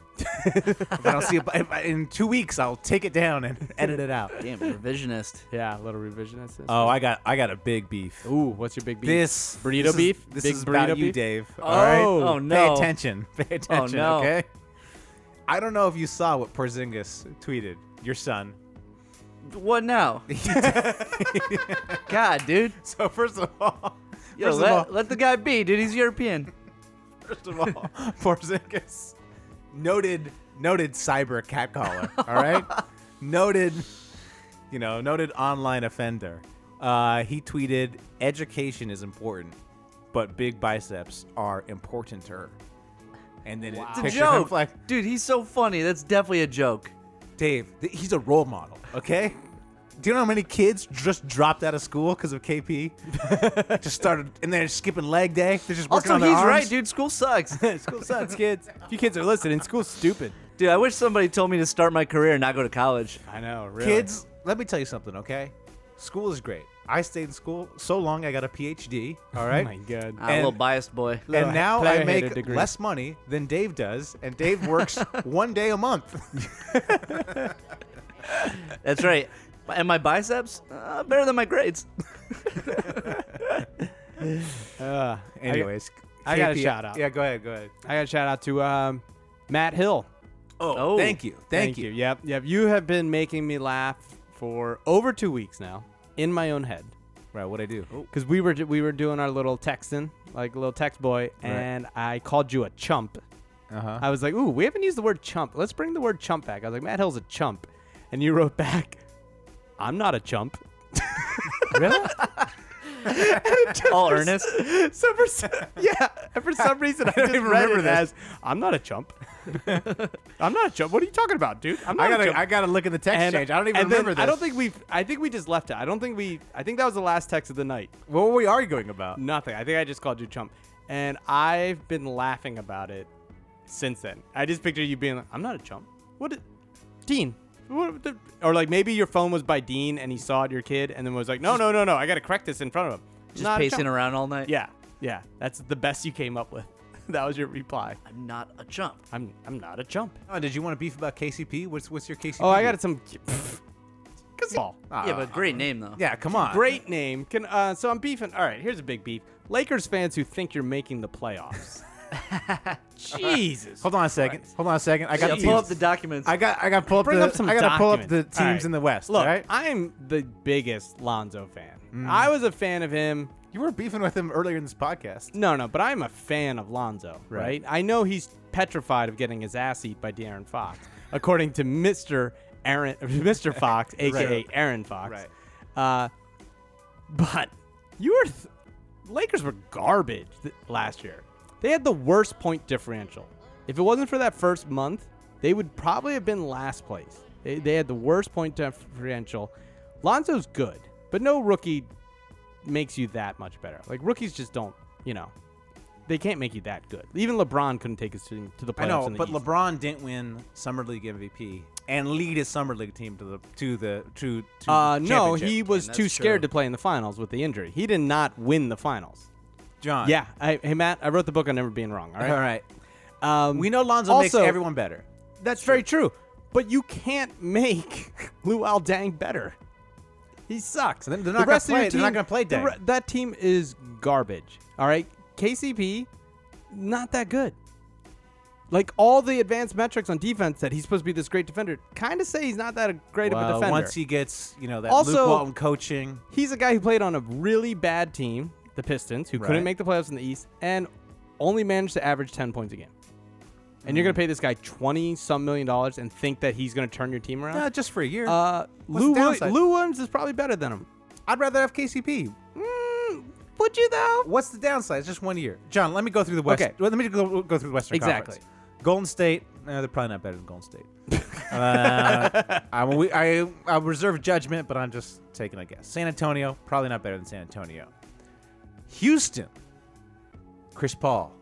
[SPEAKER 7] if I don't see it if I, in two weeks, I'll take it down and edit it out.
[SPEAKER 9] damn revisionist.
[SPEAKER 8] Yeah, a little revisionist.
[SPEAKER 7] Oh, I got I got a big beef.
[SPEAKER 8] Uh, Ooh, what's your big beef?
[SPEAKER 7] This
[SPEAKER 8] burrito
[SPEAKER 7] this is-
[SPEAKER 8] beef?
[SPEAKER 7] This
[SPEAKER 8] Big
[SPEAKER 7] is
[SPEAKER 8] burrito
[SPEAKER 7] about you,
[SPEAKER 8] beef?
[SPEAKER 7] Dave. all right?
[SPEAKER 8] Oh,
[SPEAKER 9] oh, no. Oh,
[SPEAKER 7] Pay attention. Pay attention.
[SPEAKER 9] no.
[SPEAKER 7] Okay. I don't know if you saw what Porzingis tweeted. Your son.
[SPEAKER 9] What now? God, dude.
[SPEAKER 7] So first of all,
[SPEAKER 9] Yo,
[SPEAKER 7] first
[SPEAKER 9] let,
[SPEAKER 7] of all,
[SPEAKER 9] let the guy be, dude. He's European.
[SPEAKER 7] first of all, Porzingis, noted noted cyber catcaller. All right, noted, you know, noted online offender. Uh, he tweeted, "Education is important, but big biceps are importanter." And then it
[SPEAKER 9] It's a
[SPEAKER 7] picture
[SPEAKER 9] joke.
[SPEAKER 7] him like,
[SPEAKER 9] Dude, he's so funny. That's definitely a joke.
[SPEAKER 7] Dave, th- he's a role model, okay? Do you know how many kids just dropped out of school because of KP? just started, and they're skipping leg day. They're just working
[SPEAKER 9] Also,
[SPEAKER 7] on
[SPEAKER 9] he's
[SPEAKER 7] their arms.
[SPEAKER 9] right, dude. School sucks.
[SPEAKER 8] School sucks, kids. If you kids are listening, school's stupid.
[SPEAKER 9] dude, I wish somebody told me to start my career and not go to college.
[SPEAKER 8] I know, really.
[SPEAKER 7] Kids, let me tell you something, okay? School is great. I stayed in school so long I got a PhD, all
[SPEAKER 8] Oh
[SPEAKER 7] right?
[SPEAKER 8] my god.
[SPEAKER 9] I'm a little
[SPEAKER 7] And-
[SPEAKER 9] biased boy.
[SPEAKER 7] and now
[SPEAKER 8] player
[SPEAKER 7] I
[SPEAKER 8] hated
[SPEAKER 7] make
[SPEAKER 8] degree.
[SPEAKER 7] less money than Dave does, and Dave works one day a month.
[SPEAKER 9] That's right. And my biceps? Uh, better than my grades.
[SPEAKER 8] Uh,
[SPEAKER 7] Anyways,
[SPEAKER 8] I got a
[SPEAKER 7] KP
[SPEAKER 8] shout out.
[SPEAKER 7] Yeah, go ahead, go ahead.
[SPEAKER 8] I got a shout out to um, Matt Hill.
[SPEAKER 9] Oh,
[SPEAKER 7] Thank you, thank, you.
[SPEAKER 8] Yep, yep. You have been making me laugh for over two weeks now in my own head
[SPEAKER 7] Right, what I do?
[SPEAKER 8] because we were we were doing our little texting, like little text boy, and I called you a chump,
[SPEAKER 7] Uh-huh.
[SPEAKER 8] I was like, ooh, we haven't used the word chump. Let's bring the word chump back. I was like, Matt Hill's a chump. And you wrote back, I'm not a chump.
[SPEAKER 1] Really? All earnest.
[SPEAKER 8] So for some, yeah, and for some reason I,
[SPEAKER 7] don't
[SPEAKER 8] just
[SPEAKER 7] even
[SPEAKER 8] read
[SPEAKER 7] remember
[SPEAKER 8] it
[SPEAKER 7] this.
[SPEAKER 8] as I'm not a chump. I'm not a chump. What are you talking about, dude? I'm not
[SPEAKER 7] I
[SPEAKER 8] a
[SPEAKER 7] gotta,
[SPEAKER 8] chump.
[SPEAKER 7] I gotta look in the text
[SPEAKER 8] And-
[SPEAKER 7] change. I don't even
[SPEAKER 8] and then
[SPEAKER 7] remember this.
[SPEAKER 8] I don't think we. I think we just left it. I don't think we. I think that was the last text of the night.
[SPEAKER 7] What were we arguing about?
[SPEAKER 8] Nothing. I think I just called you chump, and I've been laughing about it since then. I just picture you being like, "I'm not a chump." What, i- Dean? What the, or like maybe your phone was by Dean and he saw it, your kid, and then was like, "No, no, no, no! I gotta correct this in front of him."
[SPEAKER 9] Just
[SPEAKER 8] Not a
[SPEAKER 9] pacing
[SPEAKER 8] chump.
[SPEAKER 9] around all night.
[SPEAKER 8] Yeah, yeah. That's the best you came up with. that was your reply.
[SPEAKER 9] I'm not a chump.
[SPEAKER 8] I'm I'm not a chump.
[SPEAKER 7] Oh, did you want to beef about KCP? What's what's your KCP?
[SPEAKER 8] Oh, I got some. Ball.
[SPEAKER 7] Ah,
[SPEAKER 9] yeah, but great name though.
[SPEAKER 7] yeah, come on.
[SPEAKER 8] Great name. Can uh, so I'm beefing. All right, here's a big beef. Lakers fans who think you're making the playoffs. Jesus.
[SPEAKER 7] Hold on a second. Hold on a second. I got
[SPEAKER 9] Yeah,
[SPEAKER 7] the
[SPEAKER 9] pull
[SPEAKER 7] teams.
[SPEAKER 9] up the documents.
[SPEAKER 7] I got I got pull up
[SPEAKER 8] Bring
[SPEAKER 7] the,
[SPEAKER 8] up some.
[SPEAKER 7] I gotta pull up the
[SPEAKER 8] documents.
[SPEAKER 7] teams
[SPEAKER 8] All right.
[SPEAKER 7] in the West.
[SPEAKER 8] Look,
[SPEAKER 7] all right? Mm.
[SPEAKER 8] I'm the biggest Lonzo fan. I was a fan of him.
[SPEAKER 7] you were beefing with him earlier in this podcast.
[SPEAKER 8] No, no, but I'm a fan of Lonzo. Right.
[SPEAKER 7] Right.
[SPEAKER 8] I know he's petrified of getting his ass eat by De'Aaron Fox, according to Mister Aaron, Mister Fox, aka Aaron Fox.
[SPEAKER 7] Right.
[SPEAKER 8] Uh, but you were th- Lakers were garbage th- last year. They had the worst point differential. If it wasn't for that first month, they would probably have been last place. They, they had the worst point differential. Lonzo's good, but no rookie makes you that much better. Like rookies just don't, you know, they can't make you that good. Even LeBron couldn't take his team to the playoffs.
[SPEAKER 7] I know,
[SPEAKER 8] in the
[SPEAKER 7] but
[SPEAKER 8] East.
[SPEAKER 7] LeBron didn't win summer league MVP and lead his summer league team to the to the to. to
[SPEAKER 8] Uh, no,
[SPEAKER 7] championship.
[SPEAKER 8] he was
[SPEAKER 9] that's
[SPEAKER 8] too scared
[SPEAKER 9] true.
[SPEAKER 8] to play in the finals with the injury. He did not win the finals.
[SPEAKER 7] John.
[SPEAKER 8] Yeah. I, hey, Matt, I wrote the book on never being wrong. All right.
[SPEAKER 7] All right.
[SPEAKER 8] Um,
[SPEAKER 7] We know Lonzo makes
[SPEAKER 8] also-
[SPEAKER 7] everyone better.
[SPEAKER 8] That's very true. But you can't make Luol Dang better. He sucks.
[SPEAKER 7] They're- they're not gonna
[SPEAKER 8] of your
[SPEAKER 7] play- they're not gonna play
[SPEAKER 8] the
[SPEAKER 7] Deng.
[SPEAKER 8] re- that team is garbage. All right, KCP, not that good. Like all the advanced metrics on defense that he's supposed to be this great defender, kind of say he's not that great of a
[SPEAKER 7] Well,
[SPEAKER 8] defender.
[SPEAKER 7] once he gets you know that
[SPEAKER 8] Also-
[SPEAKER 7] Luke Walton coaching,
[SPEAKER 8] he's a guy who played on a really bad team, the Pistons, who couldn't
[SPEAKER 7] Right.
[SPEAKER 8] make the playoffs in the East and only managed to average 10 points a game. And
[SPEAKER 7] Hmm.
[SPEAKER 8] you're going to pay this guy 20 some million dollars and think that he's going to turn your team around?
[SPEAKER 7] uh, just for a year.
[SPEAKER 8] Uh,
[SPEAKER 7] What's
[SPEAKER 8] Lou,
[SPEAKER 7] the
[SPEAKER 8] Wil-
[SPEAKER 7] downside?
[SPEAKER 8] Lou Williams is probably better than him.
[SPEAKER 7] I'd rather have KCP.
[SPEAKER 8] Mm, would you though?
[SPEAKER 7] What's the downside? It's just one year. John, let me go through the West.
[SPEAKER 8] Okay.
[SPEAKER 7] well, let me go, go through the Western
[SPEAKER 8] Exactly.
[SPEAKER 7] Conference. Golden State. No, they're probably not better than Golden State. uh, I, we- I, I reserve judgment, but I'm just taking a guess. San Antonio, probably not better than San Antonio. Houston, Chris Paul,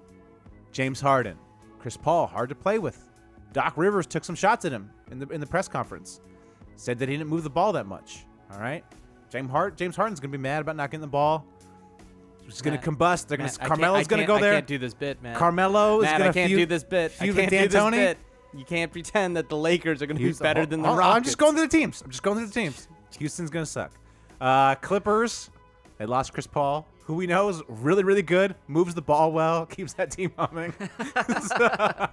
[SPEAKER 7] James Harden. Chris Paul, hard to play with. Doc Rivers took some shots at him in the in the press conference. Said that he didn't move the ball that much. All right. James Hart James Harden's gonna be mad about not getting the ball. He's gonna
[SPEAKER 8] Matt,
[SPEAKER 7] combust. They're gonna Carmelo's gonna go there.
[SPEAKER 8] I can't do this bit, man.
[SPEAKER 7] Carmelo is
[SPEAKER 8] Matt,
[SPEAKER 7] gonna
[SPEAKER 8] I can't
[SPEAKER 7] feud-
[SPEAKER 8] do this bit. I
[SPEAKER 7] feud
[SPEAKER 8] can't
[SPEAKER 7] with
[SPEAKER 8] do this
[SPEAKER 7] D'Antoni?
[SPEAKER 8] bit. You can't pretend that the Lakers are going to be
[SPEAKER 7] Here's the
[SPEAKER 8] better
[SPEAKER 7] whole-
[SPEAKER 8] than the
[SPEAKER 7] I'll-
[SPEAKER 8] Rockets.
[SPEAKER 7] I'm just going through the teams. I'm just going through the teams. Houston's gonna suck. Uh, Clippers, they lost Chris Paul, who we know is really, really good, moves the ball well, keeps that team humming. so,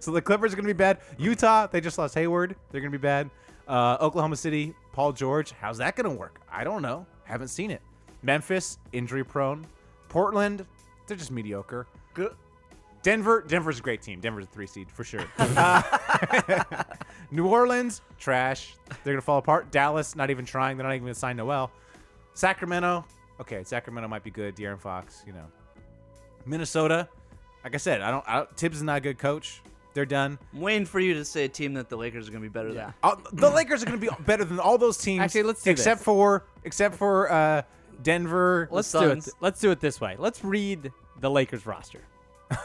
[SPEAKER 7] so the Clippers are gonna be bad. Utah, they just lost Hayward, they're gonna be bad. Uh, Oklahoma City, Paul George, how's that gonna work? I don't know. Haven't seen it. Memphis, injury prone. Portland, they're just mediocre. Denver, Denver's a great team. Denver's a three seed for sure. New Orleans, trash. They're gonna fall apart. Dallas, not even trying. They're not even gonna sign Noel. Sacramento, okay, Sacramento might be good. De'Aaron Fox, you know. Minnesota, like I said, I don't. I don't Tibbs is not a good coach. They're done.
[SPEAKER 9] I'm waiting for you to say a team that the Lakers are gonna be better than.
[SPEAKER 7] Uh, the Lakers are gonna be better than all those teams.
[SPEAKER 8] Actually, let's do
[SPEAKER 7] except
[SPEAKER 8] this.
[SPEAKER 7] for except for uh, Denver.
[SPEAKER 8] Let's
[SPEAKER 9] The
[SPEAKER 8] do it.
[SPEAKER 9] Suns.
[SPEAKER 8] Let's do it this way. Let's read the Lakers roster.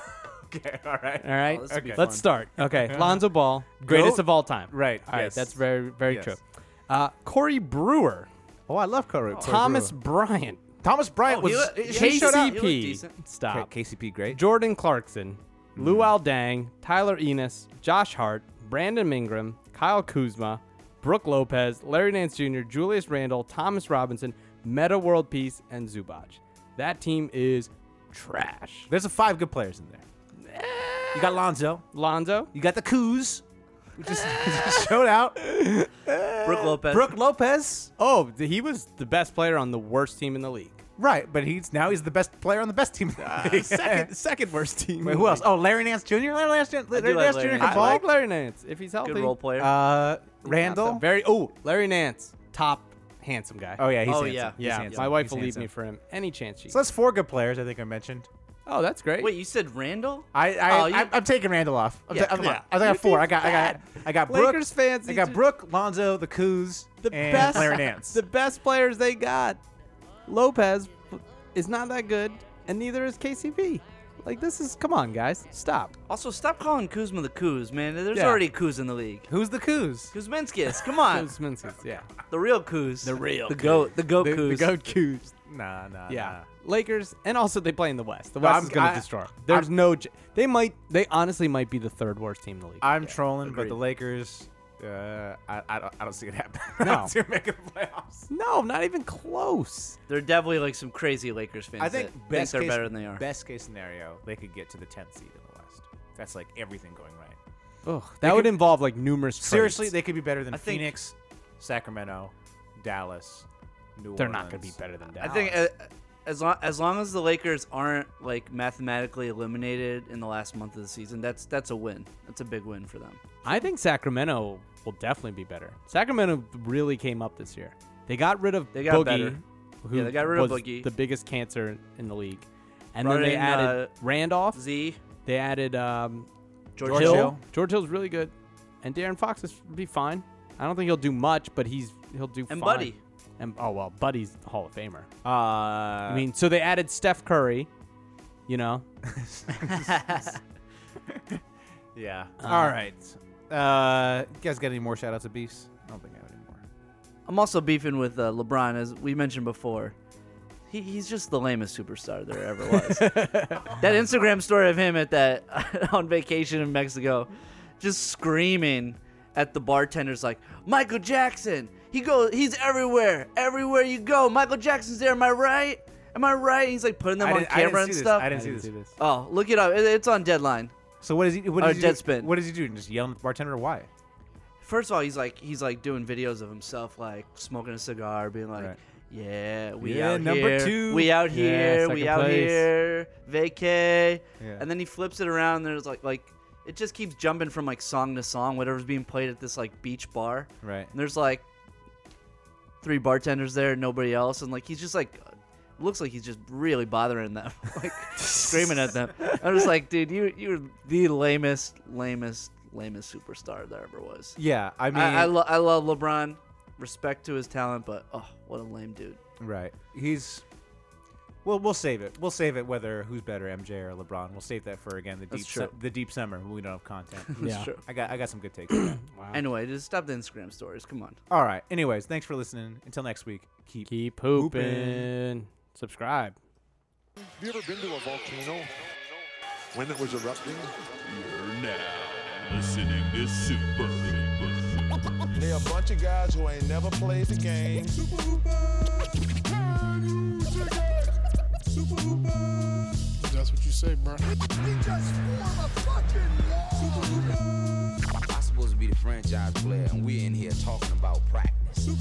[SPEAKER 7] okay, all right.
[SPEAKER 8] All right.
[SPEAKER 9] this would be
[SPEAKER 8] Let's
[SPEAKER 9] fun.
[SPEAKER 8] start. Okay. Lonzo Ball, greatest
[SPEAKER 7] Goat?
[SPEAKER 8] of all time.
[SPEAKER 7] Right,
[SPEAKER 8] All right.
[SPEAKER 7] yes.
[SPEAKER 8] That's very very
[SPEAKER 7] Yes.
[SPEAKER 8] true. Uh, Corey Brewer,
[SPEAKER 7] Oh, I love Corey. Corey
[SPEAKER 8] Thomas
[SPEAKER 7] Brewer.
[SPEAKER 8] Bryant,
[SPEAKER 7] Thomas Bryant
[SPEAKER 9] Oh, he
[SPEAKER 7] was
[SPEAKER 9] look-
[SPEAKER 7] he showed out.
[SPEAKER 9] He looked
[SPEAKER 8] KCP.
[SPEAKER 9] decent.
[SPEAKER 8] Stop.
[SPEAKER 7] KCP, great.
[SPEAKER 8] Jordan Clarkson,
[SPEAKER 7] Hmm.
[SPEAKER 8] Luol Dang, Tyler Enos, Josh Hart, Brandon Ingram, Kyle Kuzma, Brooke Lopez, Larry Nance Jr., Julius Randle, Thomas Robinson, Meta World Peace, and Zubac. That team is trash.
[SPEAKER 7] There's a five good players in there. You got Lonzo.
[SPEAKER 8] Lonzo,
[SPEAKER 7] You got the coos. who Just showed out.
[SPEAKER 9] Brooke Lopez.
[SPEAKER 7] Uh, Brooke Lopez.
[SPEAKER 8] Oh, th- he was the best player on the worst team in the league.
[SPEAKER 7] Right, but he's now he's the best player on the best team. in the
[SPEAKER 8] Ah,
[SPEAKER 7] league.
[SPEAKER 1] second, second worst team.
[SPEAKER 7] Wait, who else? Oh, Larry Nance Jr. Larry Nance Jr. Larry
[SPEAKER 9] like
[SPEAKER 7] Nance Jr.
[SPEAKER 9] Larry
[SPEAKER 7] can
[SPEAKER 9] Nance.
[SPEAKER 8] I
[SPEAKER 7] ball.
[SPEAKER 8] like Larry Nance if he's healthy.
[SPEAKER 9] Good role player.
[SPEAKER 8] Uh,
[SPEAKER 7] Randall?
[SPEAKER 8] very. Oh, Larry Nance, top handsome guy.
[SPEAKER 7] Oh yeah, he's
[SPEAKER 9] Oh,
[SPEAKER 7] handsome.
[SPEAKER 9] yeah.
[SPEAKER 7] He's
[SPEAKER 8] yeah.
[SPEAKER 7] handsome.
[SPEAKER 8] My wife
[SPEAKER 7] He's
[SPEAKER 8] will leave
[SPEAKER 7] handsome.
[SPEAKER 8] me for him any chance she.
[SPEAKER 7] So that's four good players. I think I mentioned.
[SPEAKER 8] oh, that's
[SPEAKER 7] Uh,
[SPEAKER 8] great.
[SPEAKER 9] Wait, you said Randall?
[SPEAKER 7] I, I,
[SPEAKER 9] Oh, you-
[SPEAKER 7] I I'm taking Randall off. I'm
[SPEAKER 9] Yeah,
[SPEAKER 7] ta- I'm
[SPEAKER 9] come on.
[SPEAKER 7] I got four. I got I got I got Brooke,
[SPEAKER 8] Lakers fans
[SPEAKER 7] I
[SPEAKER 8] need to-
[SPEAKER 7] got Brooke, Lonzo, the Coos,
[SPEAKER 8] the
[SPEAKER 7] and
[SPEAKER 8] best
[SPEAKER 7] Larry Nance.
[SPEAKER 8] The best players they got. Lopez is not that good, and neither is KCP. Like this is come on, guys, stop.
[SPEAKER 9] Also, stop calling Kuzma the Kuz, man. There's
[SPEAKER 8] Yeah.
[SPEAKER 9] already Kuz in the league.
[SPEAKER 7] Who's the Coos?
[SPEAKER 9] Kuzminskis, come on.
[SPEAKER 8] Kuzminskis, yeah,
[SPEAKER 9] The real Kuz. The
[SPEAKER 8] real
[SPEAKER 9] The goat. The goat
[SPEAKER 8] the,
[SPEAKER 9] Kuz.
[SPEAKER 8] the goat Kuz.
[SPEAKER 7] Nah, nah.
[SPEAKER 8] Yeah,
[SPEAKER 7] nah.
[SPEAKER 8] Lakers, and also they play in the West. The
[SPEAKER 7] Uh-huh. No,
[SPEAKER 8] West
[SPEAKER 7] I'm-
[SPEAKER 8] is going
[SPEAKER 7] I-
[SPEAKER 8] to destroy. 'em. There's no. j- They might. They honestly might be the third worst team in the league.
[SPEAKER 7] I'm trolling, but the
[SPEAKER 9] agreed.
[SPEAKER 7] Lakers. Uh, I, I, don't, I don't see it happening. I
[SPEAKER 8] No.
[SPEAKER 7] don't see them making the playoffs.
[SPEAKER 8] no, not even close.
[SPEAKER 9] They're definitely like some crazy Lakers fans.
[SPEAKER 7] I think
[SPEAKER 9] that
[SPEAKER 7] best
[SPEAKER 9] they're
[SPEAKER 7] case,
[SPEAKER 9] better than they are.
[SPEAKER 7] Best case scenario, they could get to the 10th seed in the West. That's like everything going right.
[SPEAKER 8] Ugh, that would involve like numerous.
[SPEAKER 7] Seriously,
[SPEAKER 8] trades.
[SPEAKER 7] they could be better than
[SPEAKER 9] I think-
[SPEAKER 7] Phoenix, Sacramento, Dallas, New
[SPEAKER 8] they're
[SPEAKER 7] Orleans.
[SPEAKER 8] not going to be better than
[SPEAKER 9] I
[SPEAKER 8] Dallas.
[SPEAKER 9] think uh, as long as long as the Lakers aren't like mathematically eliminated in the last month of the season, that's that's a win. That's a big win for them.
[SPEAKER 8] I think Sacramento will definitely be better. Sacramento really came up this year. They got rid of
[SPEAKER 9] They got
[SPEAKER 8] Boogie,
[SPEAKER 9] better.
[SPEAKER 8] who
[SPEAKER 9] Yeah, they got rid of
[SPEAKER 8] was
[SPEAKER 9] Boogie.
[SPEAKER 8] the biggest cancer in the league, and
[SPEAKER 9] Brought
[SPEAKER 8] then they
[SPEAKER 9] in,
[SPEAKER 8] added
[SPEAKER 9] uh,
[SPEAKER 8] Randolph.
[SPEAKER 9] Z,
[SPEAKER 8] They added um,
[SPEAKER 9] George,
[SPEAKER 7] George
[SPEAKER 9] Hill.
[SPEAKER 7] Hill.
[SPEAKER 8] George Hill's really good, and Darren Fox is be fine. I don't think he'll do much, but he's he'll do. fine.
[SPEAKER 9] And Buddy.
[SPEAKER 8] And oh well, Buddy's Hall of Famer.
[SPEAKER 7] Uh, I
[SPEAKER 8] I mean, so they added Steph Curry. You know,
[SPEAKER 7] yeah. All right. Uh, you guys got any more shout outs to Beefs? I don't think I have any more.
[SPEAKER 9] I'm also beefing with uh, LeBron, as we mentioned before. He, he's just the lamest superstar there ever was. that Instagram story of him at that on vacation in Mexico, just screaming at the bartenders like Michael Jackson. He goes, he's everywhere, everywhere you go. Michael Jackson's there. Am I right? Am I right? He's like putting them
[SPEAKER 7] I
[SPEAKER 9] on
[SPEAKER 7] didn't, I didn't
[SPEAKER 9] camera
[SPEAKER 7] see
[SPEAKER 9] and
[SPEAKER 7] this.
[SPEAKER 9] stuff.
[SPEAKER 7] I didn't, see, this.
[SPEAKER 9] Oh, look it up. It- It's on Deadline.
[SPEAKER 7] So what is he? What
[SPEAKER 9] Or
[SPEAKER 7] does he do-
[SPEAKER 9] Deadspin.
[SPEAKER 7] What does he do? Just yell at the bartender? Why?
[SPEAKER 9] First of all, he's like he's like doing videos of himself, like smoking a cigar, being like,
[SPEAKER 7] Right.
[SPEAKER 9] "Yeah, we
[SPEAKER 7] Yeah,
[SPEAKER 9] out
[SPEAKER 7] number
[SPEAKER 9] here,
[SPEAKER 7] two."
[SPEAKER 9] we out
[SPEAKER 8] Yeah,
[SPEAKER 9] here, we
[SPEAKER 8] second
[SPEAKER 9] out
[SPEAKER 8] place.
[SPEAKER 9] here, vacay."
[SPEAKER 7] Yeah.
[SPEAKER 9] And then he flips it around. And there's like like it just keeps jumping from like song to song, whatever's being played at this like beach bar.
[SPEAKER 7] Right.
[SPEAKER 9] And there's like three bartenders there, nobody else, and like he's just like looks like he's just really bothering them, like screaming at them. I'm just like, dude, you you're the lamest, lamest, lamest superstar there ever was.
[SPEAKER 7] Yeah, I mean,
[SPEAKER 9] I I, lo- I love LeBron, respect to his talent, but oh, what a lame dude.
[SPEAKER 7] right. He's. Well, we'll save it. We'll save it. Whether who's better, MJ or LeBron, we'll save that for again the
[SPEAKER 9] That's
[SPEAKER 7] deep su-
[SPEAKER 9] true.
[SPEAKER 7] the deep summer when we don't have content.
[SPEAKER 8] yeah.
[SPEAKER 9] true.
[SPEAKER 7] I got I got some good takes. on that.
[SPEAKER 9] Anyway, just stop the Instagram stories. Come on.
[SPEAKER 7] All right. Anyways, thanks for listening. Until next week, keep
[SPEAKER 8] Keep hooping. Subscribe.
[SPEAKER 2] Have you ever been to a volcano when it was erupting?
[SPEAKER 3] You're now listening to Super Hooper.
[SPEAKER 4] They a bunch of guys who ain't never played the game.
[SPEAKER 2] That's what you say, bro.
[SPEAKER 6] I'm supposed to be the franchise player, and we're in here talking about practice.